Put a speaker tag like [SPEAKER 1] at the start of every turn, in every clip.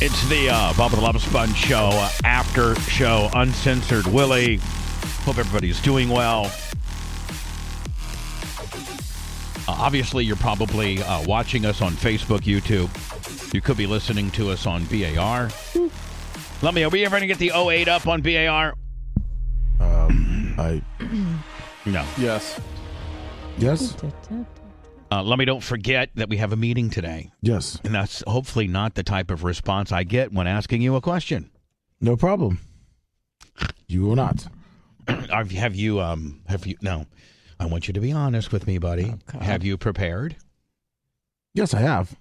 [SPEAKER 1] It's the uh, Bob the Lava Sponge Show uh, after show, uncensored. Willie, hope everybody's doing well. Uh, obviously, you're probably uh, watching us on Facebook, YouTube. You could be listening to us on BAR. Let me. Are we ever going to get the 08 up on BAR?
[SPEAKER 2] Um, I
[SPEAKER 1] No.
[SPEAKER 3] Yes.
[SPEAKER 2] yes,
[SPEAKER 1] Uh, let me. Don't forget that we have a meeting today,
[SPEAKER 2] yes,
[SPEAKER 1] and that's hopefully not the type of response I get when asking you a question.
[SPEAKER 2] no problem. You will not.
[SPEAKER 1] Have, have you um have you no? I want you to be honest with me, buddy.
[SPEAKER 3] God.
[SPEAKER 1] have you prepared?
[SPEAKER 2] Oh, Yes, I have.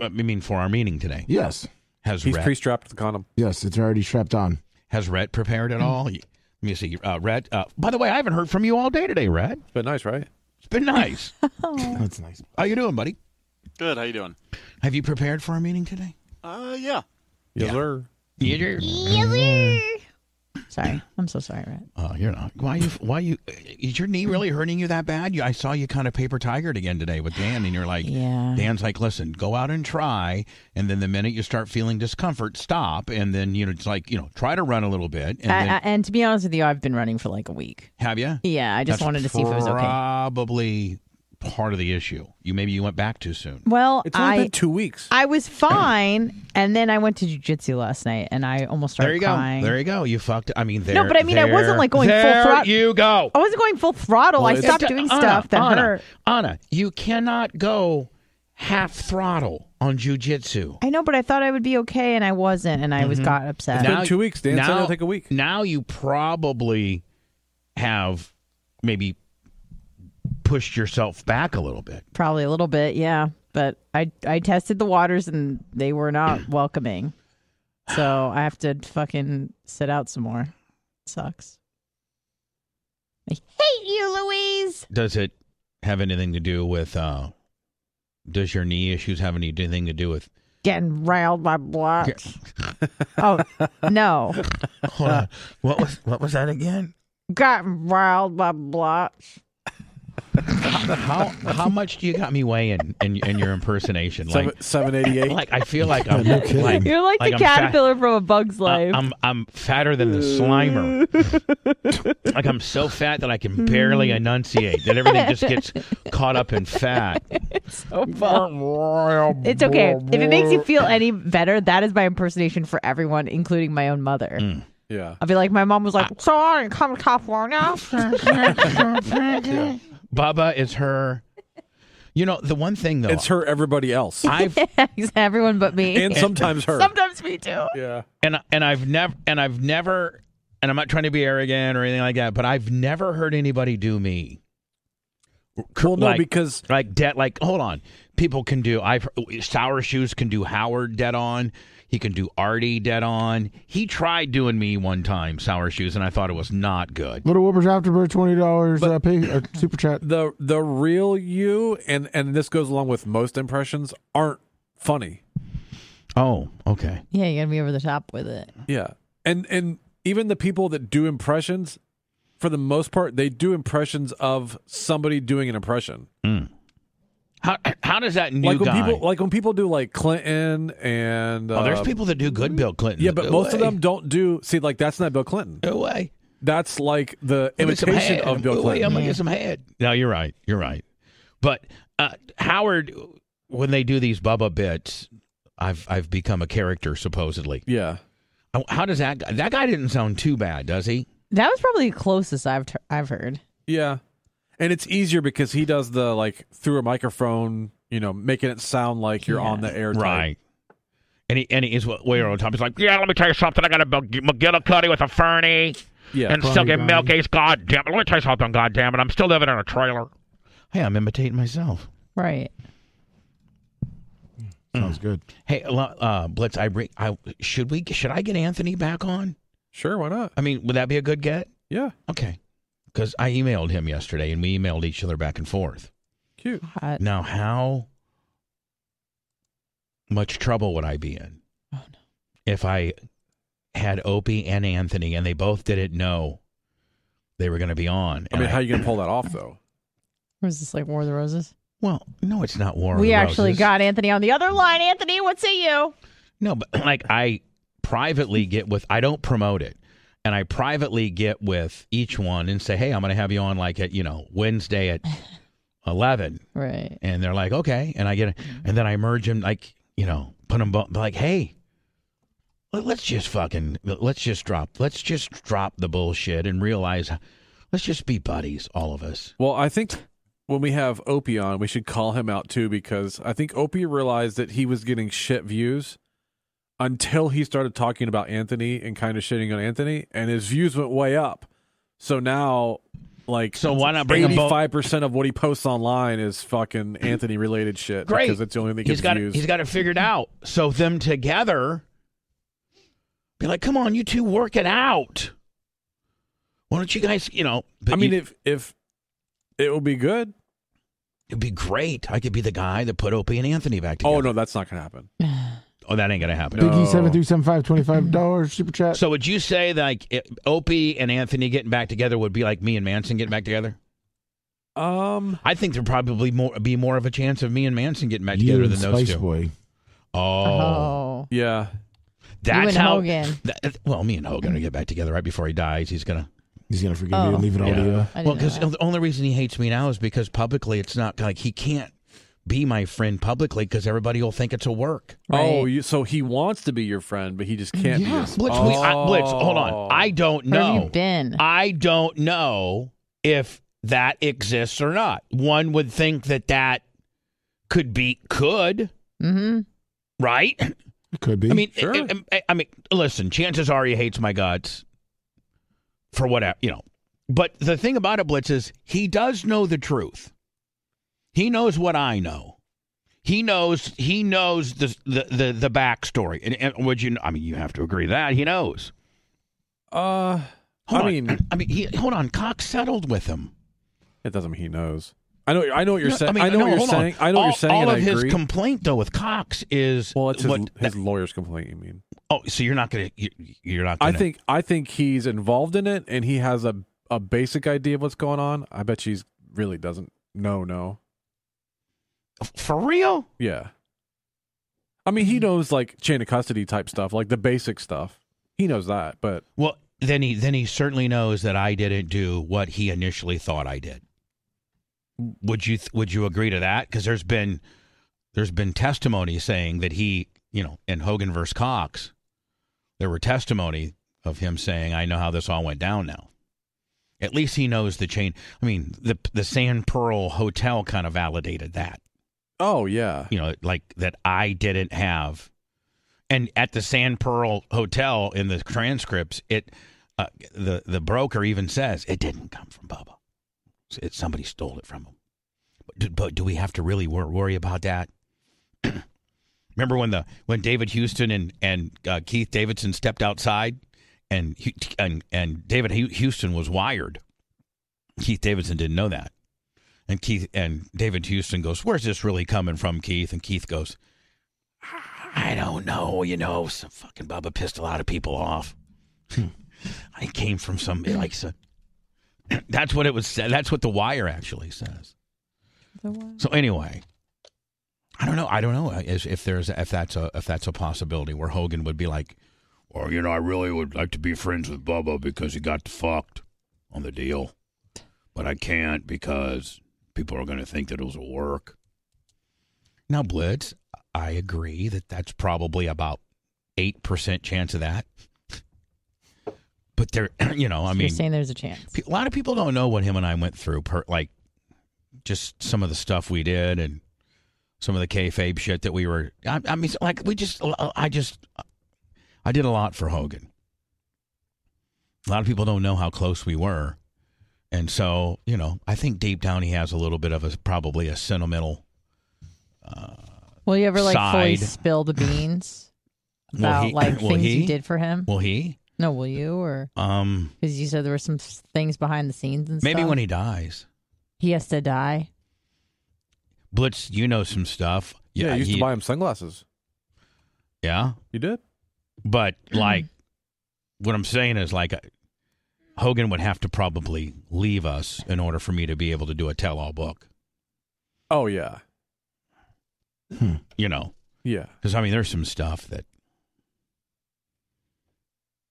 [SPEAKER 1] I mean, for our meeting today,
[SPEAKER 2] Yes,
[SPEAKER 1] has
[SPEAKER 3] He's
[SPEAKER 1] Rhett,
[SPEAKER 3] pre strapped the condom.
[SPEAKER 2] yes, it's already strapped on.
[SPEAKER 1] has Rhett prepared
[SPEAKER 4] Mm.
[SPEAKER 1] at all? Let me see, uh, Rhett. Uh, by the way, I haven't heard from you all day today, Rhett.
[SPEAKER 3] It's been nice, right?
[SPEAKER 1] It's been nice.
[SPEAKER 4] Oh.
[SPEAKER 2] That's nice.
[SPEAKER 1] How you doing, buddy?
[SPEAKER 5] Good. How you doing?
[SPEAKER 1] Have you prepared for our meeting today?
[SPEAKER 5] Uh, yeah.
[SPEAKER 3] Yes,
[SPEAKER 1] Yeah.
[SPEAKER 3] sir.
[SPEAKER 1] Yeah,
[SPEAKER 4] Sorry, I'm so sorry, Rhett.
[SPEAKER 1] uh, you're not. Why you? Why you? Is your knee really hurting you that bad? You, I saw you kind of paper tigered again today with Dan, and you're like,
[SPEAKER 4] Yeah.
[SPEAKER 1] Dan's like, listen, go out and try, and then the minute you start feeling discomfort, stop, and then you know, it's like, you know, try to run a little bit, and
[SPEAKER 4] I,
[SPEAKER 1] then,
[SPEAKER 4] I, and to be honest with you, I've been running for like a week.
[SPEAKER 1] have you?
[SPEAKER 4] Yeah, I just
[SPEAKER 1] That's
[SPEAKER 4] wanted to see if it was okay.
[SPEAKER 1] Probably part of the issue. You maybe you went back too soon.
[SPEAKER 4] Well,
[SPEAKER 3] It's only
[SPEAKER 4] I
[SPEAKER 3] been two weeks.
[SPEAKER 4] I was fine, and then I went to jujitsu last night, and I almost started
[SPEAKER 1] There you
[SPEAKER 4] crying.
[SPEAKER 1] go. There you go. You fucked. I mean, there.
[SPEAKER 4] but I mean, I wasn't,
[SPEAKER 1] there-
[SPEAKER 4] like, going full
[SPEAKER 1] there
[SPEAKER 4] throttle.
[SPEAKER 1] You go.
[SPEAKER 4] I wasn't going full throttle.
[SPEAKER 3] Well,
[SPEAKER 4] I
[SPEAKER 3] it's-
[SPEAKER 4] stopped
[SPEAKER 1] It's-
[SPEAKER 4] doing
[SPEAKER 1] Anna,
[SPEAKER 4] stuff that
[SPEAKER 1] Anna,
[SPEAKER 4] hurt.
[SPEAKER 1] Anna, you cannot go half throttle on jujitsu. Mm-hmm.
[SPEAKER 4] I know, but I thought I would be okay, and I wasn't, and I was got upset.
[SPEAKER 3] been two weeks, Dan. It's
[SPEAKER 1] Now,
[SPEAKER 3] gonna take a week.
[SPEAKER 1] Now you probably have maybe pushed yourself back a little bit.
[SPEAKER 4] Probably a little bit, yeah. But I I tested the waters, and they were not welcoming. So I have to fucking sit out some more. Sucks. I hate you, Louise.
[SPEAKER 1] Does it have anything to do with? uh Does your knee issues have anything to do with?
[SPEAKER 4] Getting railed by blocks. oh no,
[SPEAKER 1] Hold on. What was what was that again?
[SPEAKER 4] got railed by blocks.
[SPEAKER 1] How how much do you got me weighing in in your impersonation? Like
[SPEAKER 3] Seven, 788.
[SPEAKER 1] like I feel like I'm
[SPEAKER 2] No kidding.
[SPEAKER 1] like,
[SPEAKER 4] You're like,
[SPEAKER 1] Like
[SPEAKER 4] the
[SPEAKER 1] I'm fat-
[SPEAKER 4] caterpillar from A Bug's Life.
[SPEAKER 1] I'm I'm fatter than the Slimer. like I'm so fat that I can barely enunciate. That everything just gets caught up in fat.
[SPEAKER 4] so bummed. It's okay. If it makes you feel any better, that is my impersonation for everyone, including my own mother.
[SPEAKER 3] yeah.
[SPEAKER 4] I'll be like, my mom was
[SPEAKER 1] Ah.
[SPEAKER 4] like, so I didn't come to California.
[SPEAKER 1] Bubba is her. You know the one thing though.
[SPEAKER 3] It's her, everybody else.
[SPEAKER 1] I've
[SPEAKER 4] Everyone but me.
[SPEAKER 3] and sometimes her.
[SPEAKER 4] Sometimes me too.
[SPEAKER 3] yeah.
[SPEAKER 1] and and I've never and I've never and I'm not trying to be arrogant or anything like that, but I've never heard anybody do me.
[SPEAKER 5] Well, no,
[SPEAKER 1] like-
[SPEAKER 5] because
[SPEAKER 1] Like dead, like hold on, people can do. I've sour shoes can do Howard dead on. He can do Artie dead on. He tried doing me one time, sour shoes, and I thought it was not good.
[SPEAKER 2] Little Whoopers Afterbird, twenty dollars. Uh, pay uh, super chat.
[SPEAKER 5] the the real you and and this goes along with most impressions aren't funny.
[SPEAKER 1] Oh, okay.
[SPEAKER 4] Yeah, you gotta be over the top with it.
[SPEAKER 5] Yeah. And and even the people that do impressions for the most part they do impressions of somebody doing an impression.
[SPEAKER 1] Hmm. How how does that new
[SPEAKER 5] like when
[SPEAKER 1] guy?
[SPEAKER 5] people like when people do like Clinton and uh,
[SPEAKER 1] oh, there's people that do good Bill Clinton.
[SPEAKER 5] Yeah, but
[SPEAKER 1] No
[SPEAKER 5] most of
[SPEAKER 1] way.
[SPEAKER 5] them don't do see like that's not Bill Clinton.
[SPEAKER 1] No way.
[SPEAKER 5] That's like the
[SPEAKER 1] Give me some
[SPEAKER 5] imitation
[SPEAKER 1] head.
[SPEAKER 5] of Bill
[SPEAKER 1] No way, I'm
[SPEAKER 5] Clinton.
[SPEAKER 1] gonna get some head. No, you're right. You're right. But uh, Howard, when they do these Bubba bits, I've I've become a character supposedly.
[SPEAKER 5] Yeah.
[SPEAKER 1] Oh, How does that guy? That guy didn't sound too bad, does he?
[SPEAKER 4] That was probably the closest I've t- I've heard.
[SPEAKER 5] Yeah. And it's easier because he does the like through a microphone, you know, making it sound like you're on the air. type.
[SPEAKER 1] And he and he is what way on top. He's like, yeah, let me tell you something. I got a McG- McGillicuddy with a Fernie
[SPEAKER 5] Yeah.
[SPEAKER 1] and still get
[SPEAKER 2] Fernie
[SPEAKER 1] milk
[SPEAKER 2] guy.
[SPEAKER 1] ace. God damn it! Let me tell you something. God damn it! I'm still living in a trailer. Hey, I'm imitating myself.
[SPEAKER 4] Right.
[SPEAKER 2] Sounds good.
[SPEAKER 1] Hmm. Hey, uh, uh, Blitz, I, bring, I should we should I get Anthony back on?
[SPEAKER 5] sure, why not?
[SPEAKER 1] I mean, would that be a good get?
[SPEAKER 5] Yeah.
[SPEAKER 1] Okay, because I emailed him yesterday, and we emailed each other back and forth.
[SPEAKER 5] Cute.
[SPEAKER 4] Hot.
[SPEAKER 1] Now, how much trouble would I be in
[SPEAKER 4] Oh, no.
[SPEAKER 1] if I had Opie and Anthony, and they both didn't know they were going to be on?
[SPEAKER 5] I
[SPEAKER 1] and
[SPEAKER 5] mean, how you gonna pull that off though?
[SPEAKER 4] Was this like War of the Roses?
[SPEAKER 1] well, no, it's not War. of
[SPEAKER 4] we
[SPEAKER 1] the
[SPEAKER 4] actually
[SPEAKER 1] Roses.
[SPEAKER 4] got Anthony on the other line. Anthony, what's at you?
[SPEAKER 1] No, but like I privately get with I don't promote it. And I privately get with each one and say, "Hey, I'm going to have you on like at, you know, Wednesday at 11."
[SPEAKER 4] Right.
[SPEAKER 1] And they're like, "Okay." And I get and then I merge them like, you know, put them like, "Hey, let- let's just fucking let's just drop let's just drop the bullshit and realize let's just be buddies all of us."
[SPEAKER 5] Well, I think when we have Opie on, we should call him out too because I think Opie realized that he was getting shit views until he started talking about Anthony and kind of shitting on Anthony, and his views went way up. So now, like,
[SPEAKER 1] So why not bring them both?
[SPEAKER 5] eighty-five percent of what he posts online is fucking Anthony-related shit.
[SPEAKER 1] Great.
[SPEAKER 5] because it's the only thing that
[SPEAKER 1] he's
[SPEAKER 5] gets
[SPEAKER 1] got it,
[SPEAKER 5] views.
[SPEAKER 1] he's got it figured out. So them together, be like, come on, you two, work it out. Why don't you guys, you know? but
[SPEAKER 5] I mean,
[SPEAKER 1] you-
[SPEAKER 5] if if it will be good.
[SPEAKER 1] it'd be great. I could be the guy that put Opie and Anthony back together.
[SPEAKER 5] Oh no, that's not gonna happen.
[SPEAKER 1] oh, that ain't gonna happen.
[SPEAKER 5] No.
[SPEAKER 2] Biggie E seven three seven five twenty five dollars super chat.
[SPEAKER 1] So would you say like it, Opie and Anthony getting back together would be like me and Manson getting back together? uh,
[SPEAKER 5] Um,
[SPEAKER 1] I think there'd probably more be more of a chance of me and Manson getting back
[SPEAKER 2] you
[SPEAKER 1] together
[SPEAKER 2] and
[SPEAKER 1] than those
[SPEAKER 2] Spice
[SPEAKER 1] two.
[SPEAKER 2] Boy.
[SPEAKER 1] Oh,
[SPEAKER 5] yeah,
[SPEAKER 1] that's
[SPEAKER 4] and
[SPEAKER 1] how.
[SPEAKER 4] Hogan.
[SPEAKER 1] that- well, me and Hogan are get back together right before he dies. He's gonna
[SPEAKER 2] He's gonna forgive
[SPEAKER 4] Oh.
[SPEAKER 2] you and leave it all to
[SPEAKER 1] Yeah.
[SPEAKER 2] you.
[SPEAKER 4] I didn't
[SPEAKER 1] Well,
[SPEAKER 4] know
[SPEAKER 1] because
[SPEAKER 4] that.
[SPEAKER 1] the only reason he hates me now is because publicly it's not like he can't be my friend publicly because everybody will think it's a work.
[SPEAKER 5] Oh,
[SPEAKER 4] Right.
[SPEAKER 5] you, so he wants to be your friend, but he just can't. be Oh. your-
[SPEAKER 2] Yes.
[SPEAKER 1] Blitz, we, I, Blitz, hold on. I don't
[SPEAKER 4] Where have
[SPEAKER 1] know.
[SPEAKER 4] you been?
[SPEAKER 1] I don't know if that exists or not. One would think that that could be could
[SPEAKER 4] mm-hmm.
[SPEAKER 1] right.
[SPEAKER 2] It could be.
[SPEAKER 1] I mean,
[SPEAKER 5] Sure.
[SPEAKER 1] I, I- I mean, listen. Chances are he hates my guts for whatever you know. But the thing about it, Blitz, is he does know the truth. He knows what I know. He knows. He knows the the the, the backstory. And, and would you? I mean, you have to agree that he knows.
[SPEAKER 5] Uh,
[SPEAKER 1] Hold
[SPEAKER 5] I
[SPEAKER 1] on.
[SPEAKER 5] mean-
[SPEAKER 1] I mean, he, hold on. Cox settled with him.
[SPEAKER 5] it doesn't mean he knows. I know. I know what you're
[SPEAKER 1] No,
[SPEAKER 5] saying. I,
[SPEAKER 1] mean, no,
[SPEAKER 5] know what you're
[SPEAKER 1] hold on.
[SPEAKER 5] saying. I know
[SPEAKER 1] all,
[SPEAKER 5] what you're saying.
[SPEAKER 1] All
[SPEAKER 5] and
[SPEAKER 1] of
[SPEAKER 5] I
[SPEAKER 1] his
[SPEAKER 5] agree.
[SPEAKER 1] complaint, though, with Cox is
[SPEAKER 5] well, it's his,
[SPEAKER 1] what-
[SPEAKER 5] his lawyer's complaint. You mean?
[SPEAKER 1] oh, so you're not gonna you, you're not
[SPEAKER 5] I
[SPEAKER 1] gonna.
[SPEAKER 5] think. I think he's involved in it, and he has a a basic idea of what's going on. I bet she's really doesn't. No, no.
[SPEAKER 1] for real.
[SPEAKER 5] Yeah. I mean,
[SPEAKER 1] Mm-hmm.
[SPEAKER 5] he knows like chain of custody type stuff, like the basic stuff. He knows that, but
[SPEAKER 1] Well, then he then he certainly knows that I didn't do what he initially thought I did. Would you th- would you agree to that? Because there's been there's been testimony saying that he you know in Hogan versus Cox, there were testimony of him saying I know how this all went down now. At least he knows the chain. I mean, the the Sand Pearl Hotel kind of validated that.
[SPEAKER 5] oh yeah,
[SPEAKER 1] you know, like that I didn't have. And at the Sand Pearl Hotel in the transcripts, it uh, the the broker even says it didn't come from Bubba. It's- It, somebody stole it from him. But do, but do we have to really wor- worry about that? Remember when the when David Houston and and uh, Keith Davidson stepped outside, and Hu- and and David Hu- Houston was wired. Keith Davidson didn't know that, and Keith and David Houston goes, "Where's this really coming from, Keith?" And Keith goes, "I don't know. You know, some fucking Bubba pissed a lot of people off." I came from some like so, that's what it was said. That's what the wire actually says.
[SPEAKER 4] The wire.
[SPEAKER 1] So anyway, I don't know. I don't know uh, if, if there's if that's a if that's a possibility where Hogan would be like, or you know, I really would like to be friends with Bubba because he got fucked on the deal, but I can't because people are going to think that it was a work. Now, Blitz, I agree that that's probably about eight percent chance of that. But there, you know, I
[SPEAKER 4] You're
[SPEAKER 1] mean,
[SPEAKER 4] saying there's a chance.
[SPEAKER 1] Pe- a lot of people don't know what him and I went through, per, like just some of the stuff we did and some of the kayfabe shit that we were. I, I mean, like we just, I just, I did a lot for Hogan. A lot of people don't know how close we were, and so you know, I think deep down he has a little bit of a probably a sentimental.
[SPEAKER 4] Will you ever like fully
[SPEAKER 1] Side.
[SPEAKER 4] spill the beans
[SPEAKER 1] Will
[SPEAKER 4] about
[SPEAKER 1] he-
[SPEAKER 4] like
[SPEAKER 1] will
[SPEAKER 4] things
[SPEAKER 1] he?
[SPEAKER 4] you did for him?
[SPEAKER 1] Will he?
[SPEAKER 4] no, will you or
[SPEAKER 1] Um,
[SPEAKER 4] because you said there were some s- things behind the scenes and
[SPEAKER 1] maybe
[SPEAKER 4] stuff.
[SPEAKER 1] when he dies,
[SPEAKER 4] he has to die.
[SPEAKER 1] Blitz, you know some stuff.
[SPEAKER 5] Yeah, I used
[SPEAKER 1] he-
[SPEAKER 5] to buy him sunglasses.
[SPEAKER 1] Yeah,
[SPEAKER 5] You did?
[SPEAKER 1] But like, what I'm saying is like, Hogan would have to probably leave us in order for me to be able to do a tell-all book.
[SPEAKER 5] Oh yeah,
[SPEAKER 1] Hmm. You know,
[SPEAKER 5] yeah.
[SPEAKER 1] because I mean, there's some stuff that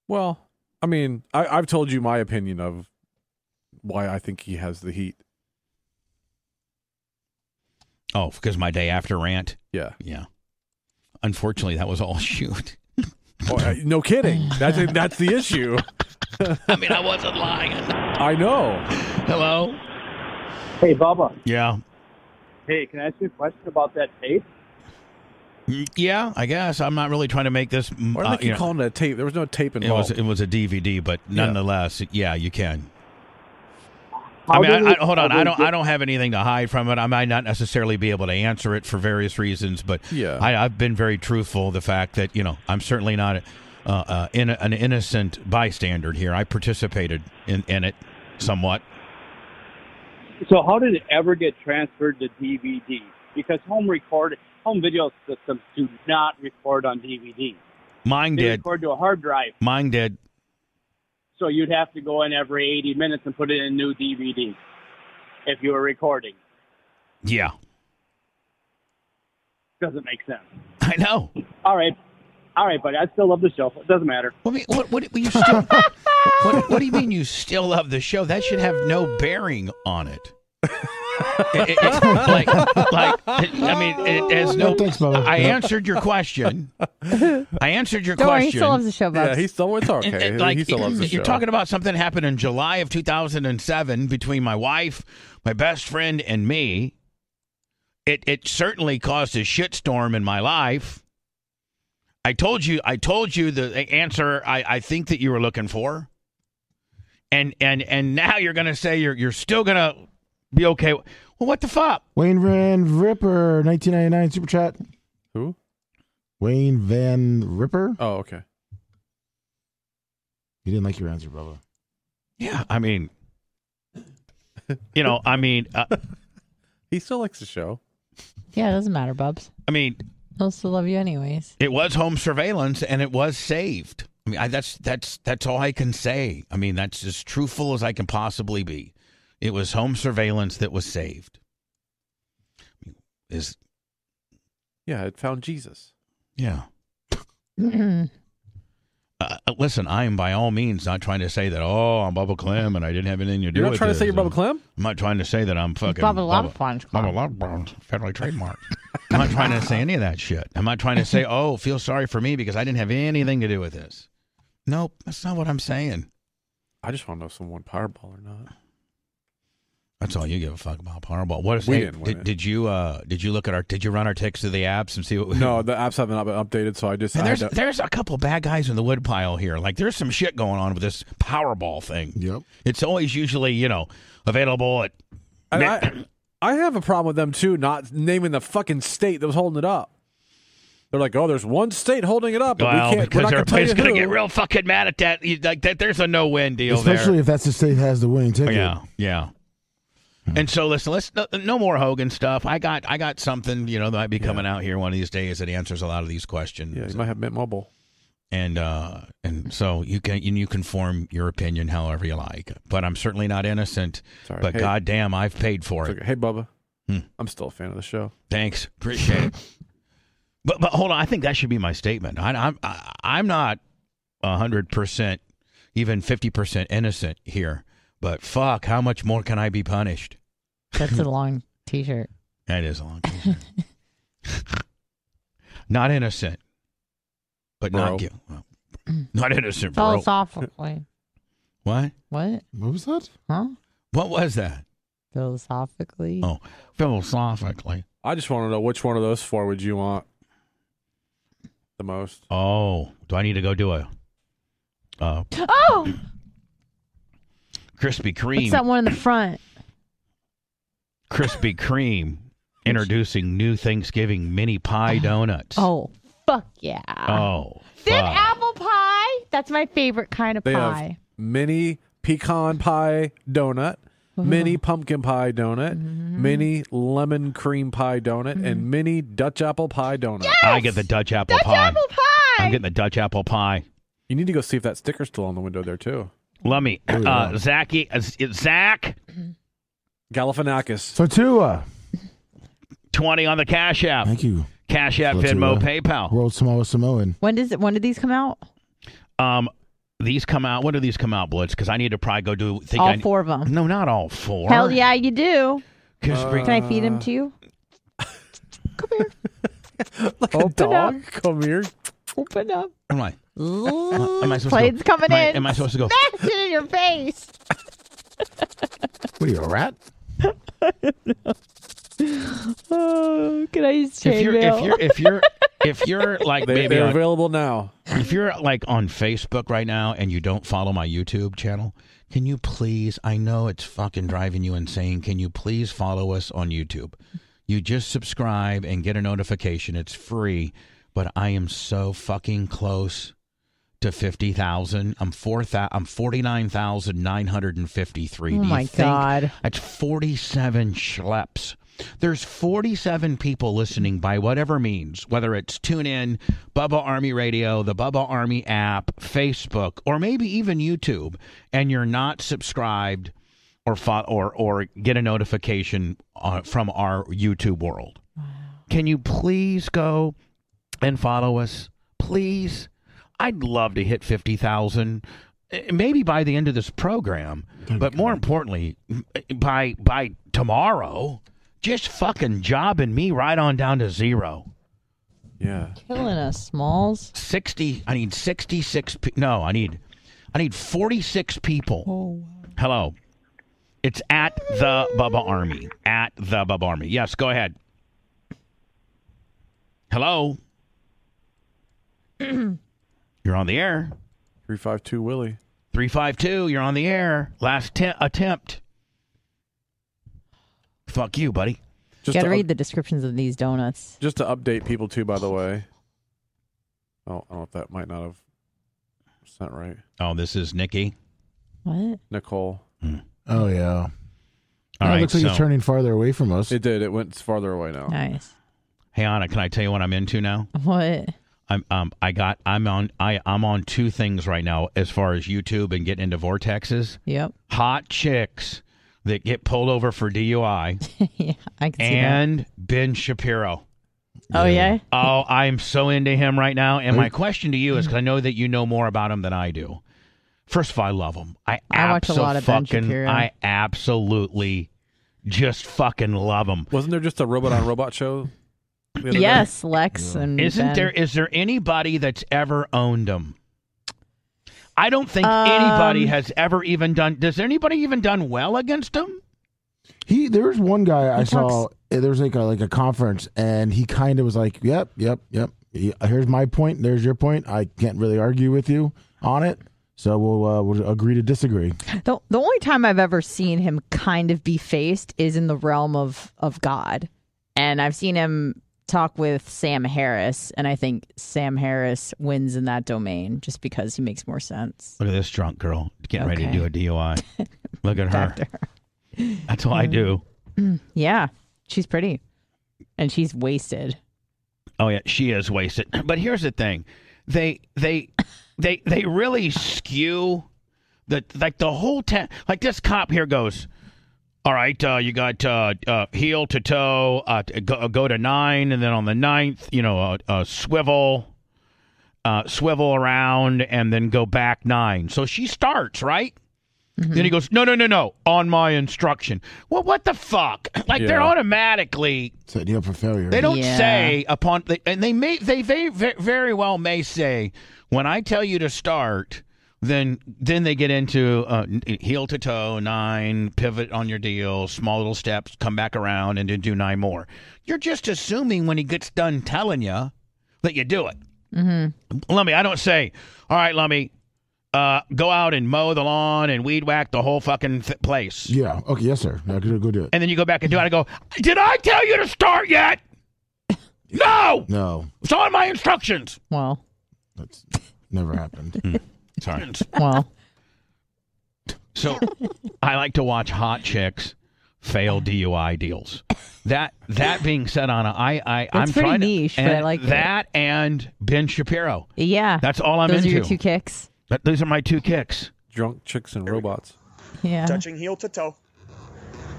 [SPEAKER 5] Well, I mean, I, I've told you my opinion of why I think he has the heat.
[SPEAKER 1] oh, because my day after rant,
[SPEAKER 5] Yeah.
[SPEAKER 1] yeah. Unfortunately, that was all shoot.
[SPEAKER 5] Oh, I- no kidding. That's that's the issue.
[SPEAKER 1] I mean, I wasn't lying.
[SPEAKER 5] I know.
[SPEAKER 1] Hello.
[SPEAKER 6] Hey, Bubba.
[SPEAKER 1] Yeah.
[SPEAKER 6] Hey, can I ask you a question about that tape?
[SPEAKER 1] Mm, Yeah, I guess I'm not really trying to make this. mm,
[SPEAKER 5] Why do
[SPEAKER 1] uh,
[SPEAKER 5] they keep
[SPEAKER 1] you know,
[SPEAKER 5] calling it a tape? There was no tape
[SPEAKER 1] it was
[SPEAKER 5] involved.
[SPEAKER 1] it was a DVD, but nonetheless, yeah, you can.
[SPEAKER 6] How
[SPEAKER 1] I
[SPEAKER 6] did
[SPEAKER 1] mean, I,
[SPEAKER 6] it-
[SPEAKER 1] I, hold on.
[SPEAKER 6] how did
[SPEAKER 1] I
[SPEAKER 6] it
[SPEAKER 1] don't.
[SPEAKER 6] get-
[SPEAKER 1] I don't have anything to hide from it. I might not necessarily be able to answer it for various reasons, but
[SPEAKER 5] Yeah.
[SPEAKER 1] I, I've been very truthful. The fact that you know, I'm certainly not uh, uh, in an innocent bystander here. I participated in, in it somewhat.
[SPEAKER 6] So, how did it ever get transferred to DVD? Because home record, home video systems do not record on DVD.
[SPEAKER 1] Mine
[SPEAKER 6] They
[SPEAKER 1] did.
[SPEAKER 6] record to a hard drive.
[SPEAKER 1] Mine did.
[SPEAKER 6] So you'd have to go in every 80 minutes and put in a new DVD if you were recording.
[SPEAKER 1] Yeah,
[SPEAKER 6] Doesn't make sense.
[SPEAKER 1] I know.
[SPEAKER 6] All right. All right, buddy. I still love the show. It doesn't matter.
[SPEAKER 1] What, do you- what, what, what you still? what, what do you mean you still love the show? That should have no bearing on it. It- it- it's like, like, I
[SPEAKER 4] Oh,
[SPEAKER 1] mean, it has
[SPEAKER 2] No,
[SPEAKER 1] no.
[SPEAKER 2] thanks, Bubba.
[SPEAKER 1] I
[SPEAKER 2] No.
[SPEAKER 1] answered your question. I answered your
[SPEAKER 4] Don't worry, he
[SPEAKER 1] question.
[SPEAKER 4] still loves the show,
[SPEAKER 5] yeah,
[SPEAKER 4] Bugs.
[SPEAKER 5] he's still it's okay.
[SPEAKER 1] And- and,
[SPEAKER 5] he still loves the
[SPEAKER 1] you're
[SPEAKER 5] show.
[SPEAKER 1] talking about something happened in July of 2007 between my wife, my best friend, and me. It it certainly caused a shitstorm in my life. I told you, I told you the answer I, I think that you were looking for. And and and now you're gonna say you're you're still gonna be okay. Well, what the fuck?
[SPEAKER 2] Wayne Van Ripper, 1999 super chat.
[SPEAKER 5] Who?
[SPEAKER 2] Wayne Van Ripper.
[SPEAKER 5] Oh, okay.
[SPEAKER 2] You didn't like your answer, Bubba.
[SPEAKER 1] Yeah, I mean, you know, I mean, uh,
[SPEAKER 5] He still likes the show.
[SPEAKER 4] yeah, it doesn't matter, Bubs.
[SPEAKER 1] I mean,
[SPEAKER 4] He'll still love you anyways.
[SPEAKER 1] It was home surveillance, and it was saved. I mean, I, that's that's that's all I can say. I mean, that's as truthful as I can possibly be. It was home surveillance that was saved. Is
[SPEAKER 5] Yeah, it found Um, Jesus.
[SPEAKER 1] yeah.
[SPEAKER 4] Mm-mm.
[SPEAKER 1] Uh, uh, listen, I am by all means not trying to say that. Oh, I'm Bubba Clem, and I didn't have anything to do
[SPEAKER 5] You're not
[SPEAKER 1] with
[SPEAKER 5] trying to
[SPEAKER 1] this.
[SPEAKER 5] say you're Bubba Clem?
[SPEAKER 1] I'm not trying to say that I'm fucking
[SPEAKER 4] Bubba
[SPEAKER 1] Bubba-
[SPEAKER 4] Lavapon's
[SPEAKER 1] I'm a
[SPEAKER 4] Club.
[SPEAKER 1] lot brown, federally trademark. I'm not trying to say any of that shit. I'm not trying to say, oh, feel sorry for me because I didn't have anything to do with this. Nope, that's not what I'm saying.
[SPEAKER 5] I just want to know if someone Powerball or not.
[SPEAKER 1] I That's all you give a fuck about Powerball. What is
[SPEAKER 5] We
[SPEAKER 1] hey,
[SPEAKER 5] didn't win
[SPEAKER 1] did,
[SPEAKER 5] it.
[SPEAKER 1] did you uh did you look at our did you run our ticks to the apps and see what we
[SPEAKER 5] No, the apps have not been updated, so I just
[SPEAKER 1] And
[SPEAKER 5] I
[SPEAKER 1] there's
[SPEAKER 5] had to-
[SPEAKER 1] there's a couple bad guys in the woodpile here. Like there's some shit going on with this Powerball thing.
[SPEAKER 2] Yep.
[SPEAKER 1] It's always usually you know available at
[SPEAKER 5] and I, I have a problem with them too, not naming the fucking state that was holding it up. They're like, oh, there's one state holding it up, but
[SPEAKER 1] well
[SPEAKER 5] we can't. We're
[SPEAKER 1] because
[SPEAKER 5] not gonna tell you
[SPEAKER 1] everybody's gonna
[SPEAKER 5] who.
[SPEAKER 1] get real fucking mad at that. You- Like that, there's a no win deal
[SPEAKER 2] Especially if that's the state that has the winning
[SPEAKER 1] there.
[SPEAKER 2] ticket.
[SPEAKER 1] Yeah, yeah. And so listen, let's no, no more Hogan stuff. I got I got something you know that might be coming out here one of these days that answers a lot of these questions.
[SPEAKER 5] Yeah, you might have Mint Mobile.
[SPEAKER 1] and uh, and so you can and you can form your opinion however you like. But I'm certainly not innocent.
[SPEAKER 5] Sorry,
[SPEAKER 1] But
[SPEAKER 5] hey,
[SPEAKER 1] goddamn, I've paid for
[SPEAKER 5] it's
[SPEAKER 1] it.
[SPEAKER 5] okay. hey, Bubba,
[SPEAKER 1] Hmm.
[SPEAKER 5] I'm still a fan of the show.
[SPEAKER 1] Thanks, appreciate it. But but hold on, I think that should be my statement. I, I'm I, I'm not hundred percent, even fifty percent innocent here. But fuck, how much more can I be punished?
[SPEAKER 4] That's a long T-shirt.
[SPEAKER 1] That is a long. time. not innocent, but
[SPEAKER 5] Bro.
[SPEAKER 1] not guilty. Not innocent, bro.
[SPEAKER 4] Philosophically,
[SPEAKER 1] What?
[SPEAKER 4] what?
[SPEAKER 2] What was that?
[SPEAKER 4] Huh?
[SPEAKER 1] What was that?
[SPEAKER 4] Philosophically,
[SPEAKER 1] Oh. Philosophically.
[SPEAKER 5] I just want to know which one of those four would you want the most?
[SPEAKER 1] Oh, do I need to go do a uh,
[SPEAKER 4] oh,
[SPEAKER 1] Krispy
[SPEAKER 4] what's
[SPEAKER 1] Kreme?
[SPEAKER 4] that one in the front?
[SPEAKER 1] Krispy Kreme introducing new Thanksgiving mini pie donuts.
[SPEAKER 4] Oh, fuck yeah!
[SPEAKER 1] oh,
[SPEAKER 4] Them
[SPEAKER 1] fuck.
[SPEAKER 4] apple pie. That's my favorite kind of
[SPEAKER 5] They have-
[SPEAKER 4] pie.
[SPEAKER 5] Mini pecan pie donut,
[SPEAKER 4] Mm-hmm.
[SPEAKER 5] mini pumpkin pie donut, mini lemon cream pie donut,
[SPEAKER 4] Mm-hmm.
[SPEAKER 5] and mini Dutch apple pie donut.
[SPEAKER 1] I get the Dutch apple
[SPEAKER 4] Dutch
[SPEAKER 1] pie.
[SPEAKER 4] apple pie.
[SPEAKER 1] I'm getting the Dutch apple pie.
[SPEAKER 5] You need to go see if that sticker's still on the window there too.
[SPEAKER 7] Let me,
[SPEAKER 2] Oh, yeah.
[SPEAKER 7] uh, Zachy, uh, Zach,
[SPEAKER 5] Galifianakis.
[SPEAKER 2] Tortua.
[SPEAKER 7] 20 on the Cash App.
[SPEAKER 2] Thank you.
[SPEAKER 7] Cash App,
[SPEAKER 2] Let's see
[SPEAKER 7] Venmo,
[SPEAKER 2] what-
[SPEAKER 1] Oh.
[SPEAKER 7] PayPal.
[SPEAKER 2] World's smallest Samoan.
[SPEAKER 4] when does it? When did these come out?
[SPEAKER 1] Um, these come out. When do these come out, Blitz? Because I need to probably go do. Think
[SPEAKER 4] All
[SPEAKER 1] I,
[SPEAKER 4] four of them.
[SPEAKER 1] No, not all four.
[SPEAKER 4] Hell yeah, you do.
[SPEAKER 1] Because we-
[SPEAKER 4] Can I feed them to you? Come here.
[SPEAKER 5] Like a
[SPEAKER 4] Open
[SPEAKER 5] Oh, dog. Come here.
[SPEAKER 4] Open up.
[SPEAKER 1] am I? Am I supposed
[SPEAKER 4] Plane's
[SPEAKER 1] to go,
[SPEAKER 4] coming
[SPEAKER 1] am I-
[SPEAKER 4] in.
[SPEAKER 1] Am I supposed to go?
[SPEAKER 4] Smash it in your face.
[SPEAKER 2] What are you, a rat?
[SPEAKER 4] Oh, can I use
[SPEAKER 1] If you're, if
[SPEAKER 4] chainmail?
[SPEAKER 1] you're, if you're, if you're like
[SPEAKER 5] They,
[SPEAKER 1] maybe
[SPEAKER 5] they're
[SPEAKER 1] on-
[SPEAKER 5] available now.
[SPEAKER 1] if you're like on Facebook right now and you don't follow my YouTube channel, can you please? I know it's fucking driving you insane. Can you please follow us on YouTube? You just subscribe and get a notification. It's free, but I am so fucking close to fifty thousand. I'm four. thou- I'm forty nine thousand nine hundred and fifty three.
[SPEAKER 4] Oh my God.
[SPEAKER 1] That's forty seven schleps. There's 47 people listening by whatever means, whether it's TuneIn, Bubba Army Radio, the Bubba Army app, Facebook, or maybe even YouTube, and you're not subscribed or fo- or or get a notification uh, from our YouTube world. Can you please go and follow us, please? I'd love to hit 50,000 eh, maybe by the end of this program, but more importantly, m- eh, by by tomorrow, just fucking jobbing me right on down to zero.
[SPEAKER 5] Yeah.
[SPEAKER 4] Killing us, Smalls.
[SPEAKER 1] 60 I need 66 pe- no, I need I need 46 people.
[SPEAKER 4] Oh,
[SPEAKER 1] Hello. It's at the Bubba Army. At the Bubba Army. Yes, go ahead. Hello. You're on the air.
[SPEAKER 5] Three five two Willie.
[SPEAKER 1] 352, you're on the air. Last te- attempt. Fuck you, buddy.
[SPEAKER 5] Just
[SPEAKER 4] Gotta
[SPEAKER 5] to
[SPEAKER 4] read the descriptions of these donuts.
[SPEAKER 5] Just to update people too, by the way. Oh, I don't know if that might not have. It's not right.
[SPEAKER 1] Oh, this is Nikki.
[SPEAKER 4] What?
[SPEAKER 5] Nicole.
[SPEAKER 2] Oh, yeah.
[SPEAKER 1] All
[SPEAKER 2] it
[SPEAKER 1] right,
[SPEAKER 2] looks like
[SPEAKER 1] so,
[SPEAKER 2] it's turning farther away from us.
[SPEAKER 5] It did. It went farther away now.
[SPEAKER 4] Nice.
[SPEAKER 1] hey Anna, can I tell you what I'm into now?
[SPEAKER 4] What?
[SPEAKER 1] I'm um I got I'm on I I'm on two things right now as far as YouTube and getting into vortexes.
[SPEAKER 4] Yep.
[SPEAKER 1] Hot chicks that get pulled over for DUI
[SPEAKER 4] yeah, I can see
[SPEAKER 1] and Ben Shapiro.
[SPEAKER 4] that. Oh yeah.
[SPEAKER 1] Oh, I'm so into him right now. And my question to you is because I know that you know more about him than I do. First of all, I love him. I,
[SPEAKER 4] I watch a lot of Ben
[SPEAKER 1] abso-fucking-
[SPEAKER 4] Shapiro.
[SPEAKER 1] I absolutely just fucking love him.
[SPEAKER 5] Wasn't there just a robot on robot show? the other day?
[SPEAKER 4] Yes, Lex and
[SPEAKER 1] Isn't
[SPEAKER 4] Ben.
[SPEAKER 1] there? Is there anybody that's ever owned him? I don't think
[SPEAKER 4] Um,
[SPEAKER 1] anybody has ever even done. Does anybody even done well against him?
[SPEAKER 2] He there's one guy I
[SPEAKER 4] He
[SPEAKER 2] saw. There's like a like a conference, and he kind of was like, "Yep, yep, yep. He- Here's my point. There's your point. I can't really argue with you on it, so we'll uh, we'll agree to disagree."
[SPEAKER 4] The the only time I've ever seen him kind of be faced is in the realm of of God, and I've seen him talk with Sam Harris, and I think Sam Harris wins in that domain just because he makes more sense.
[SPEAKER 1] Look at this drunk girl getting ready to
[SPEAKER 4] Okay.
[SPEAKER 1] do a DUI. Look at her.
[SPEAKER 4] Doctor.
[SPEAKER 1] That's what I do.
[SPEAKER 4] Yeah, she's pretty, and she's wasted.
[SPEAKER 1] Oh yeah, she is wasted. But here's the thing. They they they they really skew the like the whole town. like this cop here goes all right, uh, you got uh, uh, heel to toe, uh, t- go, go to nine, and then on the ninth, you know, uh, uh, swivel, uh, swivel around, and then go back nine. So she starts right.
[SPEAKER 2] Mm-hmm.
[SPEAKER 1] Then he goes, no, no, no, no, on my instruction. Well, what the fuck? Like they're
[SPEAKER 5] Yeah.
[SPEAKER 1] automatically
[SPEAKER 2] Setting you up for failure.
[SPEAKER 1] they don't
[SPEAKER 4] Yeah.
[SPEAKER 1] say upon, they- and they may, they very, very well may say, when I tell you to start, then then they get into uh, n- heel to toe nine, pivot on your deal, small little steps, come back around, and then do nine more. You're just assuming when he gets done telling you that you do it. Mm-hmm. Lummy, I don't say, all right, Lummy, uh, go out and mow the lawn and weed whack the whole fucking th- place.
[SPEAKER 2] Yeah. Okay. Yes, sir. I could go do it.
[SPEAKER 1] And then you go back and do it. I go, did I tell you to start yet? No!
[SPEAKER 2] No,
[SPEAKER 1] It's on my instructions.
[SPEAKER 4] Well,
[SPEAKER 2] that's never happened.
[SPEAKER 1] Hmm. Sorry.
[SPEAKER 4] well,
[SPEAKER 1] So I like to watch hot chicks fail DUI deals. That that being said, Anna, I, I I'm
[SPEAKER 4] That's pretty
[SPEAKER 1] trying
[SPEAKER 4] niche,
[SPEAKER 1] to,
[SPEAKER 4] but I
[SPEAKER 1] and
[SPEAKER 4] like it.
[SPEAKER 1] that and Ben Shapiro.
[SPEAKER 4] yeah.
[SPEAKER 1] That's all I'm
[SPEAKER 4] Those
[SPEAKER 1] into.
[SPEAKER 4] are your two kicks.
[SPEAKER 1] That- those are my two kicks.
[SPEAKER 5] Drunk chicks and robots.
[SPEAKER 4] Yeah.
[SPEAKER 8] Touching heel to toe.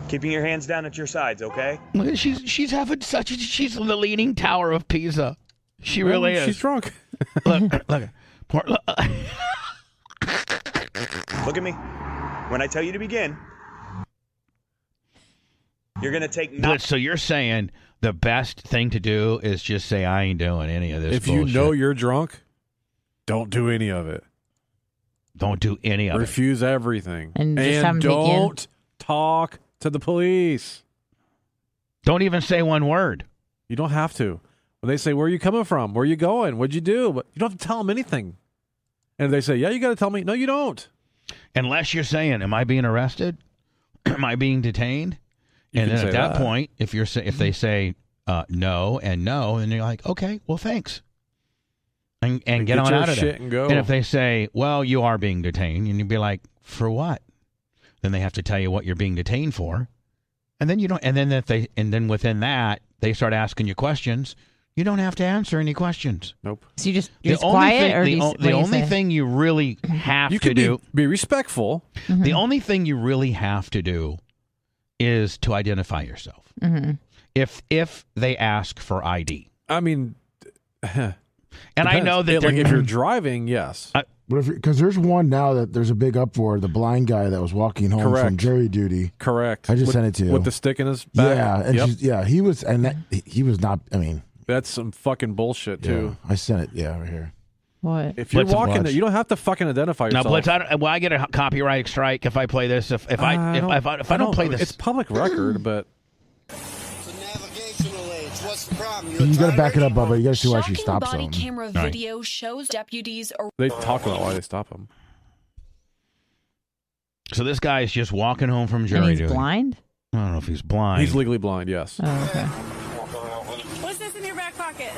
[SPEAKER 8] Keeping your hands down at your sides, okay?
[SPEAKER 1] She's she's having such. She's the leaning tower of Pisa. She really
[SPEAKER 5] She's
[SPEAKER 1] is.
[SPEAKER 5] drunk.
[SPEAKER 1] Look, look, poor, look. uh,
[SPEAKER 8] Look at me. When I tell you to begin, you're gonna take
[SPEAKER 1] But
[SPEAKER 8] knots.
[SPEAKER 1] so you're saying the best thing to do is just say I ain't doing any of this.
[SPEAKER 5] if you know
[SPEAKER 1] bullshit."
[SPEAKER 5] you're drunk, don't do any of it.
[SPEAKER 1] don't do any of it.
[SPEAKER 5] Refuse everything.
[SPEAKER 4] And just have 'em take you in.
[SPEAKER 5] don't talk to the police.
[SPEAKER 1] Don't even say one word.
[SPEAKER 5] You don't have to. When they say, Where are you coming from? Where are you going? What'd you do? But you don't have to tell them anything. And if they say, Yeah, you got to tell me. No, you don't.
[SPEAKER 1] unless you're saying, "Am I being arrested? Am I being detained?"
[SPEAKER 5] You
[SPEAKER 1] and
[SPEAKER 5] can
[SPEAKER 1] then
[SPEAKER 5] say
[SPEAKER 1] at that,
[SPEAKER 5] that.
[SPEAKER 1] point, if you're sa- if they say uh, no and no, and you're like, "Okay, well, thanks," and and
[SPEAKER 5] Like,
[SPEAKER 1] get,
[SPEAKER 5] get
[SPEAKER 1] on
[SPEAKER 5] your
[SPEAKER 1] out of
[SPEAKER 5] shit
[SPEAKER 1] there.
[SPEAKER 5] and go.
[SPEAKER 1] if they say, "Well, you are being detained," and you'd be like, "For what?" Then they have to tell you what you're being detained for, and then you don't. And then if they and then within that, they start asking you questions. You don't have to answer any questions.
[SPEAKER 5] Nope.
[SPEAKER 4] So you just you're just
[SPEAKER 1] the only
[SPEAKER 4] quiet,
[SPEAKER 1] thing,
[SPEAKER 4] or
[SPEAKER 1] the,
[SPEAKER 4] do you,
[SPEAKER 1] o-
[SPEAKER 4] what
[SPEAKER 1] the
[SPEAKER 4] do you
[SPEAKER 1] only
[SPEAKER 4] say?
[SPEAKER 1] thing you really have
[SPEAKER 5] You
[SPEAKER 1] to
[SPEAKER 5] can be,
[SPEAKER 1] do
[SPEAKER 5] be respectful.
[SPEAKER 4] Mm-hmm.
[SPEAKER 1] the only thing you really have to do is to identify yourself.
[SPEAKER 4] Mm-hmm.
[SPEAKER 1] If if they ask for ID,
[SPEAKER 5] I mean, and
[SPEAKER 1] and I know that
[SPEAKER 5] like
[SPEAKER 1] they're-
[SPEAKER 5] if you're driving, yes.
[SPEAKER 2] But if because there's one now that there's a big uproar. The blind guy that was walking home
[SPEAKER 5] Correct.
[SPEAKER 2] from jury duty.
[SPEAKER 5] Correct.
[SPEAKER 2] I just
[SPEAKER 5] With-
[SPEAKER 2] sent it to you.
[SPEAKER 5] With the stick in his back.
[SPEAKER 2] Yeah, and
[SPEAKER 5] Yep.
[SPEAKER 2] she's, yeah, he was, and that, he- he was not. I mean,
[SPEAKER 5] That's some fucking bullshit,
[SPEAKER 2] yeah,
[SPEAKER 5] too.
[SPEAKER 2] I sent it. Yeah, right here.
[SPEAKER 4] What?
[SPEAKER 5] If you're
[SPEAKER 1] Blitz and
[SPEAKER 5] walking,
[SPEAKER 2] Blitz.
[SPEAKER 5] you don't have to fucking identify
[SPEAKER 1] now,
[SPEAKER 5] yourself.
[SPEAKER 1] Blitz, I don't, will I get a copyright strike if I play this? If if I, if,
[SPEAKER 5] Uh, don't-
[SPEAKER 1] if I, if I don't play this,
[SPEAKER 5] it's public record, but
[SPEAKER 9] It's a navigational aid. What's the problem?
[SPEAKER 2] You got to back it up, Bubba. You got to see why she
[SPEAKER 10] Shocking
[SPEAKER 2] stops
[SPEAKER 10] body
[SPEAKER 2] him.
[SPEAKER 10] camera
[SPEAKER 1] right.
[SPEAKER 10] video shows deputies ar-
[SPEAKER 5] they talk about why they stop him.
[SPEAKER 1] so this guy is just walking home from
[SPEAKER 4] and
[SPEAKER 1] jury
[SPEAKER 4] he's
[SPEAKER 1] duty.
[SPEAKER 4] blind.
[SPEAKER 1] I don't know if he's blind.
[SPEAKER 5] He's legally blind. Yes.
[SPEAKER 4] Oh, okay.
[SPEAKER 11] What's this in your back pocket?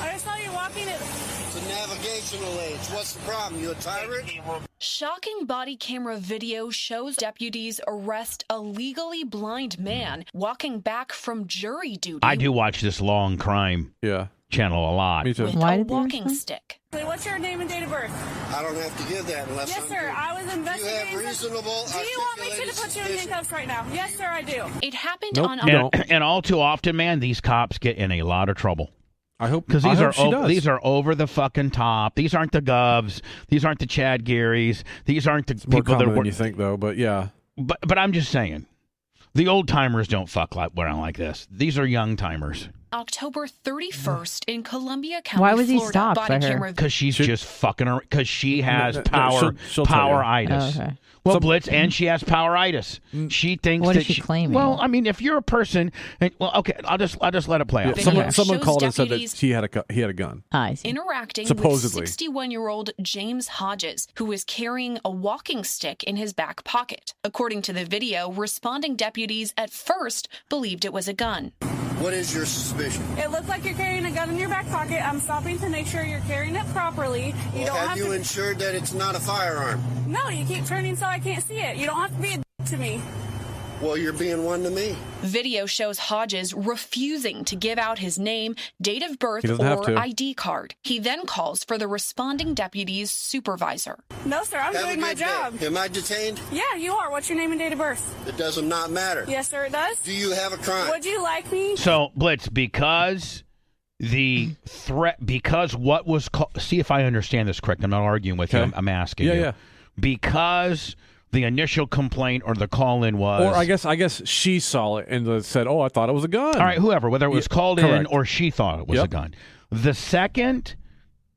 [SPEAKER 11] I just saw you walking it.
[SPEAKER 9] It's a navigational aid. What's the problem? You a tyrant?
[SPEAKER 10] shocking body camera video shows deputies arrest a legally blind man walking back from jury duty
[SPEAKER 1] I do watch this long crime
[SPEAKER 5] Yeah.
[SPEAKER 1] channel a lot.
[SPEAKER 5] Me too.
[SPEAKER 10] with
[SPEAKER 4] Why
[SPEAKER 10] a
[SPEAKER 4] did they
[SPEAKER 10] walking
[SPEAKER 4] respond?
[SPEAKER 10] stick.
[SPEAKER 11] What's your name and date of birth?
[SPEAKER 9] I don't have to give that unless
[SPEAKER 11] Yes,
[SPEAKER 9] I'm
[SPEAKER 11] sir.
[SPEAKER 9] good.
[SPEAKER 11] I was
[SPEAKER 9] you
[SPEAKER 11] investigating.
[SPEAKER 9] have reasonable.
[SPEAKER 11] Do you want me to
[SPEAKER 9] articulated
[SPEAKER 11] put you in
[SPEAKER 9] suspicion.
[SPEAKER 11] handcuffs right now? Yes, sir, I do.
[SPEAKER 10] It happened
[SPEAKER 5] Nope,
[SPEAKER 10] on
[SPEAKER 5] you
[SPEAKER 1] and,
[SPEAKER 5] don't.
[SPEAKER 1] and all too often, man, these cops get in a lot of trouble.
[SPEAKER 5] I hope
[SPEAKER 1] Because these
[SPEAKER 5] I
[SPEAKER 1] are
[SPEAKER 5] hope she
[SPEAKER 1] o-
[SPEAKER 5] does.
[SPEAKER 1] these are over the fucking top. These aren't the Govs. These aren't the Chad Garys. These aren't the
[SPEAKER 5] It's more
[SPEAKER 1] people that
[SPEAKER 5] common
[SPEAKER 1] were.
[SPEAKER 5] than you think, though. But yeah,
[SPEAKER 1] But but I'm just saying, the old timers don't fuck like around like this. These are young timers.
[SPEAKER 10] October 31st in Columbia County,
[SPEAKER 4] Why was he
[SPEAKER 10] Florida.
[SPEAKER 4] stopped
[SPEAKER 10] Body
[SPEAKER 4] by her?
[SPEAKER 10] camera
[SPEAKER 1] Because she's just fucking her. Because she has
[SPEAKER 5] no, no,
[SPEAKER 1] power
[SPEAKER 5] she'll- she'll tell you.
[SPEAKER 1] poweritis.
[SPEAKER 5] Oh, okay.
[SPEAKER 1] Well, Blitz, and she has poweritis.
[SPEAKER 5] Mm.
[SPEAKER 1] She thinks
[SPEAKER 5] What
[SPEAKER 1] that
[SPEAKER 5] is she claiming?
[SPEAKER 1] Well, I mean, if you're a person, and, well, okay, I'll just I'll just let it play
[SPEAKER 5] Yeah,
[SPEAKER 1] out.
[SPEAKER 5] someone someone
[SPEAKER 10] shows
[SPEAKER 5] called and said that
[SPEAKER 10] deputies-
[SPEAKER 5] he had a gu- he had a gun.
[SPEAKER 10] interacting
[SPEAKER 5] Supposedly.
[SPEAKER 10] with 61 year old James Hodges, who was carrying a walking stick in his back pocket. According to the video, responding deputies at first believed it was a gun.
[SPEAKER 9] What is your suspicion?
[SPEAKER 11] It looks like you're carrying a gun in your back pocket. I'm stopping to make sure you're carrying it properly. You
[SPEAKER 9] Well,
[SPEAKER 11] don't
[SPEAKER 9] have,
[SPEAKER 11] have,
[SPEAKER 9] you
[SPEAKER 11] to.
[SPEAKER 9] ensured that it's not a firearm?
[SPEAKER 11] no, you keep turning so I can't see it. You don't have to be a d- to me.
[SPEAKER 9] Well, you're being one to me.
[SPEAKER 10] Video shows Hodges refusing to give out his name, date of birth,
[SPEAKER 9] He doesn't have
[SPEAKER 10] or
[SPEAKER 9] to.
[SPEAKER 10] ID card. He then calls for the responding deputy's supervisor.
[SPEAKER 11] No, sir. I'm
[SPEAKER 9] Have a
[SPEAKER 11] doing my
[SPEAKER 9] good day.
[SPEAKER 11] job.
[SPEAKER 9] Am I detained?
[SPEAKER 11] Yeah, you are. What's your name and date of birth?
[SPEAKER 9] It does not matter.
[SPEAKER 11] Yes, sir. It does.
[SPEAKER 9] Do you have a crime?
[SPEAKER 11] Would you like me?
[SPEAKER 1] So Blitz, because the threat, because what was called, see if I understand this correct. I'm not arguing with you. I'm, I'm asking.
[SPEAKER 5] Yeah,
[SPEAKER 1] you.
[SPEAKER 5] yeah.
[SPEAKER 1] Because the initial complaint or the call in was,
[SPEAKER 5] Or I guess I guess she saw it and uh, said, "Oh, I thought it was a gun."
[SPEAKER 1] all right, whoever, whether it was
[SPEAKER 5] Yeah,
[SPEAKER 1] called in
[SPEAKER 5] correct.
[SPEAKER 1] or she thought it was a
[SPEAKER 5] Yep.
[SPEAKER 1] gun. The second,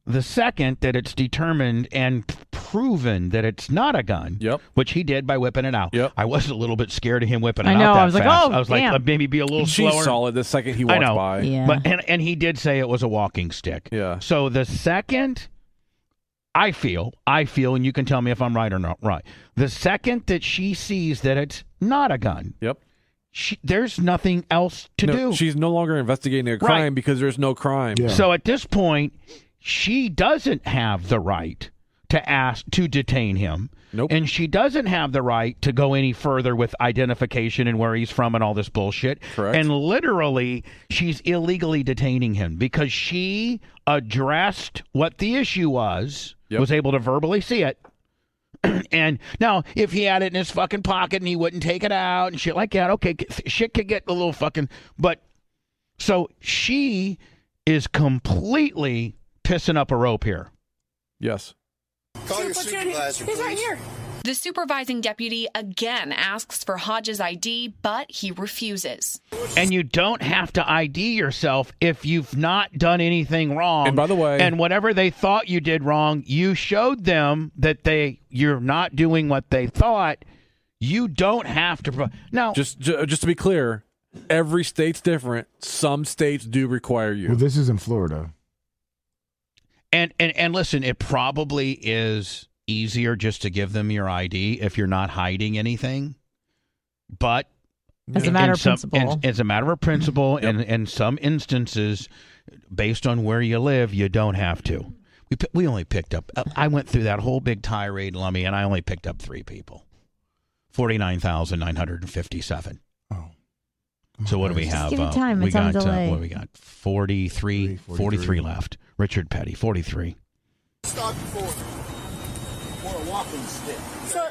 [SPEAKER 1] the second that it's determined and p- proven that it's not a gun, yep. which he did by whipping it out. Yep. I was a little bit scared of him whipping it
[SPEAKER 4] I
[SPEAKER 1] out.
[SPEAKER 4] know, I
[SPEAKER 1] that
[SPEAKER 4] was like,
[SPEAKER 1] fast.
[SPEAKER 4] oh,
[SPEAKER 1] I was
[SPEAKER 4] damn.
[SPEAKER 1] like, uh, maybe be a little
[SPEAKER 5] She
[SPEAKER 1] slower.
[SPEAKER 5] saw it the second he
[SPEAKER 1] I
[SPEAKER 5] walked
[SPEAKER 1] know.
[SPEAKER 5] by.
[SPEAKER 4] Yeah.
[SPEAKER 1] But and and he did say it was a walking stick. Yeah. So the second I feel, I feel, and you can tell me if I'm right or not right. The second that she sees that it's not a gun,
[SPEAKER 5] yep.
[SPEAKER 1] She, there's nothing else to
[SPEAKER 5] No,
[SPEAKER 1] do.
[SPEAKER 5] She's no longer investigating a crime because there's no crime.
[SPEAKER 1] So at this point, she doesn't have the right to ask to detain him. Nope. And she doesn't have the right to go any further with identification and where he's from and all this bullshit. Correct. And literally, she's illegally detaining him because she addressed what the issue was, was able to verbally see it. and now, if he had it in his fucking pocket and he wouldn't take it out and shit like that, okay, shit could get a little fucking. But so she is completely pissing up a rope here.
[SPEAKER 5] Yes.
[SPEAKER 9] Call your supervisor, please.
[SPEAKER 10] The supervising deputy again asks for Hodges' ID, but he refuses.
[SPEAKER 1] And you don't have to ID yourself if you've not done anything wrong.
[SPEAKER 5] And by the way-
[SPEAKER 1] and whatever they thought you did wrong, you showed them that they you're not doing what they thought. You don't have to. Pro- now,
[SPEAKER 5] Just ju- just to be clear, every state's different. Some states do require you.
[SPEAKER 2] Well, this is in Florida.
[SPEAKER 1] And and and listen, it probably is easier just to give them your ID if you're not hiding anything. But
[SPEAKER 4] As a
[SPEAKER 1] in-
[SPEAKER 4] matter
[SPEAKER 1] in
[SPEAKER 4] of
[SPEAKER 1] some-
[SPEAKER 4] principle.
[SPEAKER 1] in- as a matter of principle, and in some instances, based on where you live, you don't have to. We pi- we only picked up. uh, I went through that whole big tirade, Lummy, and I only picked up three people. Forty nine thousand nine hundred and fifty seven. Oh. So what do we
[SPEAKER 4] Just
[SPEAKER 1] have?
[SPEAKER 4] give it time.
[SPEAKER 1] We
[SPEAKER 4] It's on
[SPEAKER 1] got
[SPEAKER 4] delay.
[SPEAKER 1] Uh, what do we got? 43,
[SPEAKER 2] 43.
[SPEAKER 1] 43 left. Richard Petty, forty three.
[SPEAKER 9] Stop before for a walking stick.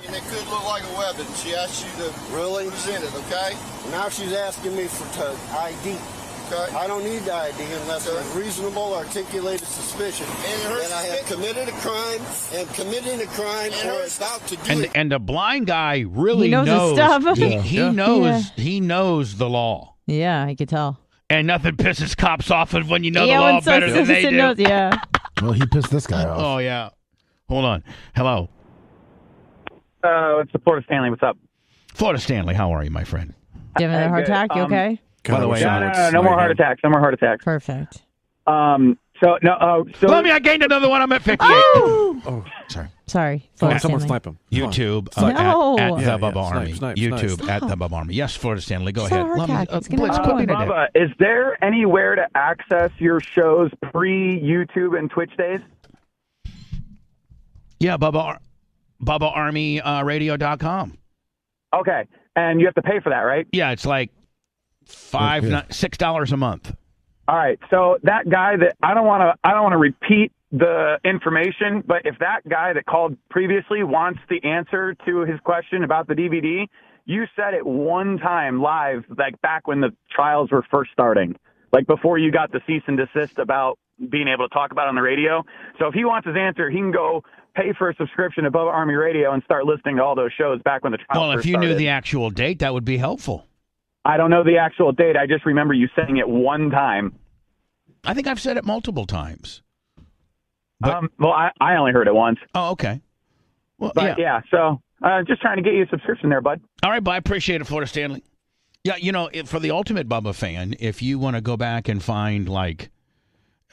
[SPEAKER 9] and it could look like a weapon. She asked you to really present it, okay? Now she's asking me for to ID. Okay. I don't need the ID unless there's reasonable, articulated suspicion that I have committed a crime, am committing a crime, or about to do
[SPEAKER 1] and
[SPEAKER 9] it.
[SPEAKER 1] and the blind guy really
[SPEAKER 4] He knows his stuff.
[SPEAKER 1] He,
[SPEAKER 4] Yeah.
[SPEAKER 1] he
[SPEAKER 4] Yeah.
[SPEAKER 1] knows he knows the law,
[SPEAKER 4] Yeah, I could tell.
[SPEAKER 1] and nothing pisses cops off of when you know
[SPEAKER 4] yeah,
[SPEAKER 1] the
[SPEAKER 4] when
[SPEAKER 1] law
[SPEAKER 4] some
[SPEAKER 1] better than they
[SPEAKER 4] citizen
[SPEAKER 1] do.
[SPEAKER 4] knows- yeah.
[SPEAKER 2] Well, he pissed this guy off.
[SPEAKER 1] Oh yeah. Hold on. Hello,
[SPEAKER 8] Uh, it's the Port of Stanley. What's up?
[SPEAKER 1] Florida Stanley. How are you, my friend?
[SPEAKER 4] You having a
[SPEAKER 8] Hey,
[SPEAKER 4] heart
[SPEAKER 8] good.
[SPEAKER 4] attack? You
[SPEAKER 8] Um,
[SPEAKER 4] okay?
[SPEAKER 1] By the way,
[SPEAKER 8] no, no, no, no more heart attacks. No more heart attacks.
[SPEAKER 4] Perfect.
[SPEAKER 8] Um, so no. Uh, so
[SPEAKER 1] Let me. I gained another one. I'm at 58.
[SPEAKER 5] Oh,
[SPEAKER 1] sorry.
[SPEAKER 4] Sorry. Florida Stanley.
[SPEAKER 5] him.
[SPEAKER 1] YouTube uh,
[SPEAKER 4] Snipe. No.
[SPEAKER 1] at, at
[SPEAKER 4] Yeah,
[SPEAKER 1] the Bubba
[SPEAKER 4] yeah, snipe,
[SPEAKER 1] Army.
[SPEAKER 4] snipe, snipe.
[SPEAKER 1] YouTube
[SPEAKER 4] Stop.
[SPEAKER 1] at the Bubba Army. Yes, Florida Stanley. Go
[SPEAKER 4] It's not
[SPEAKER 1] ahead.
[SPEAKER 4] a heart
[SPEAKER 1] Let me-
[SPEAKER 4] attack.
[SPEAKER 1] uh,
[SPEAKER 4] It's gonna
[SPEAKER 1] Blitz,
[SPEAKER 4] be
[SPEAKER 1] quit being a dick.
[SPEAKER 8] Bubba, is there anywhere to access your shows pre YouTube and Twitch days?
[SPEAKER 1] Yeah, Bubba. Ar- Bubba Army uh, Radio.com.
[SPEAKER 8] Okay, and you have to pay for that, right?
[SPEAKER 1] Yeah, it's like five, ni- six dollars a month.
[SPEAKER 8] All right. So that guy that I don't want to I don't want to repeat the information, but if that guy that called previously wants the answer to his question about the DVD, you said it one time live like back when the trials were first starting. Like before you got the cease and desist about being able to talk about it on the radio. So if he wants his answer, he can go pay for a subscription to Bubba Army Radio and start listening to all those shows back when the trials
[SPEAKER 1] Well, if
[SPEAKER 8] first
[SPEAKER 1] you knew
[SPEAKER 8] started.
[SPEAKER 1] the actual date, that would be helpful.
[SPEAKER 8] I don't know the actual date. I just remember you saying it one time.
[SPEAKER 1] I think I've said it multiple times.
[SPEAKER 8] um, well, I, I only heard it once.
[SPEAKER 1] Oh, okay. Well,
[SPEAKER 8] but yeah. so uh, just trying to get you a subscription there, bud.
[SPEAKER 1] All right, bye. Appreciate it, Florida Stanley. Yeah, you know, if, for the ultimate Bubba fan, if you want to go back and find like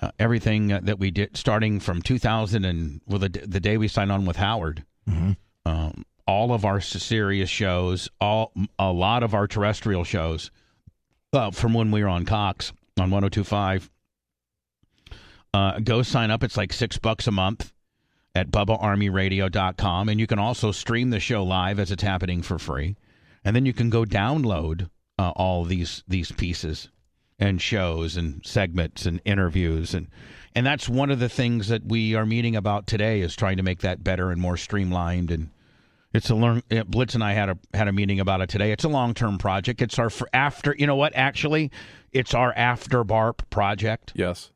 [SPEAKER 1] uh, everything uh, that we did starting from 2000 and well, the, the day we signed on with Howard, um, all of our s- serious shows, all a lot of our terrestrial shows uh, from when we were on Cox on 1025, uh, go sign up. It's like six bucks a month at BubbaArmyRadio.com. And you can also stream the show live as it's happening for free. And then you can go download uh, all these these pieces and shows and segments and interviews and and that's one of the things that we are meeting about today is trying to make that better and more streamlined and it's a learn uh, Blitz and I had a had a meeting about it today. It's a long-term project. It's our for after, you know what, actually, it's our after barp project.
[SPEAKER 5] Yes.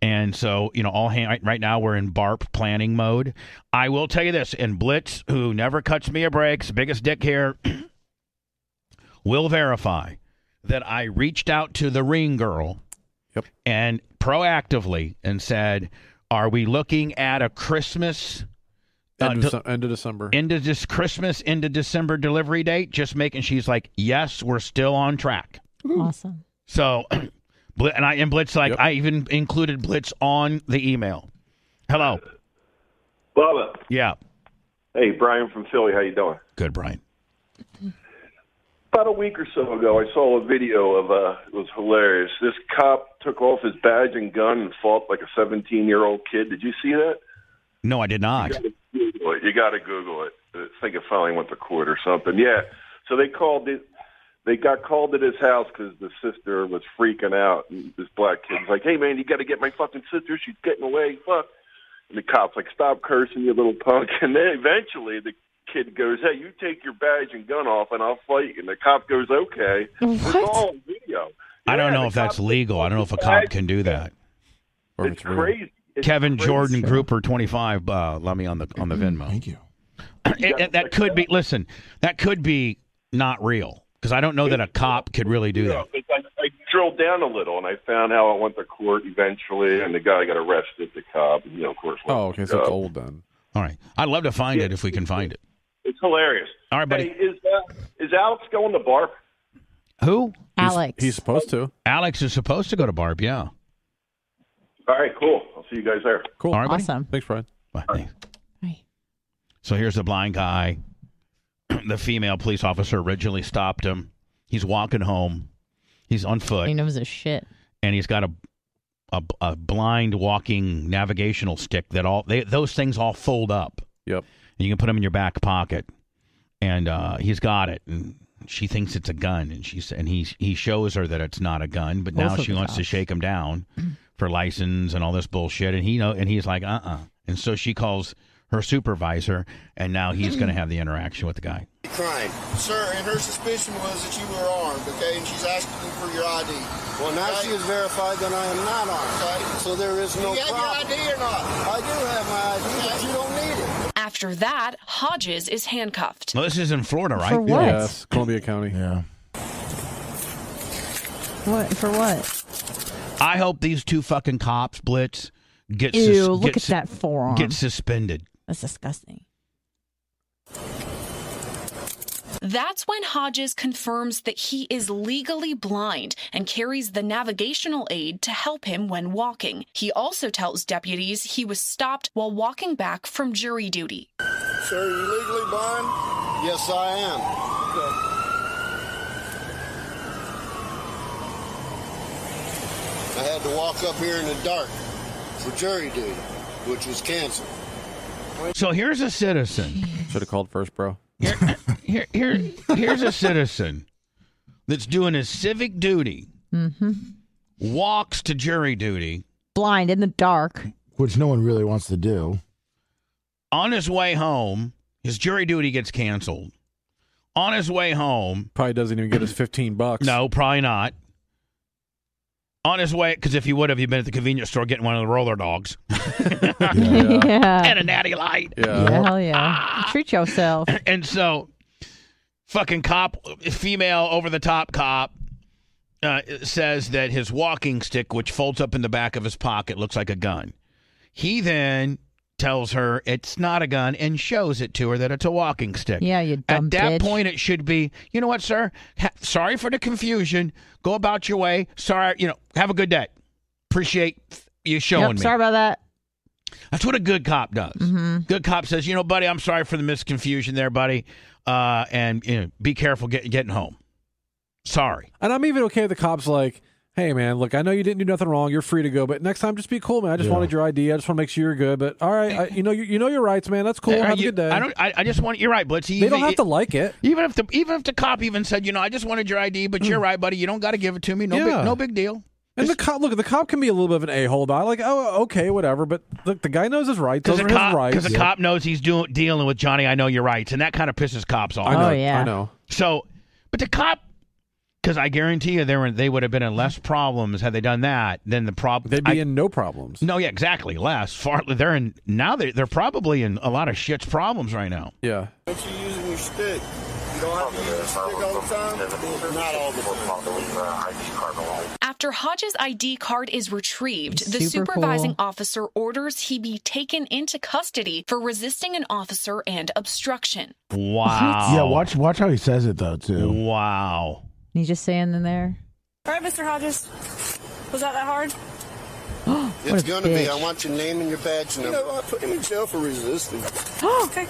[SPEAKER 1] And so, you know, all hand, right, right now we're in barp planning mode. I will tell you this, and Blitz, who never cuts me a break, is biggest dick here, will verify that I reached out to the ring girl and proactively and said, "Are we looking at a Christmas?" uh,
[SPEAKER 5] End, of,
[SPEAKER 1] de-
[SPEAKER 5] Dece- end of December.
[SPEAKER 1] into this Christmas, into December delivery date, just making. She's like, yes, we're still on track.
[SPEAKER 4] Awesome.
[SPEAKER 1] So, Bl- and I and Blitz like I even included Blitz on the email. Hello,
[SPEAKER 12] Bubba.
[SPEAKER 1] yeah,
[SPEAKER 12] Hey, Brian from Philly. How you doing?
[SPEAKER 1] good Brian.
[SPEAKER 12] About a week or so ago, I saw a video of uh, it was hilarious. This cop took off his badge and gun and fought like a 17-year-old kid. Did you see that?
[SPEAKER 1] No, I did not.
[SPEAKER 12] Google it. You got to Google it. I think it finally went to court or something. Yeah. So they called it. They got called to his house because the sister was freaking out. And this black kid's like, "Hey man, you got to get my fucking sister. She's getting away. Fuck." And the cops like, "Stop cursing, you little punk." And then eventually the kid goes, "Hey, you take your badge and gun off, and I'll fight." you." And the cop goes, "Okay." It's all on video.
[SPEAKER 1] I don't know if that's legal. I don't know if a cop can do that.
[SPEAKER 12] It's crazy. It's
[SPEAKER 1] Kevin
[SPEAKER 12] crazy.
[SPEAKER 1] Jordan Grouper twenty five. Uh, let me on the on the Venmo. Thank
[SPEAKER 2] you.
[SPEAKER 1] that could be. Listen, that could be not real because I don't know that a cop could really do that.
[SPEAKER 12] I, I drilled down a little and I found how it went to court eventually, and the guy got arrested, the cop, and, you know, of course.
[SPEAKER 5] Oh, okay. So it's
[SPEAKER 12] uh,
[SPEAKER 5] old then.
[SPEAKER 1] All right, I'd love to find it if we can find it.
[SPEAKER 12] It's hilarious.
[SPEAKER 1] All right, buddy.
[SPEAKER 12] Hey, is, uh, is Alex going to barf?
[SPEAKER 1] Who?
[SPEAKER 4] Alex.
[SPEAKER 1] He's, supposed to. Alex is supposed to go to Barb. Yeah.
[SPEAKER 12] All right, cool. I'll see you guys there.
[SPEAKER 1] Cool. All right, buddy.
[SPEAKER 4] Awesome.
[SPEAKER 5] Thanks, Brian.
[SPEAKER 1] Bye. Thanks. So here's the blind guy. the female police officer originally stopped him. He's walking home. He's on foot.
[SPEAKER 4] He knows his shit.
[SPEAKER 1] And he's got a a, a blind walking navigational stick that all they, those things all fold up.
[SPEAKER 5] Yep.
[SPEAKER 1] And you can put them in your back pocket. And uh, he's got it. And she thinks it's a gun. And she's and he he shows her that it's not a gun. But now
[SPEAKER 7] Both of
[SPEAKER 1] she
[SPEAKER 7] the
[SPEAKER 1] wants to
[SPEAKER 7] cops.
[SPEAKER 1] shake him down for license and all this bullshit. And he know and he's like uh uh And so she calls her supervisor. And now he's going to have the interaction with the guy.
[SPEAKER 9] Crime. Sir, and her suspicion was that you were armed, okay, and she's asking you for your ID.
[SPEAKER 6] Well, now
[SPEAKER 9] she has verified that I am not armed, okay? So there is
[SPEAKER 10] no
[SPEAKER 9] you
[SPEAKER 10] problem.
[SPEAKER 9] You got your ID or not? I do have my ID, but you don't need it.
[SPEAKER 10] After that, Hodges is handcuffed.
[SPEAKER 1] Well, this is in Florida, right?
[SPEAKER 10] For what?
[SPEAKER 5] Yes, Columbia County.
[SPEAKER 2] Yeah.
[SPEAKER 4] What for what?
[SPEAKER 1] I hope these two fucking cops blitz get
[SPEAKER 4] Ew,
[SPEAKER 1] sus-
[SPEAKER 4] look
[SPEAKER 1] get
[SPEAKER 4] at
[SPEAKER 1] su-
[SPEAKER 4] that forearm.
[SPEAKER 1] Get suspended.
[SPEAKER 4] That's disgusting.
[SPEAKER 10] That's when Hodges confirms that he is legally blind and carries the navigational aid to help him when walking. He also tells deputies he was stopped while walking back from jury duty.
[SPEAKER 9] Sir, are you legally blind? Yes, I am. Okay. I had to walk up here in the dark for jury duty, which was canceled.
[SPEAKER 1] So here's a citizen.
[SPEAKER 5] Should have called first, bro.
[SPEAKER 1] Here, here, here's a citizen that's doing his civic duty,
[SPEAKER 4] Mm-hmm.
[SPEAKER 1] walks to jury duty
[SPEAKER 4] Blind in the dark.
[SPEAKER 2] Which no one really wants to do.
[SPEAKER 1] on his way home. His jury duty gets canceled. On his way home,
[SPEAKER 5] probably doesn't even get his fifteen bucks.
[SPEAKER 1] No, probably not. On his way, because if you would have, you've been at the convenience store getting one of the roller dogs.
[SPEAKER 4] Yeah.
[SPEAKER 1] And a natty light. Ah.
[SPEAKER 4] Hell yeah. Treat yourself.
[SPEAKER 1] and so fucking cop, female over the top cop, uh, says that his walking stick, which folds up in the back of his pocket, looks like a gun. He then tells her it's not a gun and shows it to her that it's a walking stick.
[SPEAKER 4] Yeah, you dumb
[SPEAKER 1] At that
[SPEAKER 4] bitch.
[SPEAKER 1] point, it should be, you know what, sir? Ha- sorry for the confusion. Go about your way. Sorry, you know, have a good day. Appreciate you showing
[SPEAKER 4] Yep,
[SPEAKER 1] me.
[SPEAKER 4] sorry about that. Mm-hmm.
[SPEAKER 1] That's what a good cop does. Good cop says, you know, buddy, I'm sorry for the misconfusion there, buddy. Uh, and you know, be careful get, getting home. Sorry.
[SPEAKER 5] And I'm even okay with the cops like, hey man, look, I know you didn't do nothing wrong. You're free to go, but next time just be cool, man. I just
[SPEAKER 1] Yeah.
[SPEAKER 5] wanted your ID. I just want to make sure you're good. But all right, I, you know you, you know your rights, man. That's cool.
[SPEAKER 1] Uh,
[SPEAKER 5] Have
[SPEAKER 1] you-
[SPEAKER 5] a good day.
[SPEAKER 1] I don't. I, I just want. You're right, Blitz.
[SPEAKER 5] They don't have to like it.
[SPEAKER 1] Even if the even if the cop even said, you know, I just wanted your ID, but you're right, buddy. You don't got to give it to me. No
[SPEAKER 5] Mm. Yeah.
[SPEAKER 1] big. No big deal.
[SPEAKER 5] And the cop, look, the cop can be a little bit of an a hole about it. like, oh, okay, whatever. But look, the guy knows his rights.
[SPEAKER 1] Because
[SPEAKER 5] Those
[SPEAKER 1] the
[SPEAKER 5] are his
[SPEAKER 1] cop,
[SPEAKER 5] rights.
[SPEAKER 1] because the cop knows he's doing dealing with Johnny. I know your rights, and that kind of pisses cops off.
[SPEAKER 5] I know, Oh, yeah. I know.
[SPEAKER 1] So, but the cop, because I guarantee you, they were they would have been in less problems had they done that than the problem. They'd
[SPEAKER 5] be in no problems.
[SPEAKER 1] No, yeah, exactly. Less. Far. They're in now. They they're probably in a lot of shit's problems right now.
[SPEAKER 5] Yeah.
[SPEAKER 9] Don't you using your stick? You don't have to use your stick all the time? Not all the time.
[SPEAKER 10] After Hodges' ID card is retrieved, the
[SPEAKER 13] Super
[SPEAKER 10] supervising
[SPEAKER 13] cool.
[SPEAKER 10] officer orders he be taken into custody for resisting an officer and obstruction.
[SPEAKER 1] Wow.
[SPEAKER 2] Yeah, watch watch how he says it though too.
[SPEAKER 1] Wow.
[SPEAKER 4] You just saying in there.
[SPEAKER 11] All right, Mr. Hodges. Was that that hard?
[SPEAKER 9] It's
[SPEAKER 4] a
[SPEAKER 9] gonna be. I
[SPEAKER 4] bitch.
[SPEAKER 9] want your name and your badge number. You know, I put him in jail for resisting.
[SPEAKER 11] okay.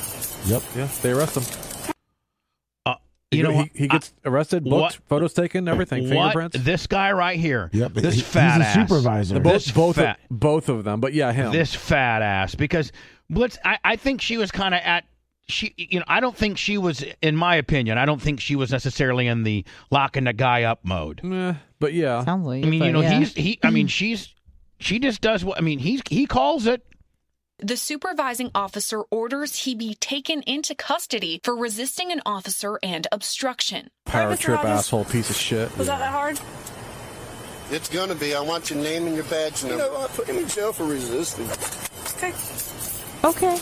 [SPEAKER 2] Yep.
[SPEAKER 5] Yeah. They arrest him.
[SPEAKER 1] Uh,
[SPEAKER 5] you
[SPEAKER 1] know
[SPEAKER 5] know,
[SPEAKER 1] what?
[SPEAKER 5] he, he gets arrested, booked,
[SPEAKER 1] What-
[SPEAKER 5] photos taken, everything,
[SPEAKER 1] What?
[SPEAKER 5] fingerprints.
[SPEAKER 1] This guy right here.
[SPEAKER 2] Yep.
[SPEAKER 1] This
[SPEAKER 2] he-
[SPEAKER 1] fat
[SPEAKER 2] he's a
[SPEAKER 1] ass.
[SPEAKER 2] supervisor.
[SPEAKER 1] This
[SPEAKER 5] Both, both,
[SPEAKER 1] fat,
[SPEAKER 5] of, both of them. But yeah, him.
[SPEAKER 1] this fat ass because Blitz. I, I think she was kind of at she. You know, I don't think she was. In my opinion, I don't think she was necessarily in the locking the guy up mode.
[SPEAKER 5] but yeah,
[SPEAKER 4] sounds like.
[SPEAKER 1] I mean, you know,
[SPEAKER 10] yeah.
[SPEAKER 1] he's he. I mean, she's she just does what. I mean, he's he calls it.
[SPEAKER 10] The supervising officer orders he be taken into custody for resisting an officer and obstruction.
[SPEAKER 5] power
[SPEAKER 10] Mr.
[SPEAKER 5] trip
[SPEAKER 10] Rogers.
[SPEAKER 5] asshole piece of shit.
[SPEAKER 10] that that hard?
[SPEAKER 9] It's gonna be. I want your name and your badge number. You know, I put him in jail for resisting.
[SPEAKER 11] Okay.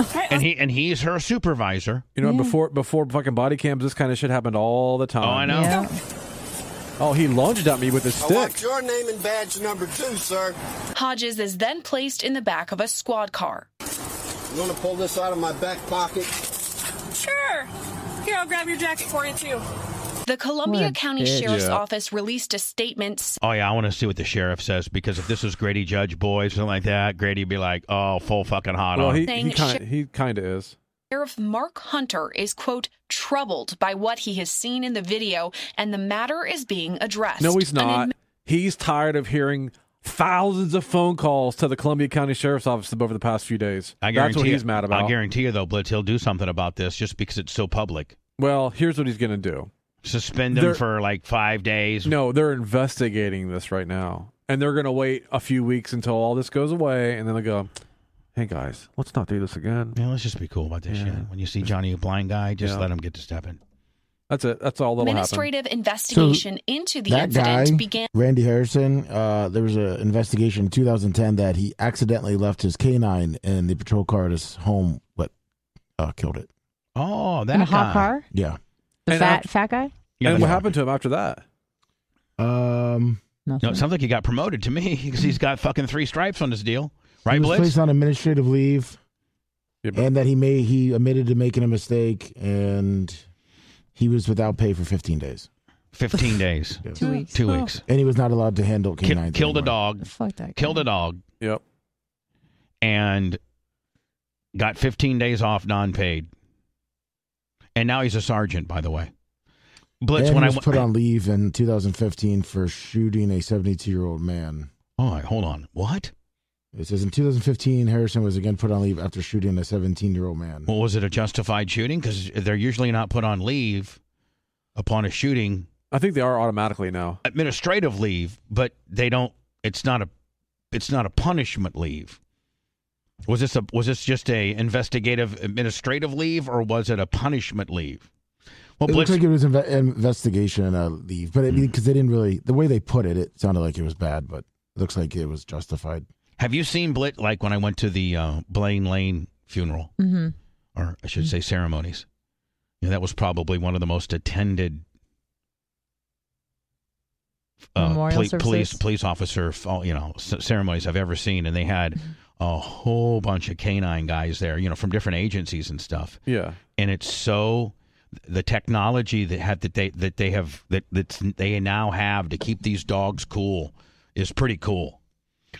[SPEAKER 4] Okay.
[SPEAKER 1] And he and he's her supervisor.
[SPEAKER 5] You know, before before fucking body cams, this kind of shit happened all the time.
[SPEAKER 1] Oh, I know. Yeah.
[SPEAKER 5] Oh, he lunged at me with
[SPEAKER 10] Oh,
[SPEAKER 5] his
[SPEAKER 9] I
[SPEAKER 5] stick.
[SPEAKER 9] want your name and badge number too, sir.
[SPEAKER 10] Hodges is then placed in the back of a squad car.
[SPEAKER 9] I'm gonna pull this out of my back pocket.
[SPEAKER 11] Sure. Here, I'll grab your jacket for you too.
[SPEAKER 10] The Columbia
[SPEAKER 1] What a
[SPEAKER 10] County
[SPEAKER 1] bitch.
[SPEAKER 10] Sheriff's
[SPEAKER 1] Yeah.
[SPEAKER 10] Office released a statement
[SPEAKER 1] Oh yeah, I want to see what the sheriff says because if this was Grady Judge Boy something like that, Grady'd be like, "Oh, full fucking hot
[SPEAKER 5] Well,
[SPEAKER 1] on."
[SPEAKER 5] he
[SPEAKER 10] Thing
[SPEAKER 5] he kind
[SPEAKER 10] shit.
[SPEAKER 5] he kind of is.
[SPEAKER 10] Sheriff Mark Hunter is, quote, troubled by what he has seen in the video, and the matter is being addressed.
[SPEAKER 5] No, he's
[SPEAKER 10] An
[SPEAKER 5] not. He's tired of hearing thousands of phone calls to the Columbia County Sheriff's Office over the past few days.
[SPEAKER 1] I guarantee
[SPEAKER 5] That's what
[SPEAKER 1] you-
[SPEAKER 5] he's mad about.
[SPEAKER 1] I guarantee you though, Blitz, he'll do something about this just because it's so public.
[SPEAKER 5] well, here's what he's gonna do.
[SPEAKER 1] Suspend him
[SPEAKER 5] They're-
[SPEAKER 1] for like five days.
[SPEAKER 5] No, they're investigating this right now, and they're gonna wait a few weeks until all this goes away, and then they'll go, "Hey guys, let's not do this again."
[SPEAKER 1] Yeah, let's just be cool about this shit. When you see Johnny a blind guy, just
[SPEAKER 5] Yeah.
[SPEAKER 1] let him get to stepping.
[SPEAKER 5] That's it. That's all that'll happen.
[SPEAKER 10] administrative investigation into the
[SPEAKER 2] that
[SPEAKER 10] incident
[SPEAKER 2] guy,
[SPEAKER 10] began.
[SPEAKER 2] Randy Harrison, uh, there was an investigation in 2010 that he accidentally left his canine in the patrol car at his home, but uh, killed it.
[SPEAKER 1] Oh,
[SPEAKER 4] In a hot car?
[SPEAKER 2] Yeah.
[SPEAKER 4] The
[SPEAKER 1] uh,
[SPEAKER 5] And
[SPEAKER 4] fat
[SPEAKER 5] after-
[SPEAKER 4] fat guy?
[SPEAKER 5] and what happened to him after that?
[SPEAKER 2] Um,
[SPEAKER 1] No, it sounds like he got promoted to me because he's got fucking three stripes on his deal,
[SPEAKER 2] he
[SPEAKER 1] right,
[SPEAKER 2] was
[SPEAKER 1] Blitz?
[SPEAKER 2] placed on administrative leave, and that he may he admitted to making a mistake, and he was without pay for 15 days.
[SPEAKER 1] Fifteen days,
[SPEAKER 2] Two
[SPEAKER 1] weeks, Oh. two weeks.
[SPEAKER 2] and he was not allowed to handle
[SPEAKER 1] Ki-
[SPEAKER 2] canines.
[SPEAKER 1] killed a
[SPEAKER 2] anymore.
[SPEAKER 1] dog.
[SPEAKER 4] Fuck that.
[SPEAKER 1] Killed a dog.
[SPEAKER 5] Yep.
[SPEAKER 1] And got fifteen days off, non-paid. And now he's a sergeant, by the way. Blitz,
[SPEAKER 2] and
[SPEAKER 1] when
[SPEAKER 2] he
[SPEAKER 1] I
[SPEAKER 2] was
[SPEAKER 1] went-
[SPEAKER 2] put on leave in 2015 for shooting a 72 year old man.
[SPEAKER 1] Oh, hold on. What?
[SPEAKER 2] It says in 2015, Harrison was again put on leave after shooting a 17 year old man.
[SPEAKER 1] Well, was it a justified shooting? Because they're usually not put on leave upon a shooting.
[SPEAKER 5] I think they are automatically now.
[SPEAKER 1] Administrative leave, but they don't. It's not a. It's not a punishment leave. Was this a? Was this just a investigative administrative leave, or was it a punishment leave? Well, Blitz,
[SPEAKER 2] it
[SPEAKER 1] Mm.
[SPEAKER 2] looks like it was an investigation uh, leave, but because they didn't really, the way they put it, it sounded like it was bad, but it looks like it was justified.
[SPEAKER 1] have you seen Blitz? Like when I went to the uh, Blaine Lane funeral,
[SPEAKER 4] Mm-hmm.
[SPEAKER 1] or I should say ceremonies. Yeah, that was probably one of the most attended
[SPEAKER 4] Memorial services?
[SPEAKER 1] uh, police police officer fall- you know c- ceremonies I've ever seen, and they had
[SPEAKER 4] Mm-hmm.
[SPEAKER 1] a whole bunch of canine guys there, you know, from different agencies and stuff.
[SPEAKER 5] Yeah.
[SPEAKER 1] and it's so the technology that had that they that they have that that's they now have to keep these dogs cool is pretty cool.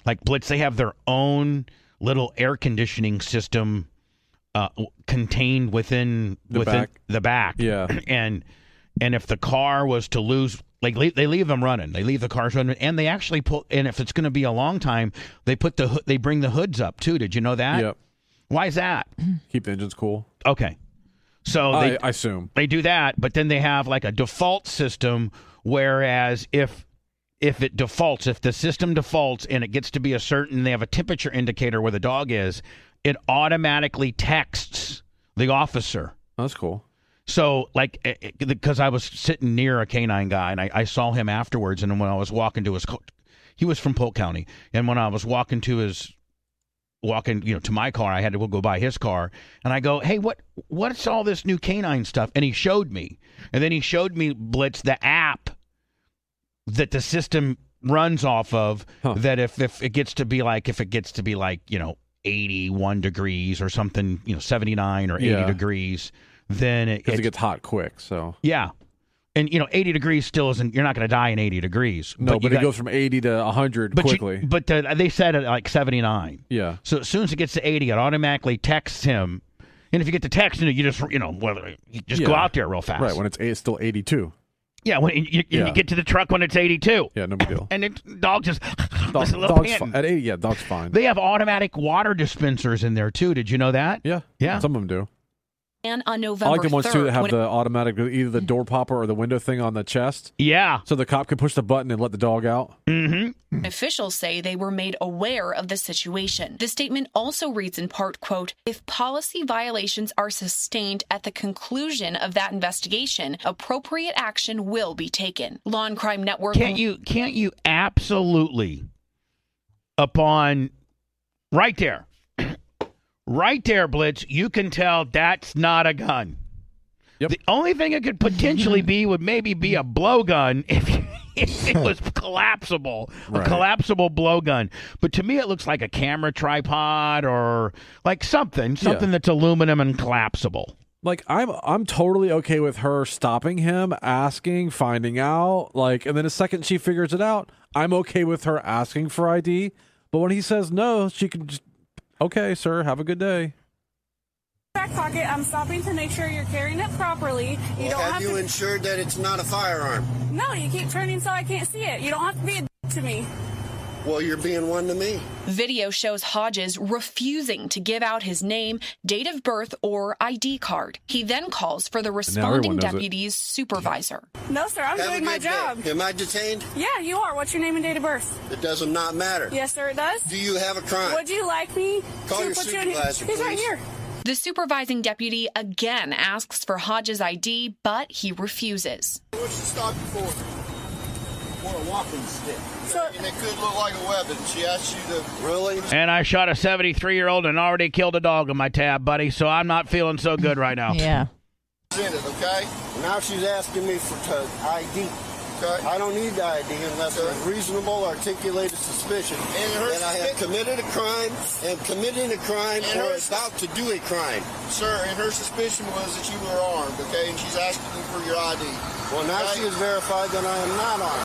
[SPEAKER 1] Like Blitz, they have their own little air conditioning system uh, w- contained within
[SPEAKER 5] The
[SPEAKER 1] within
[SPEAKER 5] back.
[SPEAKER 1] the back. Yeah, and and if the car was to lose, like le- they leave them running, they leave the cars running, and they actually pull. And if it's going to be a long time, they put the hoo- they bring the hoods up too. Did you know that? Yep. Why is that?
[SPEAKER 5] Keep the engines cool.
[SPEAKER 1] Okay. So
[SPEAKER 5] I-
[SPEAKER 1] Oh, they,
[SPEAKER 5] I assume
[SPEAKER 1] they do that, but then they have like a default system. Whereas if if it defaults, if the system defaults and it gets to be a certain, they have a temperature indicator where the dog is. It automatically texts the officer.
[SPEAKER 5] That's cool.
[SPEAKER 1] So, like, eh, because I was sitting near a canine guy and I, I saw him afterwards, and when I was walking to his, co- he was from Polk County, and when I was walking to his walking, you know, to my car. I had to go buy his car, and I go, "Hey, what what's all this new canine stuff?" And he showed me, and then he showed me Blitz the app that the system runs off of. That if if it gets to be like if it gets to be like you know eighty one degrees or something, you know seventy nine or eighty
[SPEAKER 5] Yeah.
[SPEAKER 1] degrees, then it,
[SPEAKER 5] Because it gets hot quick. So
[SPEAKER 1] yeah. And you know, eighty degrees still isn't. You're not going to die in eighty degrees.
[SPEAKER 5] no,
[SPEAKER 1] you
[SPEAKER 5] but, it
[SPEAKER 1] got-
[SPEAKER 5] goes from eighty to hundred
[SPEAKER 1] but you-
[SPEAKER 5] quickly.
[SPEAKER 1] but uh, they said it like seventy nine.
[SPEAKER 5] yeah.
[SPEAKER 1] So as soon as it gets to 80, it automatically texts him. And if you get the text, you know, you just you know, whether you just go
[SPEAKER 5] Yeah.
[SPEAKER 1] out there real fast.
[SPEAKER 5] Right when it's, it's still eighty-two.
[SPEAKER 1] yeah, when you, you,
[SPEAKER 5] Yeah.
[SPEAKER 1] you get to the truck when it's 82.
[SPEAKER 5] Yeah, no big deal.
[SPEAKER 1] And it dog just was a little
[SPEAKER 5] dog's
[SPEAKER 1] panting.
[SPEAKER 5] fi- at eighty, yeah, dog's fine.
[SPEAKER 1] They have automatic water dispensers in there too. Did you know that?
[SPEAKER 5] Yeah.
[SPEAKER 1] Yeah.
[SPEAKER 5] Some of them do.
[SPEAKER 10] And on
[SPEAKER 5] I
[SPEAKER 10] November
[SPEAKER 5] like the ones
[SPEAKER 10] 3rd,
[SPEAKER 5] too that have
[SPEAKER 10] when-
[SPEAKER 5] the automatic, either the door popper or the window thing on the chest.
[SPEAKER 1] Yeah.
[SPEAKER 5] So the cop can push the button and let the dog out.
[SPEAKER 1] Mm-hmm.
[SPEAKER 10] Officials say they were made aware of the situation. The statement also reads in part, quote, if policy violations are sustained at the conclusion of that investigation, appropriate action will be taken. Law and Crime Network
[SPEAKER 1] Can't you can't you absolutely upon right there. right there, Blitz, you can tell that's not a gun. The only thing it could potentially be would maybe be a blowgun if, if it was collapsible,
[SPEAKER 7] Right.
[SPEAKER 1] a collapsible blowgun. But to me, it looks like a camera tripod or like something, something that's aluminum and collapsible.
[SPEAKER 5] Like I'm, I'm totally okay with her stopping him, asking, finding out. Like, and then the second she figures it out, I'm okay with her asking for ID. But when he says no, she can. Just, okay, sir, have a good day.
[SPEAKER 11] Back pocket. I'm stopping to make sure you're carrying it properly. You don't
[SPEAKER 9] have
[SPEAKER 11] have
[SPEAKER 9] you
[SPEAKER 11] to.
[SPEAKER 9] ensured that it's not a firearm?
[SPEAKER 11] no, you keep turning so I can't see it. You don't have to be a d- to me.
[SPEAKER 9] Well, you're being one to me.
[SPEAKER 10] Video shows Hodges refusing to give out his name, date of birth, or ID card. He then calls for the responding
[SPEAKER 9] knows it.
[SPEAKER 10] deputy's supervisor.
[SPEAKER 11] No, sir. I'm
[SPEAKER 9] Have a
[SPEAKER 11] doing my
[SPEAKER 9] good day.
[SPEAKER 11] job.
[SPEAKER 9] Am I detained?
[SPEAKER 11] Yeah, you are. What's your name and date of birth?
[SPEAKER 9] It does not matter.
[SPEAKER 11] Yes, sir. It does.
[SPEAKER 9] Do you have a crime?
[SPEAKER 11] Would you like me
[SPEAKER 9] Call
[SPEAKER 11] to
[SPEAKER 9] your
[SPEAKER 11] put you in?
[SPEAKER 9] supervisor,
[SPEAKER 11] He's right
[SPEAKER 9] please.
[SPEAKER 11] here.
[SPEAKER 10] The supervising deputy again asks for Hodges' ID, but he refuses.
[SPEAKER 9] What you stopped for? Or a walking stick. and it could look like a weapon. She asked you to really.
[SPEAKER 1] And I shot a 73 year old and already killed a dog in my tab, buddy. So I'm not feeling so good right now.
[SPEAKER 4] Yeah.
[SPEAKER 9] Send it, okay? Now she's asking me for to ID. Okay. I don't need the ID unless there's reasonable, articulated suspicion that I have committed a crime, am committing a crime,
[SPEAKER 13] And
[SPEAKER 9] or
[SPEAKER 13] her-
[SPEAKER 9] about to do a crime.
[SPEAKER 13] Sir, and her suspicion was that you were armed, okay? And she's asking you for your ID.
[SPEAKER 9] Well, now she has verified that I am not armed.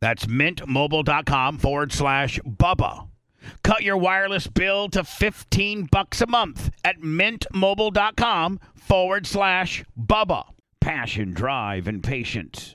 [SPEAKER 7] That's mintmobile.com forward slash Bubba. Cut your wireless bill to 15 bucks a month at mintmobile.com forward slash Bubba. Passion, drive, and patience.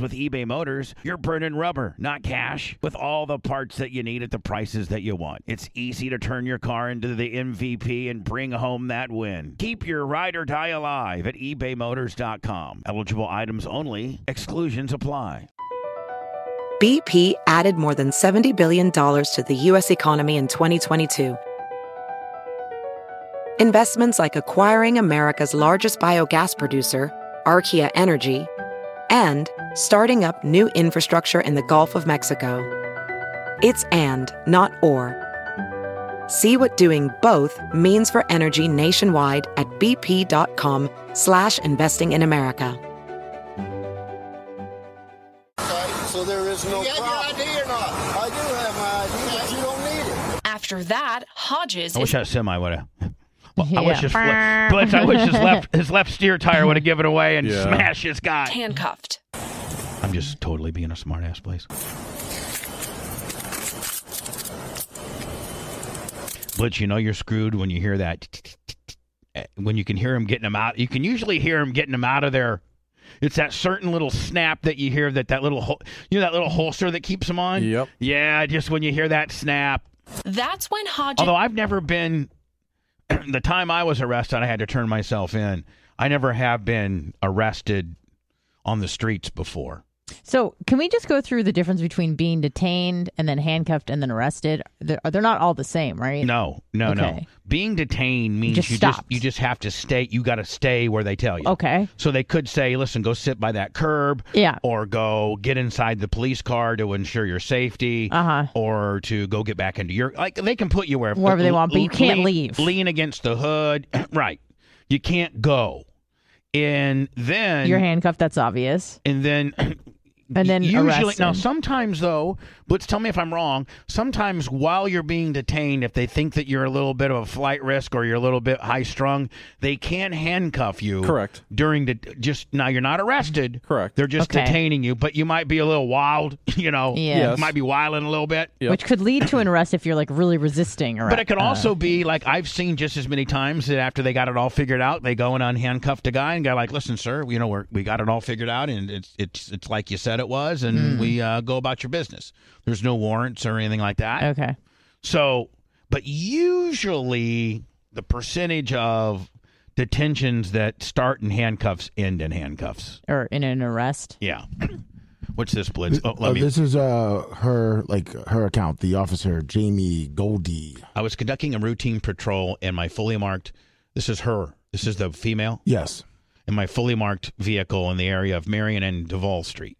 [SPEAKER 7] with eBay Motors, you're burning rubber, not cash. With all the parts that you need at the prices that you want, it's easy to turn your car into the MVP and bring home that win. Keep your ride or die alive at ebaymotors.com. Eligible items only, exclusions apply.
[SPEAKER 14] BP added more than $70 billion to the U.S. economy in 2022. Investments like acquiring America's largest biogas producer, Archaea Energy, and starting up new infrastructure in the Gulf of Mexico. It's and, not or. See what doing both means for energy nationwide at bp.com slash investing in America.
[SPEAKER 9] Okay, so there is no
[SPEAKER 13] You have your
[SPEAKER 9] problem.
[SPEAKER 13] ID or not?
[SPEAKER 9] I do have my ID, but you don't need it.
[SPEAKER 10] After that, Hodges
[SPEAKER 7] I
[SPEAKER 10] is
[SPEAKER 7] wish that semi would have. Well, I wish
[SPEAKER 10] Yeah.
[SPEAKER 7] his le- Blitz, I wish his left his left steer tire would have given away and
[SPEAKER 1] Yeah.
[SPEAKER 7] smashed his guy.
[SPEAKER 10] handcuffed.
[SPEAKER 1] I'm just totally being a smartass, ass, please. Blitz, you know you're screwed when you hear that. When you can hear him getting him out, you can usually hear him getting him out of there. It's that certain little snap that you hear that that little hol- you know that little holster that keeps him on. Yep. Yeah, just when you hear that snap.
[SPEAKER 10] That's when Hodges.
[SPEAKER 1] Although I've never been, the time I was arrested, I had to turn myself in. I never have been arrested on the streets before.
[SPEAKER 4] So, can we just go through the difference between being detained and then handcuffed and then arrested? They're, they're not all the same, right?
[SPEAKER 1] No, Oh, no, no.
[SPEAKER 4] Okay.
[SPEAKER 1] Being detained means
[SPEAKER 4] Just
[SPEAKER 1] you just
[SPEAKER 4] stopped.
[SPEAKER 1] you just have to stay. You got to stay where they tell you.
[SPEAKER 4] Okay.
[SPEAKER 1] So they could say, "Listen, go sit by that curb."
[SPEAKER 4] Yeah.
[SPEAKER 1] Or go get inside the police car to ensure your safety. Uh huh. Or to go get back into your like they can put you wherever
[SPEAKER 4] Uh-huh. Wherever they want, but you can't
[SPEAKER 1] lean-
[SPEAKER 4] leave.
[SPEAKER 1] Lean against the hood. right. You can't go. And then
[SPEAKER 4] You're handcuffed. That's obvious.
[SPEAKER 1] And then.
[SPEAKER 4] And then
[SPEAKER 1] usually now
[SPEAKER 4] arrested.
[SPEAKER 1] sometimes though but tell me if i'm wrong sometimes while you're being detained if they think that you're a little bit of a flight risk or you're a little bit high strung they can handcuff you correct during the just now you're not arrested correct they're just
[SPEAKER 4] Okay.
[SPEAKER 1] detaining you but you might be a little wild you know
[SPEAKER 4] Yeah. Yes.
[SPEAKER 1] might be wilding a little bit
[SPEAKER 4] Which could lead to an arrest if you're like really resisting. uh, Arrest.
[SPEAKER 1] but it could also be like I've seen just as many times that after they got it all figured out, they go and unhandcuffed a guy and go like, "Listen, sir, you know we are we got it all figured out, and it's it's it's like you said it was, and we uh, go about your business. There's no warrants or anything like that."
[SPEAKER 4] Okay.
[SPEAKER 1] So, but usually the percentage of detentions that start in handcuffs end in handcuffs.
[SPEAKER 4] or in an arrest.
[SPEAKER 1] Yeah. What's this blitz? Oh, let
[SPEAKER 2] Uh,
[SPEAKER 1] me.
[SPEAKER 2] This is uh her like her account. The officer Jamie Goldie.
[SPEAKER 1] I was conducting a routine patrol and my fully marked. This is her. This is the female.
[SPEAKER 2] Yes.
[SPEAKER 1] In my fully marked vehicle in the area of Marion and Duval Street.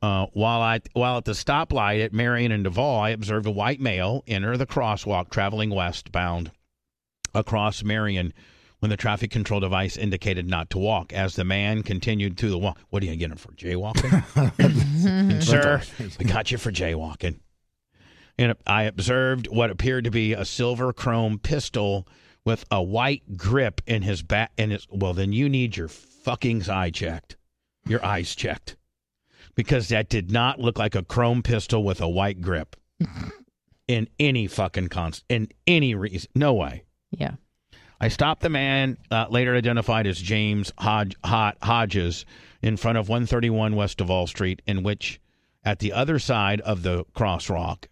[SPEAKER 1] Uh, while I while at the stoplight at Marion and Duval, I observed a white male enter the crosswalk traveling westbound across Marion when the traffic control device indicated not to walk. As the man continued through the walk, what are you getting for jaywalking? And, sir, Mm-hmm. we got you for jaywalking. And I observed what appeared to be a silver chrome pistol with a white grip in his back. In his well, then you need your fucking eye checked, your eyes checked, because that did not look like a chrome pistol with a white grip in any fucking const in any reason. No way.
[SPEAKER 4] Yeah.
[SPEAKER 1] I stopped the man, uh, later identified as James Hodge, Hod- Hodges, in front of 131 West Duval Street, in which at the other side of the cross rock,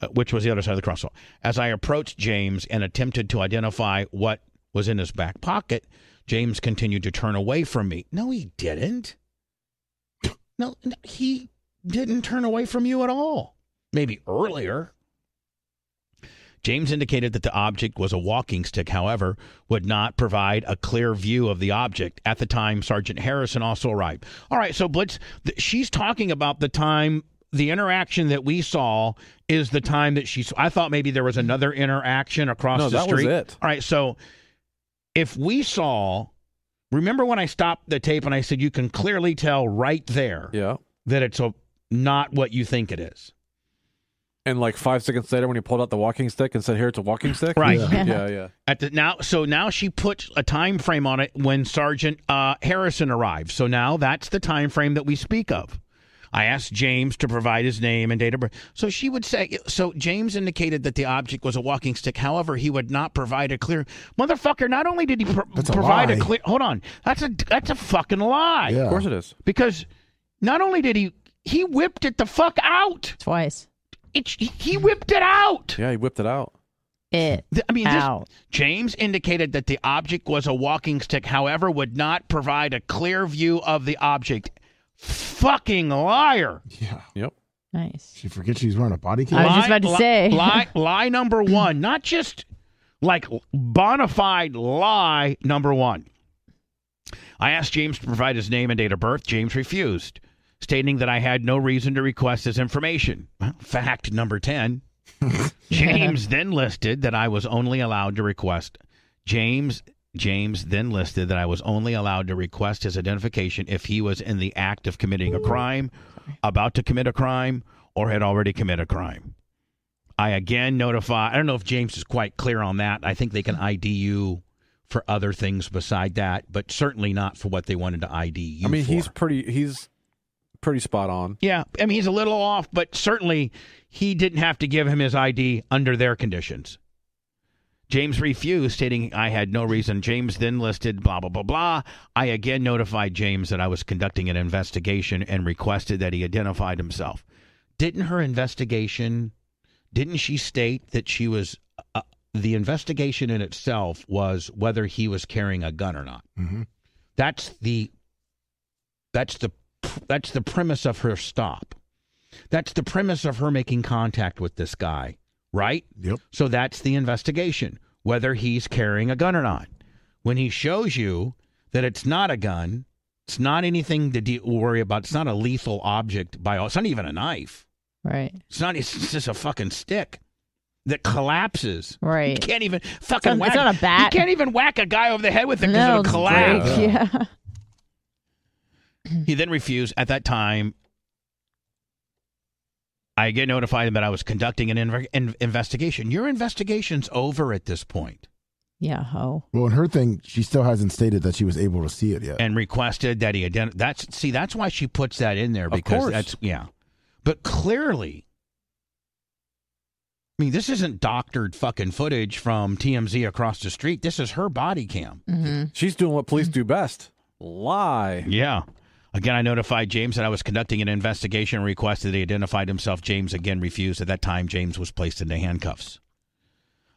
[SPEAKER 1] uh, which was the other side of the crosswalk. As I approached James and attempted to identify what was in his back pocket, James continued to turn away from me. No, he didn't. No, no, he didn't turn away from you at all. Maybe earlier. James indicated that the object was a walking stick, however, would not provide a clear view of the object. At the time, Sergeant Harrison also arrived. All right, so Blitz, th- she's talking about the time, the interaction that we saw is the time that she. s- I thought maybe there was another interaction across
[SPEAKER 5] No,
[SPEAKER 1] the
[SPEAKER 5] that was
[SPEAKER 1] street.
[SPEAKER 5] it.
[SPEAKER 1] All right, so if we saw, remember when I stopped the tape and I said you can clearly tell right there
[SPEAKER 5] yeah.
[SPEAKER 1] that it's a, not what you think it is.
[SPEAKER 5] And like five seconds later, when he pulled out the walking stick and said, "Here, it's a walking stick."
[SPEAKER 1] Right.
[SPEAKER 5] Yeah.
[SPEAKER 1] Yeah.
[SPEAKER 5] Yeah. yeah.
[SPEAKER 1] At the now, so now she put a time frame on it when Sergeant uh, Harrison arrived. So now that's the time frame that we speak of. I asked James to provide his name and date of birth. So she would say. So James indicated that the object was a walking stick. However, he would not provide a clear motherfucker. Not only did he pro-
[SPEAKER 5] a
[SPEAKER 1] provide
[SPEAKER 5] lie.
[SPEAKER 1] a clear. Hold on. That's a that's a fucking lie.
[SPEAKER 5] Of course it is.
[SPEAKER 1] Because not only did he he whipped it the fuck out
[SPEAKER 4] twice.
[SPEAKER 1] It, he whipped it out.
[SPEAKER 5] Yeah, he whipped it out.
[SPEAKER 4] It.
[SPEAKER 1] I mean, this, James indicated that the object was a walking stick, however, would not provide a clear view of the object. Fucking liar.
[SPEAKER 5] Yep.
[SPEAKER 4] Nice.
[SPEAKER 2] She forgets she's wearing a body cam.
[SPEAKER 4] I was just about to
[SPEAKER 1] li-
[SPEAKER 4] say.
[SPEAKER 1] lie, lie number one, not just like bona fide lie number one. I asked James to provide his name and date of birth. James refused, stating that I had no reason to request his information. Well, Fact number 10. James then listed that I was only allowed to request James James then listed that I was only allowed to request his identification if he was in the act of committing a crime, about to commit a crime, or had already committed a crime. I again notify. I don't know if James is quite clear on that. I think they can ID you for other things beside that, but certainly not for what they wanted to ID you.
[SPEAKER 5] I mean,
[SPEAKER 1] for.
[SPEAKER 5] he's pretty. He's pretty spot on.
[SPEAKER 1] yeah. I mean, he's a little off, but certainly he didn't have to give him his ID under their conditions. James refused, stating I had no reason. James then listed blah, blah, blah, blah. I again notified James that I was conducting an investigation and requested that he identified himself. Didn't her investigation, didn't she state that she was, uh, the investigation in itself was whether he was carrying a gun or not?
[SPEAKER 2] Mm-hmm.
[SPEAKER 1] That's the, that's the, that's the premise of her stop. That's the premise of her making contact with this guy, right?
[SPEAKER 2] Yep.
[SPEAKER 1] So that's the investigation, whether he's carrying a gun or not. When he shows you that it's not a gun, it's not anything to de- worry about. It's not a lethal object by all. It's not even a knife.
[SPEAKER 4] Right.
[SPEAKER 1] It's not. It's just a fucking stick that collapses.
[SPEAKER 4] Right.
[SPEAKER 1] You can't even
[SPEAKER 4] It's not-
[SPEAKER 1] fucking
[SPEAKER 4] it's
[SPEAKER 1] whack.
[SPEAKER 4] not a bat.
[SPEAKER 1] You can't even whack a guy over the head with it because
[SPEAKER 4] No,
[SPEAKER 1] it'll
[SPEAKER 4] it's
[SPEAKER 1] collapse.
[SPEAKER 4] great. Yeah.
[SPEAKER 1] He then refused. At that time, I get notified that I was conducting an inve- in- investigation. Your investigation's over at this point,
[SPEAKER 4] Yeah. Ho.
[SPEAKER 2] Well, in her thing, she still hasn't stated that she was able to see it yet.
[SPEAKER 1] and requested that he identify. That's see, that's why she puts that in there because
[SPEAKER 2] course.
[SPEAKER 1] that's yeah. But clearly, I mean, this isn't doctored fucking footage from TMZ across the street. This is her body cam.
[SPEAKER 4] Mm-hmm.
[SPEAKER 5] She's doing what police do best: lie.
[SPEAKER 1] Yeah. Again, I notified James that I was conducting an investigation and requested that he identified himself. James again refused. At that time, James was placed into handcuffs.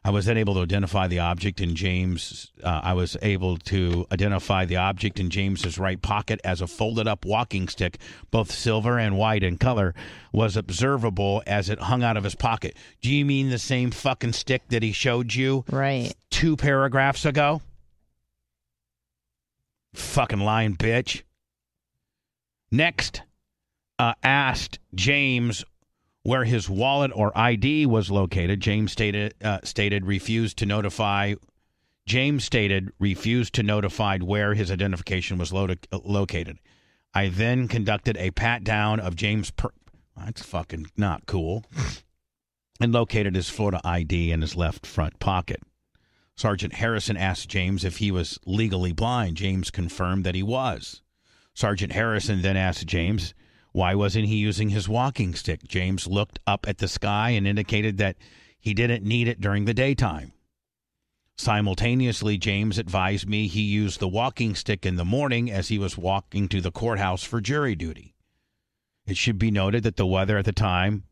[SPEAKER 1] I was then able to identify the object in James. Uh, I was able to identify the object in James's right pocket as a folded-up walking stick, both silver and white in color, was observable as it hung out of his pocket. Do you mean the same fucking stick that he showed you
[SPEAKER 4] Right.
[SPEAKER 1] two paragraphs ago? Fucking lying bitch. Next, uh, asked James where his wallet or ID was located. James stated uh, stated refused to notify. James stated refused to notify where his identification was lo- located. I then conducted a pat down of James. Per- That's fucking not cool. and located his Florida ID in his left front pocket. Sergeant Harrison asked James if he was legally blind. James confirmed that he was. Sergeant Harrison then asked James, why wasn't he using his walking stick? James looked up at the sky and indicated that he didn't need it during the daytime. Simultaneously, James advised me he used the walking stick in the morning as he was walking to the courthouse for jury duty. It should be noted that the weather at the time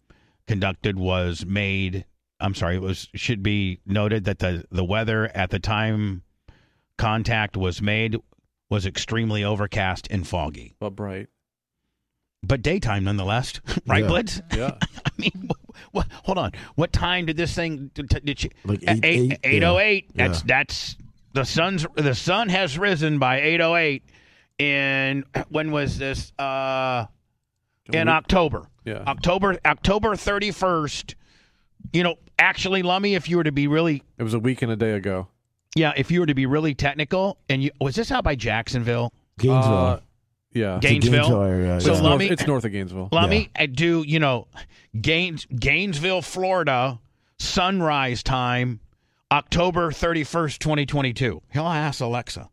[SPEAKER 1] conducted was made. I'm sorry. It was should be noted that the the weather at the time contact was made was extremely overcast and foggy,
[SPEAKER 5] but bright.
[SPEAKER 1] But daytime nonetheless, right,
[SPEAKER 5] Yeah.
[SPEAKER 1] Blitz?
[SPEAKER 5] Yeah.
[SPEAKER 1] I mean, what, hold on. What time did this thing? Did, did you?
[SPEAKER 2] Like
[SPEAKER 1] eight eight
[SPEAKER 2] eight,
[SPEAKER 1] eight eight oh eight.
[SPEAKER 2] yeah.
[SPEAKER 1] That's that's the sun's the sun has risen by eight oh eight. In when was this? Uh, in
[SPEAKER 5] we-
[SPEAKER 1] October.
[SPEAKER 5] Yeah.
[SPEAKER 1] October October thirty first. You know, actually, Lummy, if you were to be really
[SPEAKER 5] It was a week and a day ago.
[SPEAKER 1] yeah, if you were to be really technical, and you was this out by Jacksonville?
[SPEAKER 2] Gainesville.
[SPEAKER 5] Uh, yeah.
[SPEAKER 2] a Gainesville
[SPEAKER 1] Gainesville.
[SPEAKER 2] area,
[SPEAKER 1] So
[SPEAKER 2] yeah.
[SPEAKER 5] It's
[SPEAKER 1] let
[SPEAKER 5] north-
[SPEAKER 1] me
[SPEAKER 5] it's north of Gainesville.
[SPEAKER 1] let me uh, do you know Gaines Gainesville, Florida, sunrise time, October thirty first, twenty twenty two. He'll ask Alexa.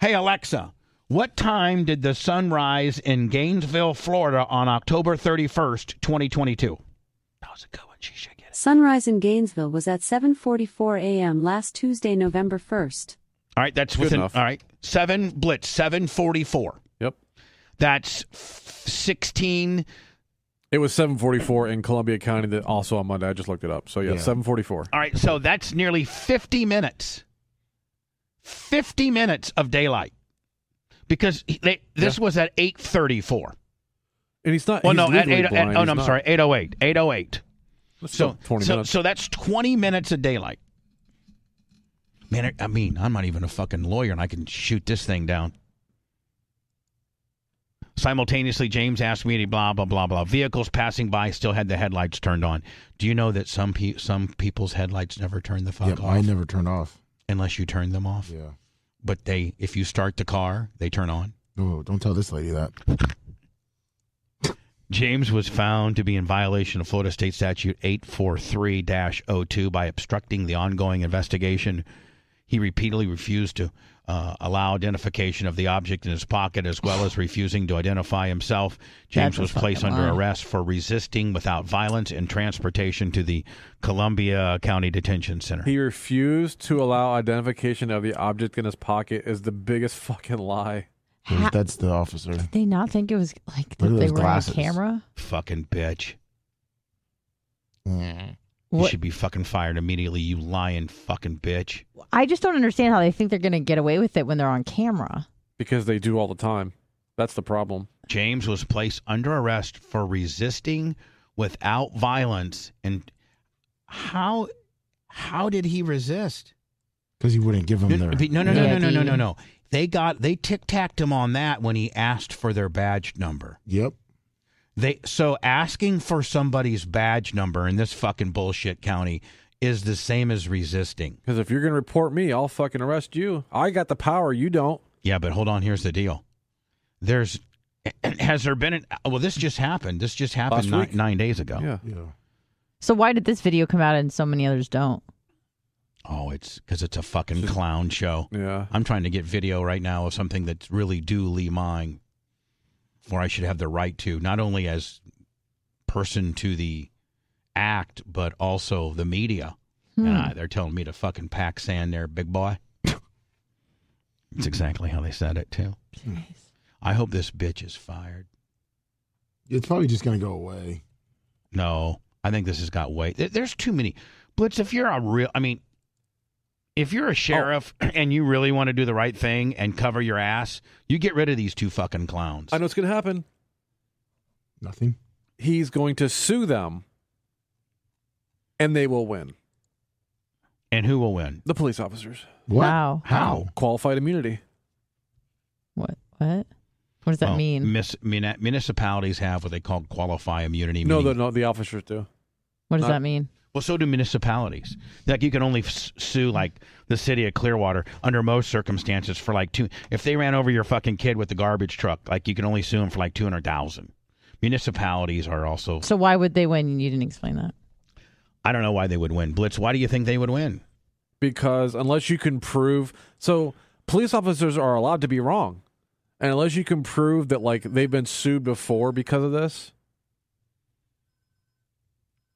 [SPEAKER 1] Hey Alexa, what time did the sun rise in Gainesville, Florida, on October thirty first, twenty twenty two?
[SPEAKER 15] Sunrise in Gainesville was at 7:44 a.m. last Tuesday, November 1st.
[SPEAKER 1] All right, that's
[SPEAKER 5] Good
[SPEAKER 1] within.
[SPEAKER 5] enough.
[SPEAKER 1] All right, seven blitz, seven forty-four.
[SPEAKER 5] Yep.
[SPEAKER 1] That's f- sixteen.
[SPEAKER 5] It was 744 in Columbia County that also on Monday. I just looked it up. So yeah,
[SPEAKER 2] Yeah.
[SPEAKER 5] 744.
[SPEAKER 1] All right, so that's nearly fifty minutes. Fifty minutes of daylight, because he- they, this was at eight thirty-four.
[SPEAKER 5] And he's not
[SPEAKER 1] Well,
[SPEAKER 5] he's
[SPEAKER 1] no, at
[SPEAKER 5] legally
[SPEAKER 1] eight. At,
[SPEAKER 5] blind.
[SPEAKER 1] oh,
[SPEAKER 5] He's
[SPEAKER 1] no, I'm
[SPEAKER 5] not.
[SPEAKER 1] sorry, eight oh eight. Eight oh eight.
[SPEAKER 5] That's
[SPEAKER 1] So
[SPEAKER 5] still 20
[SPEAKER 1] so,
[SPEAKER 5] minutes.
[SPEAKER 1] so that's twenty minutes of daylight. Man, I- I mean, I'm not even a fucking lawyer, and I can shoot this thing down. Simultaneously, James asked me to blah blah blah blah. Vehicles passing by still had the headlights turned on. Do you know that some pe- some people's headlights never turn the fuck
[SPEAKER 2] Yeah,
[SPEAKER 1] off
[SPEAKER 2] mine never turned off.
[SPEAKER 1] unless you turn them off?
[SPEAKER 2] Yeah.
[SPEAKER 1] But they, if you start the car, they turn on.
[SPEAKER 2] Oh, don't tell this lady that.
[SPEAKER 1] James was found to be in violation of Florida State Statute 843 02 by obstructing the ongoing investigation. He repeatedly refused to uh, allow identification of the object in his pocket, as well as refusing to identify himself. James
[SPEAKER 4] That's a
[SPEAKER 1] was placed
[SPEAKER 4] fucking
[SPEAKER 1] under
[SPEAKER 4] lie.
[SPEAKER 1] arrest for resisting without violence and transportation to the Columbia County Detention Center.
[SPEAKER 5] He refused to allow identification of the object in his pocket is the biggest fucking lie.
[SPEAKER 4] Ha-
[SPEAKER 2] That's the officer.
[SPEAKER 4] Did they not think it was like that
[SPEAKER 2] Look at
[SPEAKER 4] they
[SPEAKER 2] those
[SPEAKER 4] were
[SPEAKER 2] glasses.
[SPEAKER 4] on a camera?
[SPEAKER 1] Fucking bitch. You
[SPEAKER 4] What-
[SPEAKER 1] should be fucking fired immediately, you lying fucking bitch.
[SPEAKER 4] I just don't understand how they think they're going to get away with it when they're on camera.
[SPEAKER 5] Because they do all the time. That's the problem.
[SPEAKER 1] James was placed under arrest for resisting without violence. And how how did he resist?
[SPEAKER 2] Because he wouldn't give him
[SPEAKER 1] No,
[SPEAKER 2] their.
[SPEAKER 1] no, no, no, no,
[SPEAKER 4] Yeah,
[SPEAKER 1] no, no, no,
[SPEAKER 4] dude.
[SPEAKER 1] no. They got they tic tacked him on that when he asked for their badge number.
[SPEAKER 2] Yep.
[SPEAKER 1] They so asking for somebody's badge number in this fucking bullshit county is the same as resisting.
[SPEAKER 5] Because if you're going to report me, I'll fucking arrest you. I got the power. You don't.
[SPEAKER 1] Yeah, but hold on. Here's the deal. There's has there been an well? This just happened. This just happened
[SPEAKER 5] Last
[SPEAKER 1] nine,
[SPEAKER 5] week.
[SPEAKER 1] nine days ago.
[SPEAKER 5] Yeah.
[SPEAKER 2] Yeah.
[SPEAKER 4] So why did this video come out and so many others don't?
[SPEAKER 1] Oh, it's because it's a fucking clown show.
[SPEAKER 5] Yeah.
[SPEAKER 1] I'm trying to get video right now of something that's really duly mine, or I should have the right to, not only as person to the act, but also the media. And I, they're telling me to fucking pack sand there, big boy. That's exactly how they said it too. I hope this bitch is fired.
[SPEAKER 2] It's probably just gonna go away.
[SPEAKER 1] No, I think this has got weight. There- There's too many. Blitz, if you're a real, I mean, if
[SPEAKER 2] Oh.
[SPEAKER 1] you're a sheriff and you really want to do the right thing and cover your ass, you get rid of these two fucking clowns.
[SPEAKER 5] I know it's going to happen.
[SPEAKER 2] Nothing.
[SPEAKER 5] He's going to sue them and they will win.
[SPEAKER 1] And who will win?
[SPEAKER 5] The police officers.
[SPEAKER 2] What?
[SPEAKER 4] Wow.
[SPEAKER 1] How?
[SPEAKER 5] Qualified immunity.
[SPEAKER 4] What? What? What does that
[SPEAKER 1] Well,
[SPEAKER 4] mean?
[SPEAKER 1] mis- mun- municipalities have what they call qualify immunity.
[SPEAKER 5] No,
[SPEAKER 1] meaning-
[SPEAKER 5] the, no, the officers do.
[SPEAKER 4] What does
[SPEAKER 5] not-
[SPEAKER 4] that mean?
[SPEAKER 1] Well, so do municipalities. Like you can only s- sue like the city of Clearwater under most circumstances for like two. If they ran over your fucking kid with the garbage truck, like you can only sue them for like two hundred thousand. Municipalities are also.
[SPEAKER 4] So why would they win? You didn't explain that.
[SPEAKER 1] I don't know why they would win. Blitz. Why do you think they would win?
[SPEAKER 5] because unless you can prove so police officers are allowed to be wrong and unless you can prove that like they've been sued before because of this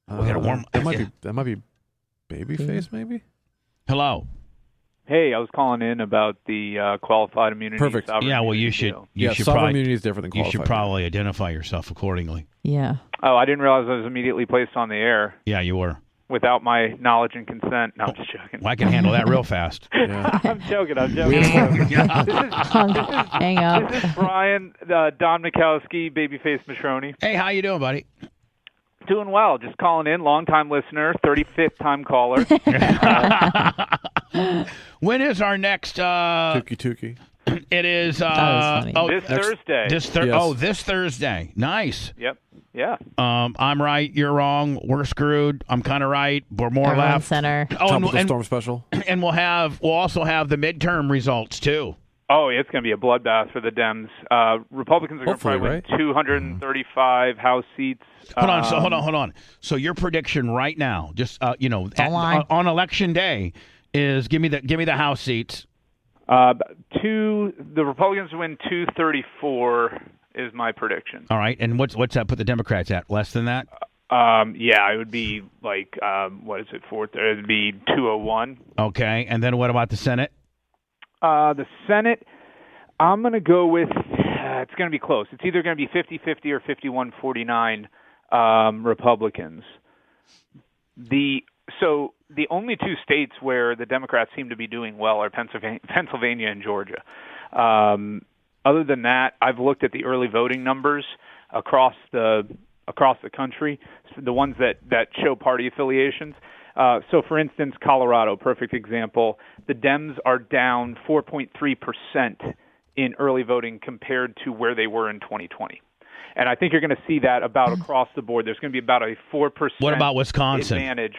[SPEAKER 1] We gotta warm-
[SPEAKER 5] uh, that
[SPEAKER 1] yeah.
[SPEAKER 5] might
[SPEAKER 4] Mm-hmm.
[SPEAKER 5] be that might be babyface maybe
[SPEAKER 1] Hello.
[SPEAKER 16] Hey, I was calling in about the uh, qualified immunity.
[SPEAKER 5] Perfect.
[SPEAKER 16] sovereign
[SPEAKER 1] Yeah, well, you
[SPEAKER 16] immunity
[SPEAKER 1] should.
[SPEAKER 16] deal.
[SPEAKER 1] You
[SPEAKER 5] Yeah,
[SPEAKER 1] should
[SPEAKER 5] sovereign
[SPEAKER 1] probably,
[SPEAKER 5] immunity is different than
[SPEAKER 1] You should
[SPEAKER 5] qualified
[SPEAKER 1] probably identify yourself accordingly.
[SPEAKER 4] Yeah.
[SPEAKER 16] Oh, I didn't realize I was immediately placed on the air
[SPEAKER 1] Yeah, you were.
[SPEAKER 16] without my knowledge and consent. No, I'm just joking.
[SPEAKER 1] Oh, Well, I can handle that real fast.
[SPEAKER 16] I'm joking. I'm joking. this, is,
[SPEAKER 4] Hang up.
[SPEAKER 16] this is Brian, uh, Don Mikowski, Babyface Matroni.
[SPEAKER 1] Hey, how you doing, buddy?
[SPEAKER 16] Doing well. Just calling in, long time listener, 35th time caller.
[SPEAKER 1] When is our next? Uh,
[SPEAKER 5] Tuki Tuki.
[SPEAKER 1] It is. Uh,
[SPEAKER 16] That was funny.
[SPEAKER 1] Oh,
[SPEAKER 16] This
[SPEAKER 1] next-
[SPEAKER 16] Thursday.
[SPEAKER 1] This Thursday.
[SPEAKER 16] Yes.
[SPEAKER 1] Oh, this Thursday. Nice.
[SPEAKER 16] yep. Yeah.
[SPEAKER 1] Um, I'm right. You're wrong. We're screwed. I'm kind of right. We're more
[SPEAKER 4] Everyone
[SPEAKER 1] left.
[SPEAKER 4] center.
[SPEAKER 1] Oh, and,
[SPEAKER 16] Tropical
[SPEAKER 1] we'll- and-
[SPEAKER 16] storm
[SPEAKER 5] special.
[SPEAKER 1] And we'll have. We'll also have the midterm results too.
[SPEAKER 16] Oh, it's going to be a bloodbath for the Dems. Uh, Republicans are going to
[SPEAKER 1] Hopefully,
[SPEAKER 16] probably win 235 House seats.
[SPEAKER 1] Hold on. So
[SPEAKER 16] Um,
[SPEAKER 1] hold on. Hold on. So your prediction right now, just uh, you know, at-
[SPEAKER 16] lie.
[SPEAKER 1] on, on election day, is give me the give me the house seats.
[SPEAKER 16] Uh, two. The Republicans win 234 is my prediction.
[SPEAKER 1] All right. And what's what's that put the Democrats at? Less than that.
[SPEAKER 16] Um, yeah, it would be like um, what is it? Fourth. It would be 201.
[SPEAKER 1] Okay. And then what about the Senate?
[SPEAKER 16] Uh, the Senate. I'm going to go with. Uh, it's going to be close. It's either going to be 50-50 or 51-49 um, Republicans. The so the only two states where the Democrats seem to be doing well are Pennsylvania, Pennsylvania and Georgia. Um, other than that, I've looked at the early voting numbers across the across the country, the ones that that show party affiliations. Uh, so, for instance, Colorado, perfect example. The Dems are down 4.3 percent in early voting compared to where they were in 2020, and I think you're going to see that about across the board. There's going to be about a four percent.
[SPEAKER 1] Mm. What about Wisconsin?
[SPEAKER 16] Advantage.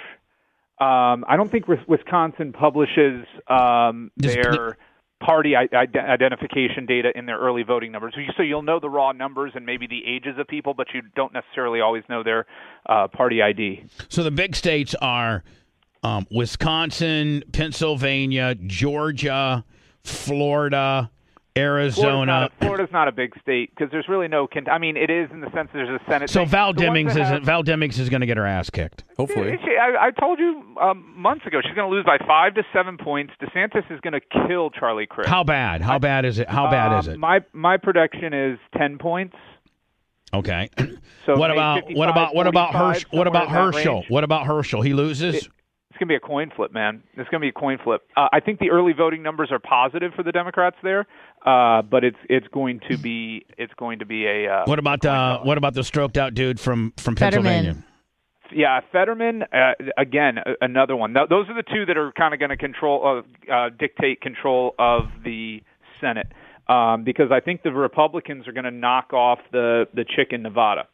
[SPEAKER 16] Um, I don't think Wis- Wisconsin publishes um,
[SPEAKER 1] Just-
[SPEAKER 16] their party I- ide- identification data in their early voting numbers. So you- So you'll know the raw numbers and maybe the ages of people, but you don't necessarily always know their uh, party ID.
[SPEAKER 1] So the big states are um, Wisconsin, Pennsylvania, Georgia, Florida,
[SPEAKER 16] Florida's
[SPEAKER 1] Arizona.
[SPEAKER 16] not, a, Florida's not a big state because there's really no. Con- I mean, it is in the sense there's a Senate.
[SPEAKER 1] So
[SPEAKER 16] thing.
[SPEAKER 1] Val
[SPEAKER 16] The ones
[SPEAKER 1] Demings
[SPEAKER 16] that
[SPEAKER 1] is
[SPEAKER 16] have-
[SPEAKER 1] Val Demings is going to get her ass kicked.
[SPEAKER 16] Yeah, she- I, I told you um, months ago she's going to lose by five to seven points. DeSantis is going to kill Charlie Crist.
[SPEAKER 1] How bad? How bad is it? How bad is
[SPEAKER 16] Um,
[SPEAKER 1] it?
[SPEAKER 16] My my prediction is ten points.
[SPEAKER 1] Okay.
[SPEAKER 16] So
[SPEAKER 1] what
[SPEAKER 16] maybe
[SPEAKER 1] about what
[SPEAKER 16] 55,
[SPEAKER 1] about what about
[SPEAKER 16] 45,
[SPEAKER 1] Herschel? What about
[SPEAKER 16] somewhere in that
[SPEAKER 1] Herschel?
[SPEAKER 16] range.
[SPEAKER 1] What about Herschel? He loses.
[SPEAKER 16] It- It's going to be a coin flip, man. It's going to be a coin flip. Uh, I think the early voting numbers are positive for the Democrats there, uh, but it's it's going to be it's going to be a uh,
[SPEAKER 1] what about uh, what about the stroked out dude from from Pennsylvania?
[SPEAKER 16] yeah Fetterman uh, again a- another one. Th- those are the two that are kind of going to control uh, uh, dictate control of the Senate um, because I think the Republicans are going to knock off the the chick in Nevada.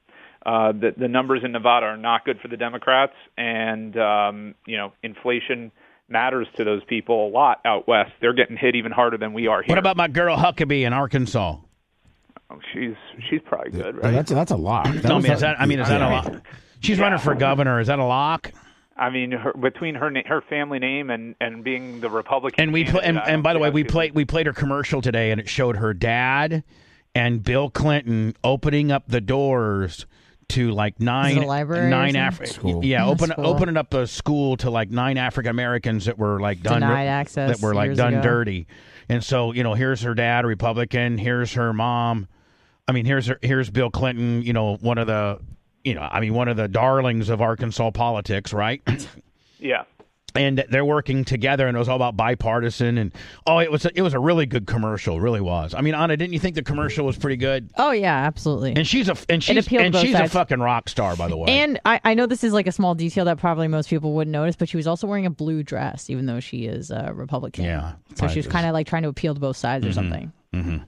[SPEAKER 16] Uh, the, the numbers in Nevada are not good for the Democrats, and um, you know inflation matters to those people a lot out west. They're getting hit even harder than we are here.
[SPEAKER 1] What about my girl Huckabee in Arkansas?
[SPEAKER 16] Oh, she's she's probably good, right?
[SPEAKER 2] Yeah, that's that's a lot. That
[SPEAKER 1] Tell
[SPEAKER 2] was
[SPEAKER 1] me, is
[SPEAKER 2] a-
[SPEAKER 1] that I mean, is that a lock? She's running for governor. Is that a lock?
[SPEAKER 16] I mean, her, between her na- her family name and and being the Republican,
[SPEAKER 1] And we pl-
[SPEAKER 16] candidate,
[SPEAKER 1] and,
[SPEAKER 16] I
[SPEAKER 1] and
[SPEAKER 16] don't
[SPEAKER 1] by the
[SPEAKER 16] see
[SPEAKER 1] way,
[SPEAKER 16] how
[SPEAKER 1] we
[SPEAKER 16] people-
[SPEAKER 1] played we played her commercial today, and it showed her dad and Bill Clinton opening up the doors to like nine
[SPEAKER 4] library or
[SPEAKER 1] nine
[SPEAKER 4] something?
[SPEAKER 1] African
[SPEAKER 4] School.
[SPEAKER 1] yeah
[SPEAKER 4] Yeah,
[SPEAKER 1] open
[SPEAKER 4] school.
[SPEAKER 1] opening up a school to like nine African Americans that were like done
[SPEAKER 4] Denied access
[SPEAKER 1] that were like
[SPEAKER 4] years
[SPEAKER 1] done
[SPEAKER 4] ago.
[SPEAKER 1] dirty, and so you know here's her dad a Republican, here's her mom, I mean here's her, here's Bill Clinton, you know one of the you know I mean one of the darlings of Arkansas politics, right?
[SPEAKER 16] yeah.
[SPEAKER 1] and they're working together and it was all about bipartisan and oh it was a, it was a really good commercial really was i mean anna didn't you think the commercial was pretty good
[SPEAKER 4] Oh yeah, absolutely.
[SPEAKER 1] and she's a and she's,
[SPEAKER 4] appealed to
[SPEAKER 1] and
[SPEAKER 4] both
[SPEAKER 1] she's a
[SPEAKER 4] sides.
[SPEAKER 1] fucking rock star by the way
[SPEAKER 4] And I, I know this is like a small detail that probably most people wouldn't notice, but she was also wearing a blue dress, even though she is a Republican.
[SPEAKER 1] Yeah,
[SPEAKER 4] So she was
[SPEAKER 1] right.
[SPEAKER 4] kind of like trying to appeal to both sides
[SPEAKER 5] Mm-hmm.
[SPEAKER 4] or
[SPEAKER 1] Mhm.
[SPEAKER 4] something.
[SPEAKER 1] Mhm.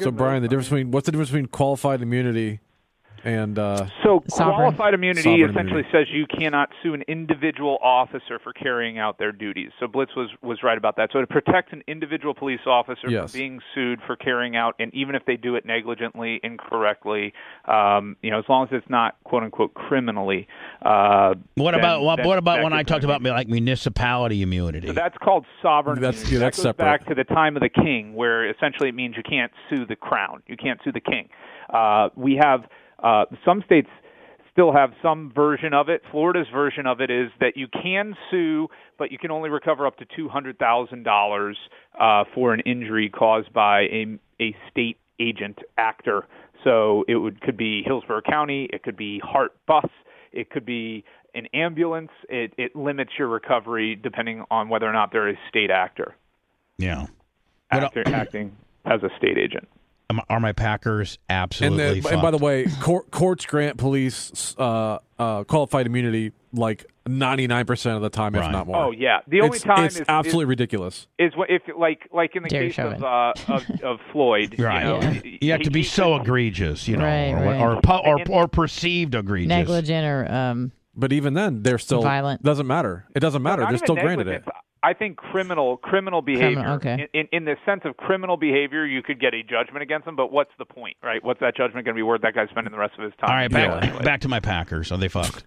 [SPEAKER 5] So Brian, the difference between what's the difference between qualified immunity and uh,
[SPEAKER 16] So qualified immunity
[SPEAKER 5] Sovereign
[SPEAKER 16] essentially says you cannot sue an individual officer for carrying out their duties. So Blitz was was right about that. So it protects an individual police officer
[SPEAKER 5] Yes.
[SPEAKER 16] from being sued for carrying out, and even if they do it negligently, incorrectly, um, you know, as long as it's not quote unquote criminally. Uh,
[SPEAKER 1] what
[SPEAKER 16] then-
[SPEAKER 1] about what,
[SPEAKER 16] then
[SPEAKER 1] what about
[SPEAKER 16] that
[SPEAKER 1] when i
[SPEAKER 16] could-
[SPEAKER 1] talked about like municipality immunity
[SPEAKER 16] So that's called sovereign.
[SPEAKER 1] That's-
[SPEAKER 16] immunity.
[SPEAKER 1] yeah, that's
[SPEAKER 16] that goes
[SPEAKER 1] separate.
[SPEAKER 16] back to the time of the king, where essentially it means you can't sue the crown. You can't sue the king. Uh, we have uh, some states. still have some version of it. Florida's version of it is that you can sue, but you can only recover up to two hundred thousand uh, dollars for an injury caused by a a state agent actor. So it would could be Hillsborough County, it could be Hart Bus, it could be an ambulance. It it limits your recovery depending on whether or not they're a state actor.
[SPEAKER 1] Yeah. uh,
[SPEAKER 16] Actor acting as a state agent.
[SPEAKER 1] Am- Are my Packers
[SPEAKER 5] And
[SPEAKER 1] absolutely?
[SPEAKER 5] then, and by
[SPEAKER 1] fucked?
[SPEAKER 5] the way, cour- courts grant police uh, uh, qualified immunity like ninety nine percent of the time, if
[SPEAKER 1] Right.
[SPEAKER 5] not more.
[SPEAKER 16] Oh, yeah. The only
[SPEAKER 5] It's-
[SPEAKER 16] time
[SPEAKER 5] it's
[SPEAKER 16] is-
[SPEAKER 5] absolutely
[SPEAKER 16] is-
[SPEAKER 5] ridiculous.
[SPEAKER 16] Is what if like like in the
[SPEAKER 1] Derek
[SPEAKER 16] case of, uh, of of Floyd, you
[SPEAKER 1] Right.
[SPEAKER 16] know,
[SPEAKER 1] You have to be so egregious, you know,
[SPEAKER 4] Right,
[SPEAKER 1] or,
[SPEAKER 4] right.
[SPEAKER 1] Or, pu- or or perceived egregious.
[SPEAKER 4] negligent or um,
[SPEAKER 5] But even then, they're still
[SPEAKER 4] Violent.
[SPEAKER 5] Doesn't matter. It doesn't matter.
[SPEAKER 16] not
[SPEAKER 5] They're
[SPEAKER 16] even
[SPEAKER 5] still granted it.
[SPEAKER 16] negligence. I think criminal criminal behavior.
[SPEAKER 4] okay.
[SPEAKER 16] In, in in the sense of criminal behavior, you could get a judgment against them, but what's the point, right? What's that judgment going to be worth? That guy's spending the rest of his time.
[SPEAKER 1] All right, back back to my Packers. Are they fucked?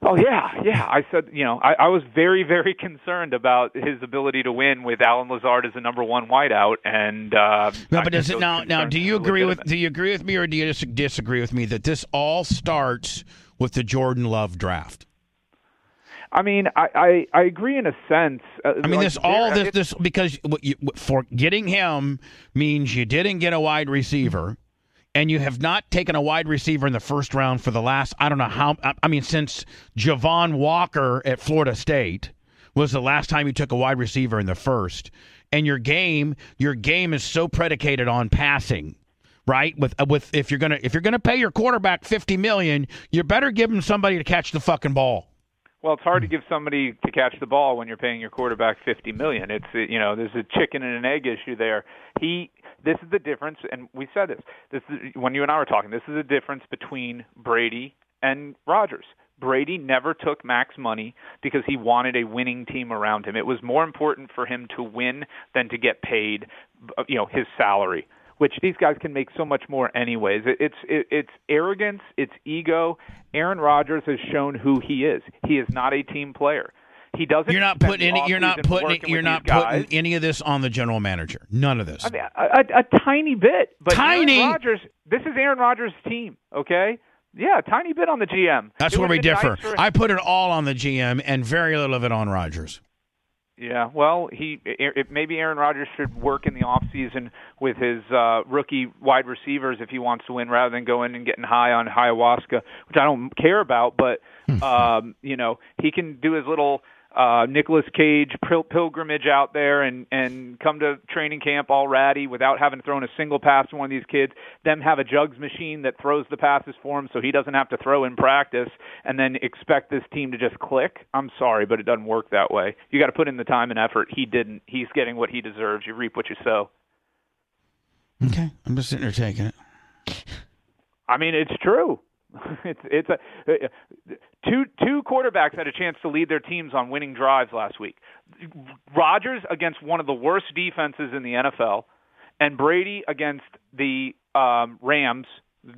[SPEAKER 16] Oh yeah, yeah. I said, you know, I, I was very, very concerned about his ability to win with Alan Lazard as the number one wideout, and uh,
[SPEAKER 1] No,
[SPEAKER 16] I
[SPEAKER 1] but
[SPEAKER 16] think
[SPEAKER 1] does it
[SPEAKER 16] those
[SPEAKER 1] now? Now,
[SPEAKER 16] concerns
[SPEAKER 1] do you
[SPEAKER 16] are
[SPEAKER 1] agree with
[SPEAKER 16] legitimate.
[SPEAKER 1] do you agree with me or do you dis- disagree with me that this all starts with the Jordan Love draft?
[SPEAKER 16] I mean, I, I, I agree in a sense. Uh,
[SPEAKER 1] I mean,
[SPEAKER 16] like,
[SPEAKER 1] this all
[SPEAKER 16] there-
[SPEAKER 1] this
[SPEAKER 16] it's-
[SPEAKER 1] this because what you, what- for getting him means you didn't get a wide receiver, and you have not taken a wide receiver in the first round for the last I don't know how I- I mean since Javon Walker at Florida State was the last time you took a wide receiver in the first, and your game your game is so predicated on passing. Right with uh, with if you're gonna if you're gonna pay your quarterback fifty million, you better give him somebody to catch the fucking ball.
[SPEAKER 16] Well, it's hard
[SPEAKER 1] Hmm.
[SPEAKER 16] to give somebody to catch the ball when you're paying your quarterback 50 million. It's uh, you know, there's a chicken and an egg issue there. He this is the difference and we said this. This is when you and I were talking, this is the difference between Brady and Rodgers. Brady never took max money because he wanted a winning team around him. It was more important for him to win than to get paid, uh, you know, his salary, which these guys can make so much more anyways. It, it's it, it's arrogance, it's ego. Aaron Rodgers has shown who he is. He is not a team player. He doesn't.
[SPEAKER 1] You're not
[SPEAKER 16] spend
[SPEAKER 1] putting
[SPEAKER 16] the
[SPEAKER 1] any, you're not
[SPEAKER 16] offseason
[SPEAKER 1] putting
[SPEAKER 16] working
[SPEAKER 1] it- you're
[SPEAKER 16] with
[SPEAKER 1] not
[SPEAKER 16] these guys.
[SPEAKER 1] putting any of this on the general manager. None of this.
[SPEAKER 16] I mean, a, a, a tiny bit, but
[SPEAKER 1] Tiny?
[SPEAKER 16] Aaron Rodgers. This is Aaron Rodgers' team. Okay, yeah, a tiny bit on the GM.
[SPEAKER 1] That's
[SPEAKER 16] It
[SPEAKER 1] where we
[SPEAKER 16] would've been
[SPEAKER 1] differ.
[SPEAKER 16] nice for-
[SPEAKER 1] I put it all on the GM and very little of it on Rodgers.
[SPEAKER 16] Yeah, well, he it, it- maybe Aaron Rodgers should work in the off season with his uh, rookie wide receivers if he wants to win, rather than going and getting high on ayahuasca, which I don't care about. But
[SPEAKER 1] Hmm.
[SPEAKER 16] um, you know, he can do his little uh, Nicolas Cage pil- pilgrimage out there and and come to training camp all ratty without having thrown a single pass to one of these kids. Them have a jugs machine that throws the passes for him, so he doesn't have to throw in practice, and then expect this team to just click. I'm sorry, but it doesn't work that way. You got to put in the time and effort. He didn't. He's getting what he deserves. You reap what you sow.
[SPEAKER 1] Okay, I'm just sitting there taking it.
[SPEAKER 16] I mean, it's true. It's it's a uh, two two quarterbacks had a chance to lead their teams on winning drives last week. Rodgers against one of the worst defenses in the NFL, and Brady against the um, Rams,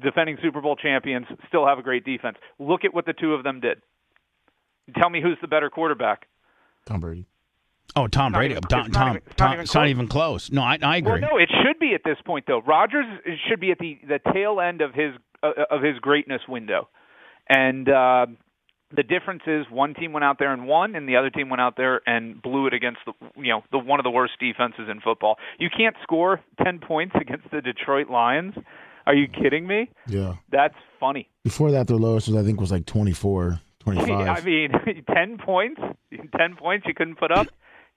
[SPEAKER 16] defending Super Bowl champions, still have a great defense. Look at what the two of them did. Tell me who's the better quarterback?
[SPEAKER 2] Tom Brady.
[SPEAKER 1] Oh, Tom
[SPEAKER 16] not
[SPEAKER 1] Brady.
[SPEAKER 16] even-
[SPEAKER 1] Tom,
[SPEAKER 16] it's not
[SPEAKER 1] Tom,
[SPEAKER 16] even- it's not
[SPEAKER 1] Tom-
[SPEAKER 16] even
[SPEAKER 1] it's not
[SPEAKER 16] close.
[SPEAKER 1] even close. No, I, I agree.
[SPEAKER 16] Well, no, it should be at this point though. Rogers should be at the the tail end of his uh, of his greatness window, and uh, the difference is one team went out there and won, and the other team went out there and blew it against the you know the one of the worst defenses in football. You can't score ten points against the Detroit Lions. Are you kidding me?
[SPEAKER 2] Yeah.
[SPEAKER 16] That's funny.
[SPEAKER 2] Before that, their lowest was I think was like 24, 25.
[SPEAKER 16] I mean, ten points, ten points you couldn't put up.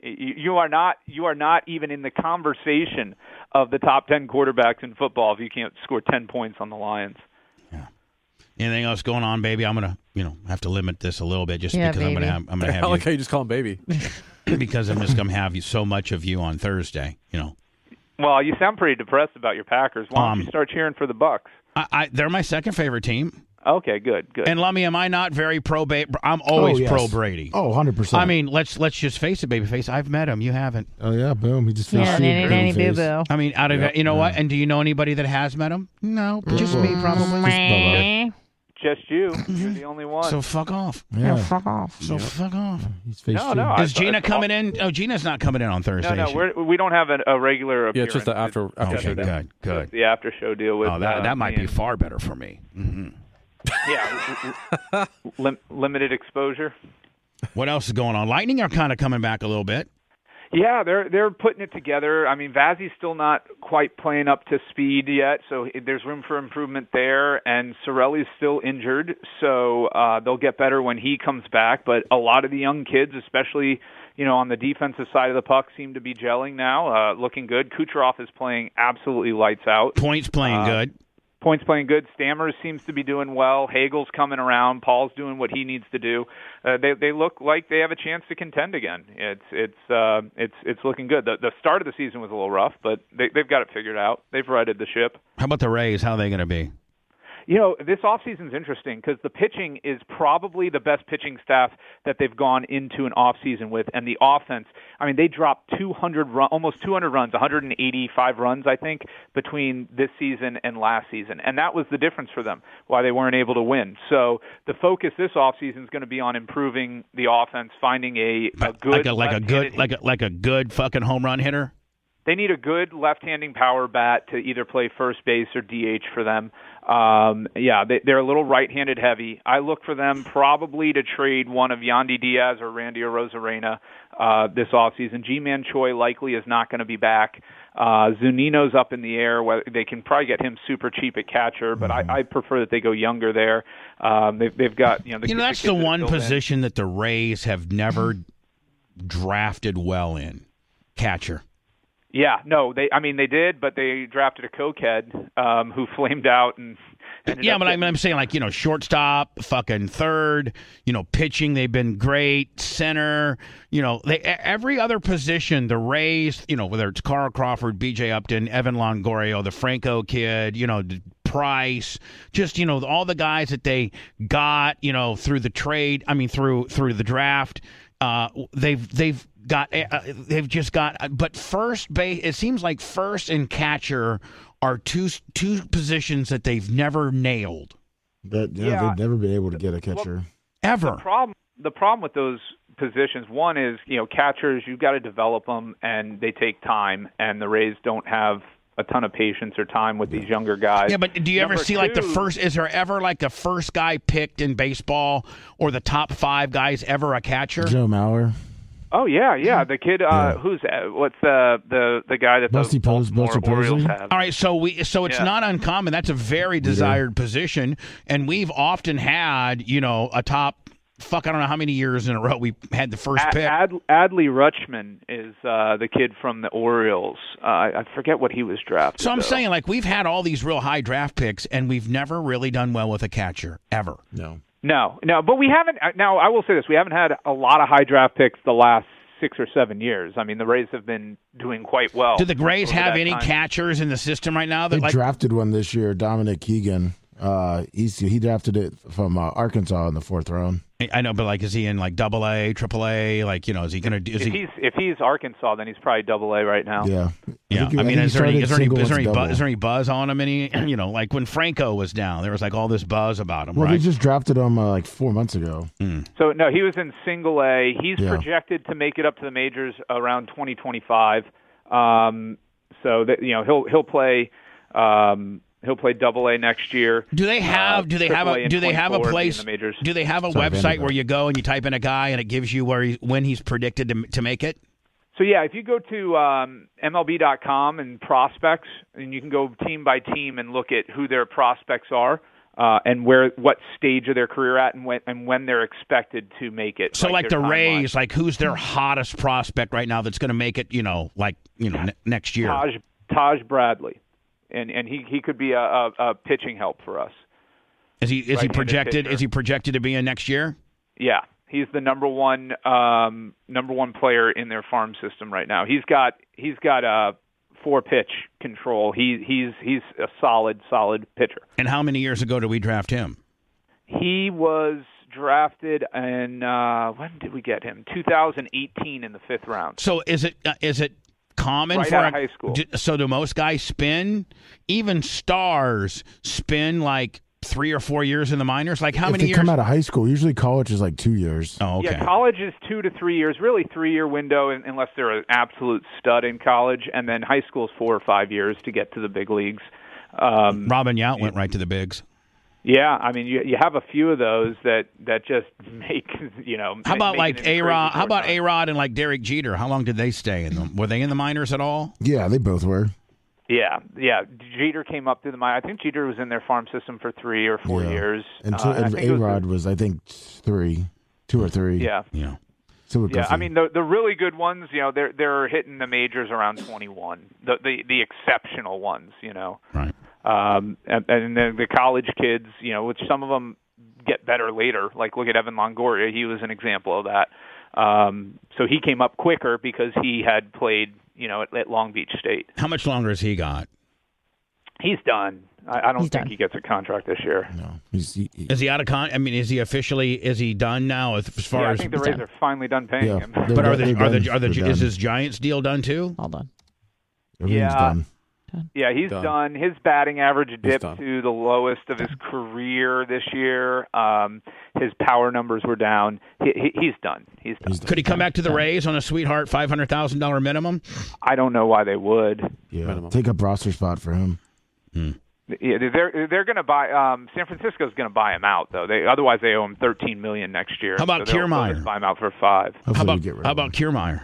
[SPEAKER 16] You you are not you are not even in the conversation of the top ten quarterbacks in football if you can't score ten points on the Lions.
[SPEAKER 1] Anything else going on, baby? I'm gonna, you know, have to limit this a little bit just
[SPEAKER 16] Yeah,
[SPEAKER 1] because I'm
[SPEAKER 16] baby.
[SPEAKER 1] gonna, have, I'm gonna
[SPEAKER 5] I
[SPEAKER 1] have
[SPEAKER 5] like how
[SPEAKER 1] you
[SPEAKER 5] you just call him baby.
[SPEAKER 1] because I'm just gonna have you so much of you on Thursday. You know,
[SPEAKER 16] Well, you sound pretty depressed about your Packers. Why don't
[SPEAKER 1] Um,
[SPEAKER 16] you start cheering for the Bucks?
[SPEAKER 1] I, I they're my second favorite team.
[SPEAKER 16] Okay, good, good.
[SPEAKER 1] And Lummy, am I not very pro? Ba- I'm always
[SPEAKER 2] yes.
[SPEAKER 1] pro Brady.
[SPEAKER 2] Oh, 100%.
[SPEAKER 1] I mean, let's let's just face it, babyface. I've met him. You haven't.
[SPEAKER 2] Oh yeah, boom. He just
[SPEAKER 1] Yeah,
[SPEAKER 2] feels
[SPEAKER 1] nanny, nanny,
[SPEAKER 2] boo
[SPEAKER 4] boo.
[SPEAKER 1] I mean, out of you know what? And do you know anybody that has met him? No, just me probably.
[SPEAKER 16] Just you. You're the only one.
[SPEAKER 1] So fuck off.
[SPEAKER 2] Yeah.
[SPEAKER 1] fuck off. So
[SPEAKER 16] Yeah.
[SPEAKER 1] fuck off.
[SPEAKER 2] He's
[SPEAKER 16] No, no, I
[SPEAKER 1] Is
[SPEAKER 16] thought-
[SPEAKER 1] Gina
[SPEAKER 16] it's
[SPEAKER 1] coming in? Oh, Gina's not coming in on Thursday.
[SPEAKER 16] no, no,
[SPEAKER 1] is she?
[SPEAKER 16] we're, we don't have a, a regular appearance.
[SPEAKER 1] Yeah, it's just the after- after
[SPEAKER 16] just
[SPEAKER 1] show
[SPEAKER 16] the-
[SPEAKER 1] deal. Good, good.
[SPEAKER 16] The after show deal with.
[SPEAKER 1] oh, that
[SPEAKER 16] uh,
[SPEAKER 1] that might
[SPEAKER 16] Ian.
[SPEAKER 1] be far better for me. hmm
[SPEAKER 16] Yeah, l- l- lim- limited exposure.
[SPEAKER 1] What else is going on? Lightning are kind of coming back a little bit.
[SPEAKER 16] Yeah, they're they're putting it together. I mean, Vazzy's still not quite playing up to speed yet, so there's room for improvement there. And Sorelli's still injured, so uh, they'll get better when he comes back. But a lot of the young kids, especially you know on the defensive side of the puck, seem to be gelling now, uh, looking good. Kucherov is playing absolutely lights out.
[SPEAKER 1] Points
[SPEAKER 16] Uh,
[SPEAKER 1] playing good.
[SPEAKER 16] Points playing good. Stammers seems to be doing well. Hagel's coming around. Paul's doing what he needs to do. Uh, they they look like they have a chance to contend again. It's it's uh, it's it's looking good. The, the start of the season was a little rough, but they they've got it figured out. They've righted the ship.
[SPEAKER 1] How about the Rays? How are they going to be?
[SPEAKER 16] You know, this offseason's interesting because the pitching is probably the best pitching staff that they've gone into an offseason with, and the offense. I mean, they dropped 200 run, almost 200 runs, 185 runs, I think, between this season and last season, and that was the difference for them why they weren't able to win. So the focus this offseason is going to be on improving the offense, finding a, a
[SPEAKER 1] like
[SPEAKER 16] good
[SPEAKER 1] a like a good
[SPEAKER 16] left-handed-
[SPEAKER 1] like a, like a good fucking home run hitter.
[SPEAKER 16] they need a good left-handing power bat to either play first base or DH for them. Um, yeah, they, they're a little right-handed heavy. I look for them probably to trade one of Yandy Diaz or Randy Rosarena uh, this offseason. G-Man Choi likely is not going to be back. Uh, Zunino's up in the air. Whether they can probably get him super cheap at catcher, but I, I prefer that they go younger there. Um, they've, they've got you know, the,
[SPEAKER 1] you know, that's
[SPEAKER 16] kids
[SPEAKER 1] the
[SPEAKER 16] that
[SPEAKER 1] one
[SPEAKER 16] filled in.
[SPEAKER 1] position that the Rays have never drafted well in catcher.
[SPEAKER 16] Yeah, no, they. I mean, they did, but they drafted a cokehead um, who flamed out and. ended
[SPEAKER 1] Yeah,
[SPEAKER 16] up
[SPEAKER 1] but I'm, I'm saying like you know shortstop, fucking third, you know pitching they've been great, center, you know they e- every other position the Rays, you know whether it's Carl Crawford, B.J. Upton, Evan Longoria, the Franco kid, you know d- Price, just you know all the guys that they got, you know through the trade, I mean through through the draft, uh, they've they've got uh, uh, they've just got uh, but first base it seems like first and catcher are two two positions that they've never nailed
[SPEAKER 2] That yeah,
[SPEAKER 16] Yeah.
[SPEAKER 2] they'd never be able to get a catcher.
[SPEAKER 1] ever.
[SPEAKER 16] The problem, the problem with those positions, one is you know catchers, you've got to develop them, and they take time, and the Rays don't have a ton of patience or time with these younger guys.
[SPEAKER 1] Yeah, but do you ever
[SPEAKER 16] Number
[SPEAKER 1] see like the
[SPEAKER 16] two-
[SPEAKER 1] first? Is there ever like a first guy picked in baseball or the top five guys ever a catcher?
[SPEAKER 2] Joe Mauer,
[SPEAKER 16] Oh yeah, yeah, the kid uh, who's uh, what's the the the guy that
[SPEAKER 2] Busty
[SPEAKER 16] the
[SPEAKER 2] Pose, Buster
[SPEAKER 16] Baltimore Orioles
[SPEAKER 2] Posey.
[SPEAKER 16] have.
[SPEAKER 1] All right, so we so it's
[SPEAKER 16] Yeah.
[SPEAKER 1] not uncommon. That's a very desired position, and we've often had you know a top fuck. I don't know how many years in a row we had the first
[SPEAKER 16] Ad-
[SPEAKER 1] pick.
[SPEAKER 16] Ad- Adley Rutschman is uh, the kid from the Orioles. Uh, I I forget what he was drafted.
[SPEAKER 1] So I'm
[SPEAKER 16] though.
[SPEAKER 1] saying like we've had all these real high draft picks, and we've never really done well with a catcher ever.
[SPEAKER 2] No.
[SPEAKER 16] No, no, but we haven't. uh, Now, I will say this: we haven't had a lot of high draft picks the last six or seven years. I mean, the Rays have been doing quite well.
[SPEAKER 1] Do the Grays
[SPEAKER 16] over
[SPEAKER 1] have
[SPEAKER 16] Oh, that
[SPEAKER 1] any
[SPEAKER 16] time.
[SPEAKER 1] catchers in the system right now? That
[SPEAKER 2] They
[SPEAKER 1] like
[SPEAKER 2] drafted one this year, Dominic Keegan. Uh, he's, he drafted it from uh, Arkansas in the fourth round.
[SPEAKER 1] I know, but like is he in like double A, triple A? Like you know, is he gonna? Is
[SPEAKER 16] If
[SPEAKER 1] he?
[SPEAKER 16] he's if he's Arkansas, then he's probably Double A right now.
[SPEAKER 2] Yeah,
[SPEAKER 1] Yeah,
[SPEAKER 2] think he-
[SPEAKER 1] I
[SPEAKER 2] I
[SPEAKER 1] mean,
[SPEAKER 2] think
[SPEAKER 1] is
[SPEAKER 2] he
[SPEAKER 1] there, any,
[SPEAKER 2] started
[SPEAKER 1] is, there any,
[SPEAKER 2] single
[SPEAKER 1] is, there
[SPEAKER 2] with
[SPEAKER 1] any buzz,
[SPEAKER 2] double.
[SPEAKER 1] is there any buzz on him? Any, you know, like when Franco was down, there was like all this buzz about him,
[SPEAKER 2] Well,
[SPEAKER 1] right? Hmm.
[SPEAKER 2] they just drafted him uh, like four months ago.
[SPEAKER 16] So no, he was in Single A. He's
[SPEAKER 2] Yeah.
[SPEAKER 16] projected to make it up to the majors around 2025. Um, so that you know he'll he'll play um, he'll play Double A next year.
[SPEAKER 1] do they have?
[SPEAKER 16] uh,
[SPEAKER 1] do they have
[SPEAKER 16] AAA
[SPEAKER 1] a?
[SPEAKER 16] in
[SPEAKER 1] Do they have a
[SPEAKER 16] 24 being
[SPEAKER 1] place?
[SPEAKER 16] in the majors.
[SPEAKER 1] do they have a
[SPEAKER 16] Sorry,
[SPEAKER 1] website
[SPEAKER 16] Vanderbilt.
[SPEAKER 1] where you go and you type in a guy and it gives you where he, when he's predicted to to make it?
[SPEAKER 16] So yeah, if you go to um, MLB.com and prospects, and you can go team by team and look at who their prospects are uh, and where what stage of their career at and when and when they're expected to make it.
[SPEAKER 1] So like, the
[SPEAKER 16] their timeline.
[SPEAKER 1] Rays, like who's their hottest prospect right now that's going to make it? You know, like you know ne- next year.
[SPEAKER 16] Taj Taj Bradley, and and he he could be a, a, a pitching help for us.
[SPEAKER 1] Is he is he
[SPEAKER 16] right-handed
[SPEAKER 1] projected?
[SPEAKER 16] pitcher.
[SPEAKER 1] Is he projected to be in next year?
[SPEAKER 16] Yeah, he's the number one um, number one player in their farm system right now. He's got he's got a four pitch control. He he's he's a solid solid pitcher.
[SPEAKER 1] And how many years ago did we draft him?
[SPEAKER 16] He was drafted in uh, when did we get him? 2018 in the fifth round.
[SPEAKER 1] So is it uh, is it common
[SPEAKER 16] Right
[SPEAKER 1] for
[SPEAKER 16] out of
[SPEAKER 1] a-
[SPEAKER 16] high school.
[SPEAKER 1] d- so do most guys spin? Even stars spin like three or four years in the minors. Like how
[SPEAKER 2] if
[SPEAKER 1] many
[SPEAKER 2] they
[SPEAKER 1] years?
[SPEAKER 2] come out of high school, usually college is like two years.
[SPEAKER 1] Oh,
[SPEAKER 16] Yeah, college is two to three years, really three year window, un- unless they're an absolute stud in college, and then high school is four or five years to get to the big leagues. Um,
[SPEAKER 1] Robin Yount went right to the bigs.
[SPEAKER 16] Yeah, I mean, you you have a few of those that that just make you know.
[SPEAKER 1] How about
[SPEAKER 16] make
[SPEAKER 1] like
[SPEAKER 16] it
[SPEAKER 1] A Rod?
[SPEAKER 16] crazy
[SPEAKER 1] How about A Rod and like Derek Jeter? How long did they stay in them? Were they in the minors at all?
[SPEAKER 2] Yeah, they both were.
[SPEAKER 16] Yeah, yeah. Jeter came up through the minor. I think Jeter was in their farm system for three or four
[SPEAKER 2] Yeah.
[SPEAKER 16] years.
[SPEAKER 2] Until
[SPEAKER 16] Uh, I think it
[SPEAKER 2] A
[SPEAKER 16] was-
[SPEAKER 2] Rod was, I think, three, two or three.
[SPEAKER 16] Yeah.
[SPEAKER 1] Yeah.
[SPEAKER 2] So
[SPEAKER 16] Yeah, I mean the the really good ones, you know, they're they're hitting the majors around 21. The the the exceptional ones, you know.
[SPEAKER 1] Right.
[SPEAKER 16] Um and, and then the college kids, you know, which some of them get better later. Like look at Evan Longoria, he was an example of that. Um so he came up quicker because he had played, you know, at, at Long Beach State.
[SPEAKER 1] How much longer has he got?
[SPEAKER 16] He's done. I, I don't think he gets a contract this year.
[SPEAKER 2] No. Is he,
[SPEAKER 1] is he out of con? I mean, is he officially? Is he done now? As as far
[SPEAKER 16] yeah, I
[SPEAKER 1] as
[SPEAKER 16] think the Rays are finally done paying
[SPEAKER 1] Yeah,
[SPEAKER 16] him.
[SPEAKER 1] but are the are the are the
[SPEAKER 2] They're
[SPEAKER 1] is
[SPEAKER 2] done.
[SPEAKER 1] his Giants deal done too?
[SPEAKER 4] Hold on.
[SPEAKER 2] Everything's done.
[SPEAKER 16] Yeah, he's
[SPEAKER 1] Done.
[SPEAKER 16] done. His batting average dipped
[SPEAKER 1] done.
[SPEAKER 16] to the lowest of his career this year. Um, his power numbers were down. He, he, he's done. He's done.
[SPEAKER 1] Could he come back to the Rays on a sweetheart five hundred thousand dollar minimum?
[SPEAKER 16] I don't know why they would.
[SPEAKER 2] Yeah. Take up roster spot for him.
[SPEAKER 16] Yeah, they're they're going to buy. Um, San Francisco's going to buy him out though. They otherwise they owe him thirteen million next year.
[SPEAKER 1] How about
[SPEAKER 16] so they'll- they'll
[SPEAKER 1] Kiermaier?
[SPEAKER 16] just Buy him out for five.
[SPEAKER 1] How about how about Kiermaier?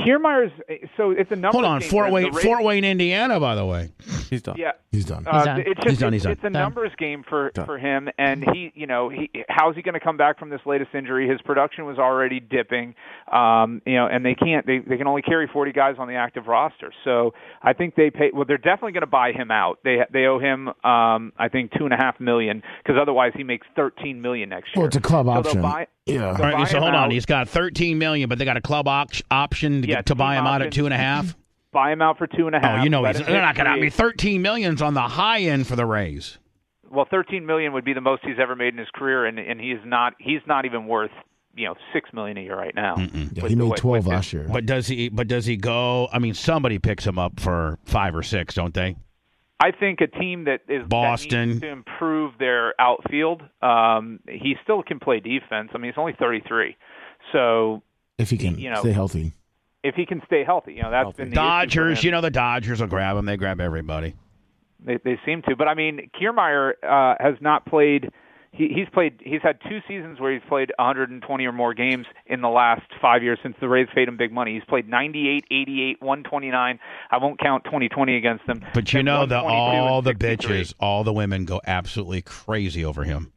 [SPEAKER 16] Kiermaier's so it's a number.
[SPEAKER 1] Hold
[SPEAKER 16] of
[SPEAKER 1] on,
[SPEAKER 16] games.
[SPEAKER 1] Fort
[SPEAKER 16] The
[SPEAKER 1] Wayne,
[SPEAKER 16] Rays-
[SPEAKER 1] Fort Wayne, Indiana. By the way, he's done.
[SPEAKER 16] Yeah,
[SPEAKER 2] he's done.
[SPEAKER 16] Uh, It's just
[SPEAKER 1] he's done. He's
[SPEAKER 16] it's,
[SPEAKER 1] done.
[SPEAKER 16] it's a numbers game for for him, and he, you know, he how's he going to come back from this latest injury? His production was already dipping, um, you know, and they can't they they can only carry 40 guys on the active roster. So I think they pay. Well, they're definitely going to buy him out. They they owe him, um, I think two and a half million because otherwise he makes 13 million next year.
[SPEAKER 2] Well, it's a club
[SPEAKER 16] they'll
[SPEAKER 2] option.
[SPEAKER 16] buy-
[SPEAKER 2] yeah.
[SPEAKER 1] All right,
[SPEAKER 16] buy
[SPEAKER 1] so
[SPEAKER 16] him
[SPEAKER 1] hold on.
[SPEAKER 16] out.
[SPEAKER 1] He's got thirteen million, but they got a club opt- option to, to buy him out at
[SPEAKER 16] option.
[SPEAKER 1] two and a half.
[SPEAKER 16] Buy him out for two and a half.
[SPEAKER 1] Oh, you know
[SPEAKER 16] Let
[SPEAKER 1] he's,
[SPEAKER 16] him
[SPEAKER 1] they're
[SPEAKER 16] hit
[SPEAKER 1] not going to. I
[SPEAKER 16] free
[SPEAKER 1] mean, thirteen million's on the high end for the Rays.
[SPEAKER 16] well, 13 million would be the most he's ever made in his career, and and he's not he's not even worth you know six million a year right now.
[SPEAKER 2] Yeah, he made 12 last year.
[SPEAKER 1] But does he? But does he go? I mean, somebody picks him up for five or six, don't they?
[SPEAKER 16] I think a team that is that
[SPEAKER 1] Boston.
[SPEAKER 16] needs to improve their outfield. Um, he still can play defense. I mean, he's only 33, so
[SPEAKER 2] If he can
[SPEAKER 16] you know,
[SPEAKER 2] stay healthy.
[SPEAKER 16] if he can stay healthy, you know that's been the
[SPEAKER 1] Dodgers, you know the Dodgers will grab him. They grab everybody.
[SPEAKER 16] They, they seem to, but I mean, Kiermaier uh, has not played. He, he's played. He's had two seasons where he's played 120 or more games in the last five years since the Rays paid him big money. He's played 98, 88, 129. I won't count 2020 against them.
[SPEAKER 1] But you
[SPEAKER 16] Then
[SPEAKER 1] know the
[SPEAKER 16] 122 and
[SPEAKER 1] all the
[SPEAKER 16] 63.
[SPEAKER 1] bitches, all the women go absolutely crazy over him.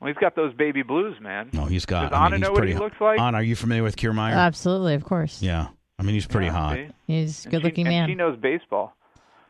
[SPEAKER 16] Well, he's got those baby blues, man.
[SPEAKER 1] No, he's got.
[SPEAKER 16] Does
[SPEAKER 1] I
[SPEAKER 16] Anna
[SPEAKER 1] mean, he's
[SPEAKER 16] know what
[SPEAKER 1] pretty,
[SPEAKER 16] he looks like?
[SPEAKER 1] Anna, are you familiar with Kiermaier?
[SPEAKER 4] Uh, Absolutely, of course.
[SPEAKER 1] yeah, I mean he's pretty hot.
[SPEAKER 16] See?
[SPEAKER 4] He's a
[SPEAKER 16] And
[SPEAKER 4] good looking
[SPEAKER 16] she, and
[SPEAKER 4] man.
[SPEAKER 16] she knows baseball.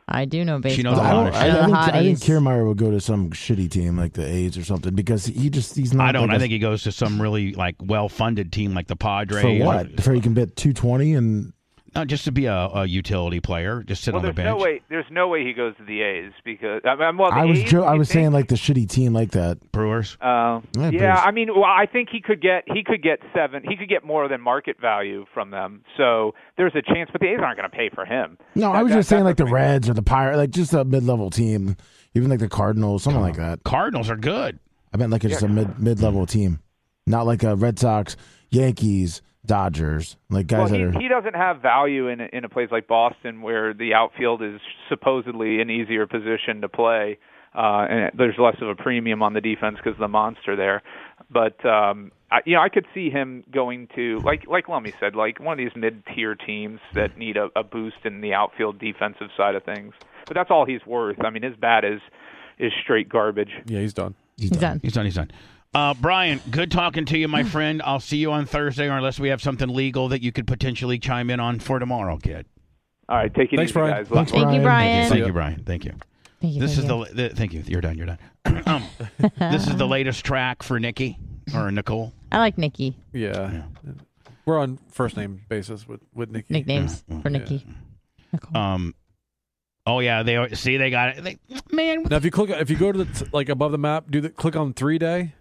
[SPEAKER 4] I do know baseball.
[SPEAKER 1] She knows a
[SPEAKER 2] I,
[SPEAKER 1] lot
[SPEAKER 2] don't,
[SPEAKER 1] of
[SPEAKER 2] I,
[SPEAKER 1] shit.
[SPEAKER 2] I think, I think
[SPEAKER 4] hotties.
[SPEAKER 2] Kiermaier will go to some shitty team like the A's or something because he just he's not.
[SPEAKER 1] I don't.
[SPEAKER 2] like
[SPEAKER 1] I
[SPEAKER 2] a-
[SPEAKER 1] think he goes to some really like well-funded team like the Padres.
[SPEAKER 2] for what? For he can bet two twenty and
[SPEAKER 1] No, just to be a, a utility player, just sit
[SPEAKER 16] Well,
[SPEAKER 1] on the
[SPEAKER 16] there's
[SPEAKER 1] bench.
[SPEAKER 16] no way. There's no way he goes to the A's because I mean,
[SPEAKER 5] Oh,
[SPEAKER 16] well, the
[SPEAKER 2] I was
[SPEAKER 16] A's,
[SPEAKER 2] jo- I
[SPEAKER 16] you
[SPEAKER 2] was
[SPEAKER 16] think-
[SPEAKER 2] saying like the shitty team like that
[SPEAKER 1] Brewers.
[SPEAKER 16] Uh, yeah,
[SPEAKER 2] Yeah, Bruce.
[SPEAKER 16] I mean, well, I think he could get he could get seven. He could get more than market value from them. So there's a chance, but the A's aren't going to pay for him.
[SPEAKER 2] No, I was just saying like the Reds or the Pirates, like just a mid level team, even like the Cardinals, something like that.
[SPEAKER 1] Cardinals are good.
[SPEAKER 2] I meant like it's just a mid mid level team, not like a Red Sox, Yankees, Dodgers, like guys
[SPEAKER 16] well,
[SPEAKER 2] that
[SPEAKER 16] he,
[SPEAKER 2] are.
[SPEAKER 16] he doesn't have value in a, in a place like Boston where the outfield is supposedly an easier position to play, uh, and there's less of a premium on the defense because of the monster there. But um, I, you know, I could see him going to like like Lummy said, like one of these mid-tier teams that need a, a boost in the outfield defensive side of things. But that's all he's worth. I mean, his bat is is straight garbage.
[SPEAKER 5] Yeah, he's done.
[SPEAKER 2] He's
[SPEAKER 4] done.
[SPEAKER 1] He's done. He's done. Uh, Brian, good talking to you, my friend. I'll see you on Thursday, or unless we have something legal that you could potentially chime in on for tomorrow, kid.
[SPEAKER 16] All right, take it
[SPEAKER 1] Thanks,
[SPEAKER 16] easy,
[SPEAKER 1] Brian.
[SPEAKER 16] guys.
[SPEAKER 1] Thanks,
[SPEAKER 4] Thank you, Brian.
[SPEAKER 1] Thank you, Brian. Thank you.
[SPEAKER 4] Thank you,
[SPEAKER 1] this
[SPEAKER 4] thank
[SPEAKER 1] is the, the thank you. You're done. You're done. Um, this is the latest track for Nikki or Nicole.
[SPEAKER 4] I like Nikki.
[SPEAKER 5] Yeah. We're on first name basis with with Nikki.
[SPEAKER 4] Nicknames for
[SPEAKER 5] Yeah.
[SPEAKER 4] Nikki.
[SPEAKER 1] Um. Oh yeah, they are- see they got it. They, man,
[SPEAKER 5] Now if you click if you go to the t- like above the map, do the click on 3 day.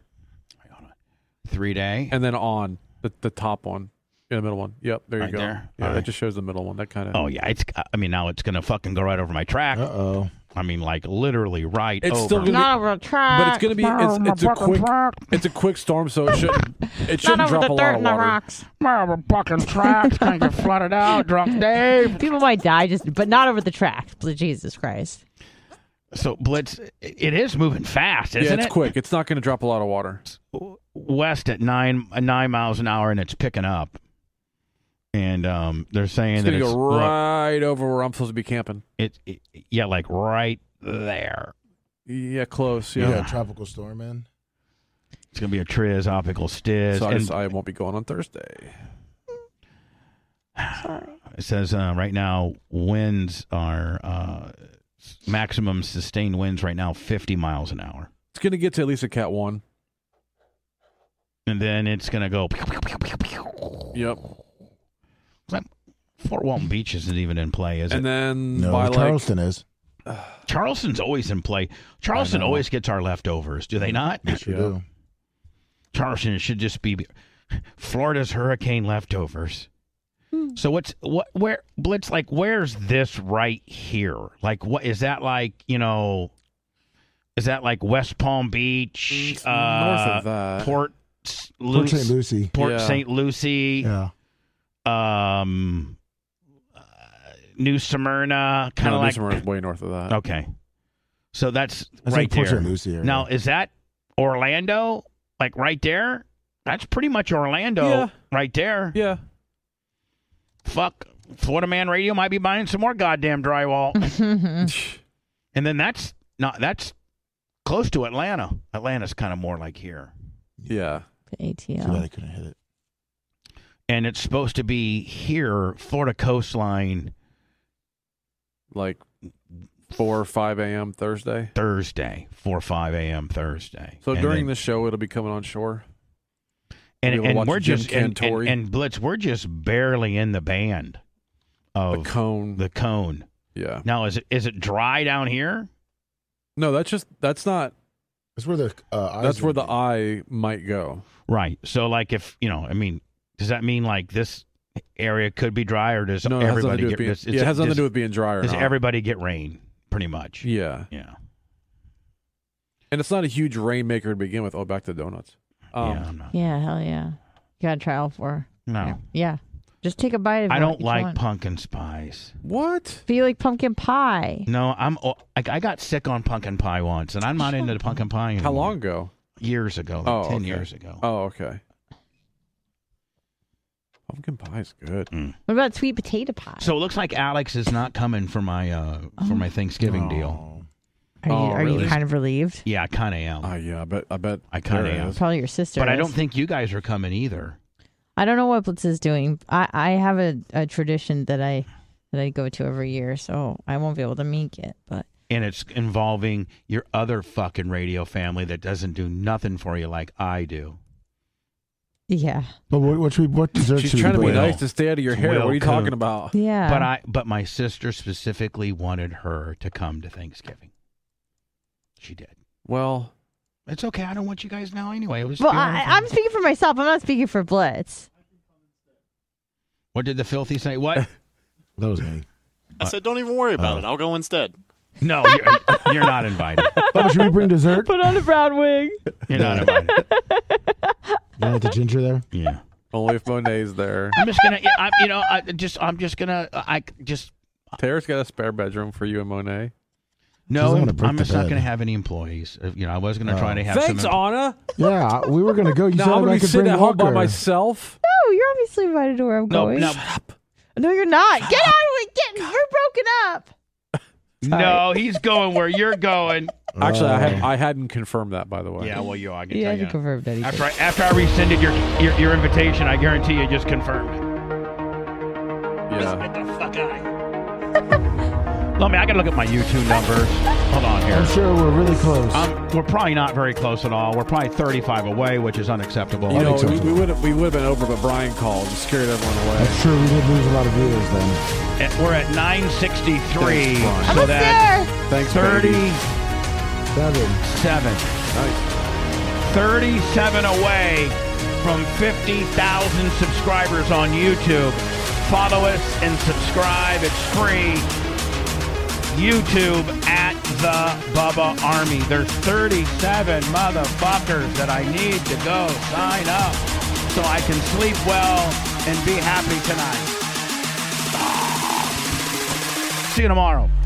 [SPEAKER 1] Three day,
[SPEAKER 5] and then on the, the top one, in the middle one. Yep, there you
[SPEAKER 1] Right
[SPEAKER 5] go.
[SPEAKER 1] there?
[SPEAKER 5] Yeah,
[SPEAKER 1] All
[SPEAKER 5] that
[SPEAKER 1] right.
[SPEAKER 5] just shows the middle one. That kind of.
[SPEAKER 1] oh yeah, it's. I mean, now it's gonna fucking go right over my track. Uh
[SPEAKER 2] oh.
[SPEAKER 1] I mean, like literally right
[SPEAKER 5] It's
[SPEAKER 1] over.
[SPEAKER 5] still gonna be- Not
[SPEAKER 4] over
[SPEAKER 5] But it's gonna be it's, it's a quick it's a quick storm, so it shouldn't it shouldn't drop a lot of water.
[SPEAKER 4] Remember fucking
[SPEAKER 7] tracks, gonna get flooded out, drunk Dave.
[SPEAKER 4] People might die just, but not over the tracks. But Jesus Christ.
[SPEAKER 1] So Blitz, it is moving fast, isn't
[SPEAKER 5] yeah, it's
[SPEAKER 1] it?
[SPEAKER 5] quick. It's not going to drop a lot of water.
[SPEAKER 1] West at nine uh, nine miles an hour, and it's picking up. And um, they're saying
[SPEAKER 5] It's
[SPEAKER 1] that
[SPEAKER 5] going to
[SPEAKER 1] it's
[SPEAKER 5] go
[SPEAKER 1] like-
[SPEAKER 5] right over where I'm supposed to be camping.
[SPEAKER 1] It, it yeah, like right there.
[SPEAKER 5] Yeah, close.
[SPEAKER 2] Yeah,
[SPEAKER 5] Yeah.
[SPEAKER 2] tropical storm, man.
[SPEAKER 1] It's gonna be a triz optical stiz.
[SPEAKER 5] So I,
[SPEAKER 1] And
[SPEAKER 5] just- I won't be going on Thursday.
[SPEAKER 1] it says uh, right now winds are uh, maximum sustained winds right now fifty miles an hour,
[SPEAKER 5] It's going to get to at least a cat one.
[SPEAKER 1] and then it's gonna go.
[SPEAKER 5] Yep.
[SPEAKER 1] Fort Walton Beach isn't even in play, is
[SPEAKER 5] And
[SPEAKER 1] it?
[SPEAKER 5] then No, by, like-
[SPEAKER 2] Charleston
[SPEAKER 1] is. Charleston's always in play. Charleston
[SPEAKER 2] know.
[SPEAKER 1] always gets our leftovers, do they not?
[SPEAKER 2] They sure do.
[SPEAKER 1] Charleston should just be Florida's hurricane leftovers.
[SPEAKER 5] Hmm.
[SPEAKER 1] So what's what where Blitz like where's this right here? Like what is that like, you know is that like West Palm Beach? uh,
[SPEAKER 5] north of that.
[SPEAKER 1] Port S- Luce-
[SPEAKER 2] St. Lucie.
[SPEAKER 1] Port
[SPEAKER 2] Yeah.
[SPEAKER 1] St. Lucie.
[SPEAKER 2] Yeah.
[SPEAKER 1] Um uh, New Smyrna, kind
[SPEAKER 5] No,
[SPEAKER 1] of
[SPEAKER 5] New
[SPEAKER 1] like
[SPEAKER 5] Smyrna's way north of that.
[SPEAKER 1] Okay. So that's,
[SPEAKER 5] That's
[SPEAKER 1] right
[SPEAKER 5] like Port
[SPEAKER 1] there.
[SPEAKER 5] St. Lucie area.
[SPEAKER 1] Now is that Orlando? Like right there? That's pretty much Orlando
[SPEAKER 5] Yeah.
[SPEAKER 1] right there.
[SPEAKER 5] Yeah.
[SPEAKER 1] Fuck. Florida Man Radio might be buying some more goddamn drywall. and then that's not that's close to Atlanta. Atlanta's kind of more like here.
[SPEAKER 5] Yeah.
[SPEAKER 4] ATL.
[SPEAKER 2] So they couldn't hit it.
[SPEAKER 1] And it's supposed to be here, Florida coastline
[SPEAKER 5] Like 4 or 5 a.m. Thursday.
[SPEAKER 1] Thursday, four or five a.m. Thursday.
[SPEAKER 5] So
[SPEAKER 1] And
[SPEAKER 5] during
[SPEAKER 1] then-
[SPEAKER 5] the show, it'll be coming on shore.
[SPEAKER 1] and,
[SPEAKER 5] You'll
[SPEAKER 1] and
[SPEAKER 5] watch
[SPEAKER 1] we're
[SPEAKER 5] Jim
[SPEAKER 1] just and, and,
[SPEAKER 5] Cantori.
[SPEAKER 1] and blitz we're just barely in the band of the
[SPEAKER 5] cone
[SPEAKER 1] the cone
[SPEAKER 5] yeah
[SPEAKER 1] now is it is it dry down here
[SPEAKER 5] No, that's just that's not.
[SPEAKER 2] That's where the uh, eyes
[SPEAKER 5] that's where
[SPEAKER 2] would
[SPEAKER 5] the eye might go.
[SPEAKER 1] right so like if you know i mean does that mean like this area could be dry or does
[SPEAKER 5] No, it has nothing to
[SPEAKER 1] everybody
[SPEAKER 5] do with
[SPEAKER 1] get
[SPEAKER 5] being-
[SPEAKER 1] does-
[SPEAKER 5] yeah, it has nothing to
[SPEAKER 1] does-
[SPEAKER 5] do with being dry or
[SPEAKER 1] does
[SPEAKER 5] not.
[SPEAKER 1] everybody get rain pretty much
[SPEAKER 5] Yeah,
[SPEAKER 1] yeah
[SPEAKER 5] and it's not a huge rainmaker to begin with. Oh, back to donuts. Um,
[SPEAKER 1] yeah,
[SPEAKER 4] Yeah, hell yeah. You gotta try all four.
[SPEAKER 1] no
[SPEAKER 4] Yeah. Just take a bite of
[SPEAKER 1] i
[SPEAKER 4] it,
[SPEAKER 1] don't
[SPEAKER 4] each
[SPEAKER 1] like
[SPEAKER 4] one.
[SPEAKER 1] pumpkin spice
[SPEAKER 5] What?
[SPEAKER 4] Feel like pumpkin pie.
[SPEAKER 1] no i'm oh, like i got sick on pumpkin pie once and i'm not into the pumpkin pie anymore.
[SPEAKER 5] How long ago?
[SPEAKER 1] years ago like
[SPEAKER 5] Oh,
[SPEAKER 1] 10
[SPEAKER 5] okay.
[SPEAKER 1] years ago
[SPEAKER 5] Oh, okay. Pumpkin pie is good.
[SPEAKER 4] What about sweet potato pie?
[SPEAKER 1] Mm. So it looks like Alex is not coming for my uh for my
[SPEAKER 5] Oh.
[SPEAKER 1] Thanksgiving deal.
[SPEAKER 4] Oh. Are you are you kind of relieved?
[SPEAKER 1] Yeah, I kind of am.
[SPEAKER 5] Oh yeah, I bet I bet
[SPEAKER 1] I kind of
[SPEAKER 5] there
[SPEAKER 1] am.
[SPEAKER 5] is.
[SPEAKER 4] Probably your sister.
[SPEAKER 1] But I
[SPEAKER 4] is.
[SPEAKER 1] don't think you guys are coming either.
[SPEAKER 4] I don't know what Blitz is doing. I, I have a, a tradition that I that I go to every year, so I won't be able to make it. But
[SPEAKER 1] And it's involving your other fucking radio family that doesn't do nothing for you like I do.
[SPEAKER 4] yeah,
[SPEAKER 2] But what, what should we, what dessert
[SPEAKER 1] She's
[SPEAKER 2] should
[SPEAKER 1] trying
[SPEAKER 2] we
[SPEAKER 1] to be
[SPEAKER 2] boil?
[SPEAKER 1] nice
[SPEAKER 5] to stay out of your hair.
[SPEAKER 1] Will
[SPEAKER 5] What are you talking
[SPEAKER 1] Coon.
[SPEAKER 5] about?
[SPEAKER 4] Yeah.
[SPEAKER 1] But I but my sister specifically wanted her to come to Thanksgiving. She did.
[SPEAKER 5] Well,
[SPEAKER 1] it's okay. I don't want you guys now anyway. It was
[SPEAKER 4] well,
[SPEAKER 1] the only
[SPEAKER 4] I,
[SPEAKER 1] thing.
[SPEAKER 4] I'm speaking for myself. I'm not speaking for Blitz.
[SPEAKER 1] What did the filthy say? What?
[SPEAKER 2] that was me.
[SPEAKER 17] I said, don't even worry about it. I'll go instead.
[SPEAKER 1] Oh. No, you're, you're not invited.
[SPEAKER 2] Oh, should we bring dessert?
[SPEAKER 4] Put on a brown wig.
[SPEAKER 1] You're not invited.
[SPEAKER 2] You want the ginger there?
[SPEAKER 1] Yeah.
[SPEAKER 5] Only if Monet's there.
[SPEAKER 1] I'm just gonna, I, you know, I just, I'm just gonna, I just
[SPEAKER 5] Tara's got a spare bedroom for you and Monet.
[SPEAKER 1] no,
[SPEAKER 2] Doesn't
[SPEAKER 1] I'm,
[SPEAKER 2] wanna break the
[SPEAKER 1] just not
[SPEAKER 2] bed.
[SPEAKER 1] gonna have any employees. Uh, You know, I was gonna try to have
[SPEAKER 5] Thanks,
[SPEAKER 1] some.
[SPEAKER 5] Anna.
[SPEAKER 2] Yeah, I- we were gonna go. You
[SPEAKER 5] Now
[SPEAKER 2] said
[SPEAKER 5] I'm gonna
[SPEAKER 2] I
[SPEAKER 5] be
[SPEAKER 2] could
[SPEAKER 5] sitting
[SPEAKER 2] bring
[SPEAKER 5] at home by
[SPEAKER 2] Walker.
[SPEAKER 5] myself.
[SPEAKER 4] No, you're obviously invited to where I'm
[SPEAKER 1] No,
[SPEAKER 4] going.
[SPEAKER 1] no.
[SPEAKER 4] No, you're not. Get out of it. Get. We're broken up.
[SPEAKER 1] no, he's going where you're going.
[SPEAKER 5] Actually, I, had, I hadn't confirmed that, by the way.
[SPEAKER 1] Yeah, well, you are. I can
[SPEAKER 4] You
[SPEAKER 1] tell
[SPEAKER 4] haven't
[SPEAKER 1] you.
[SPEAKER 4] confirmed anything.
[SPEAKER 1] After I, after I rescinded your, your your invitation, I guarantee you just confirmed.
[SPEAKER 5] Yeah.
[SPEAKER 1] Get the fuck out Let me. I gotta look at my YouTube numbers. Hold on here.
[SPEAKER 2] I'm sure we're really close.
[SPEAKER 1] Um, we're probably not very close at all. We're probably 35 away, which is unacceptable.
[SPEAKER 5] You know, we, we would have we would have been over, but Brian called and scared everyone away.
[SPEAKER 2] I'm sure we did lose a lot of viewers then.
[SPEAKER 1] At- we're at 963.
[SPEAKER 5] Thanks, Brian.
[SPEAKER 1] so
[SPEAKER 5] Almost
[SPEAKER 1] that's
[SPEAKER 5] Thanks,
[SPEAKER 1] 30.
[SPEAKER 5] baby.
[SPEAKER 1] Seven. 37 away from 50,000 subscribers on YouTube. Follow us and subscribe. It's free. YouTube at the Bubba Army. There's 37 motherfuckers that I need to go sign up so I can sleep well and be happy tonight. See you tomorrow.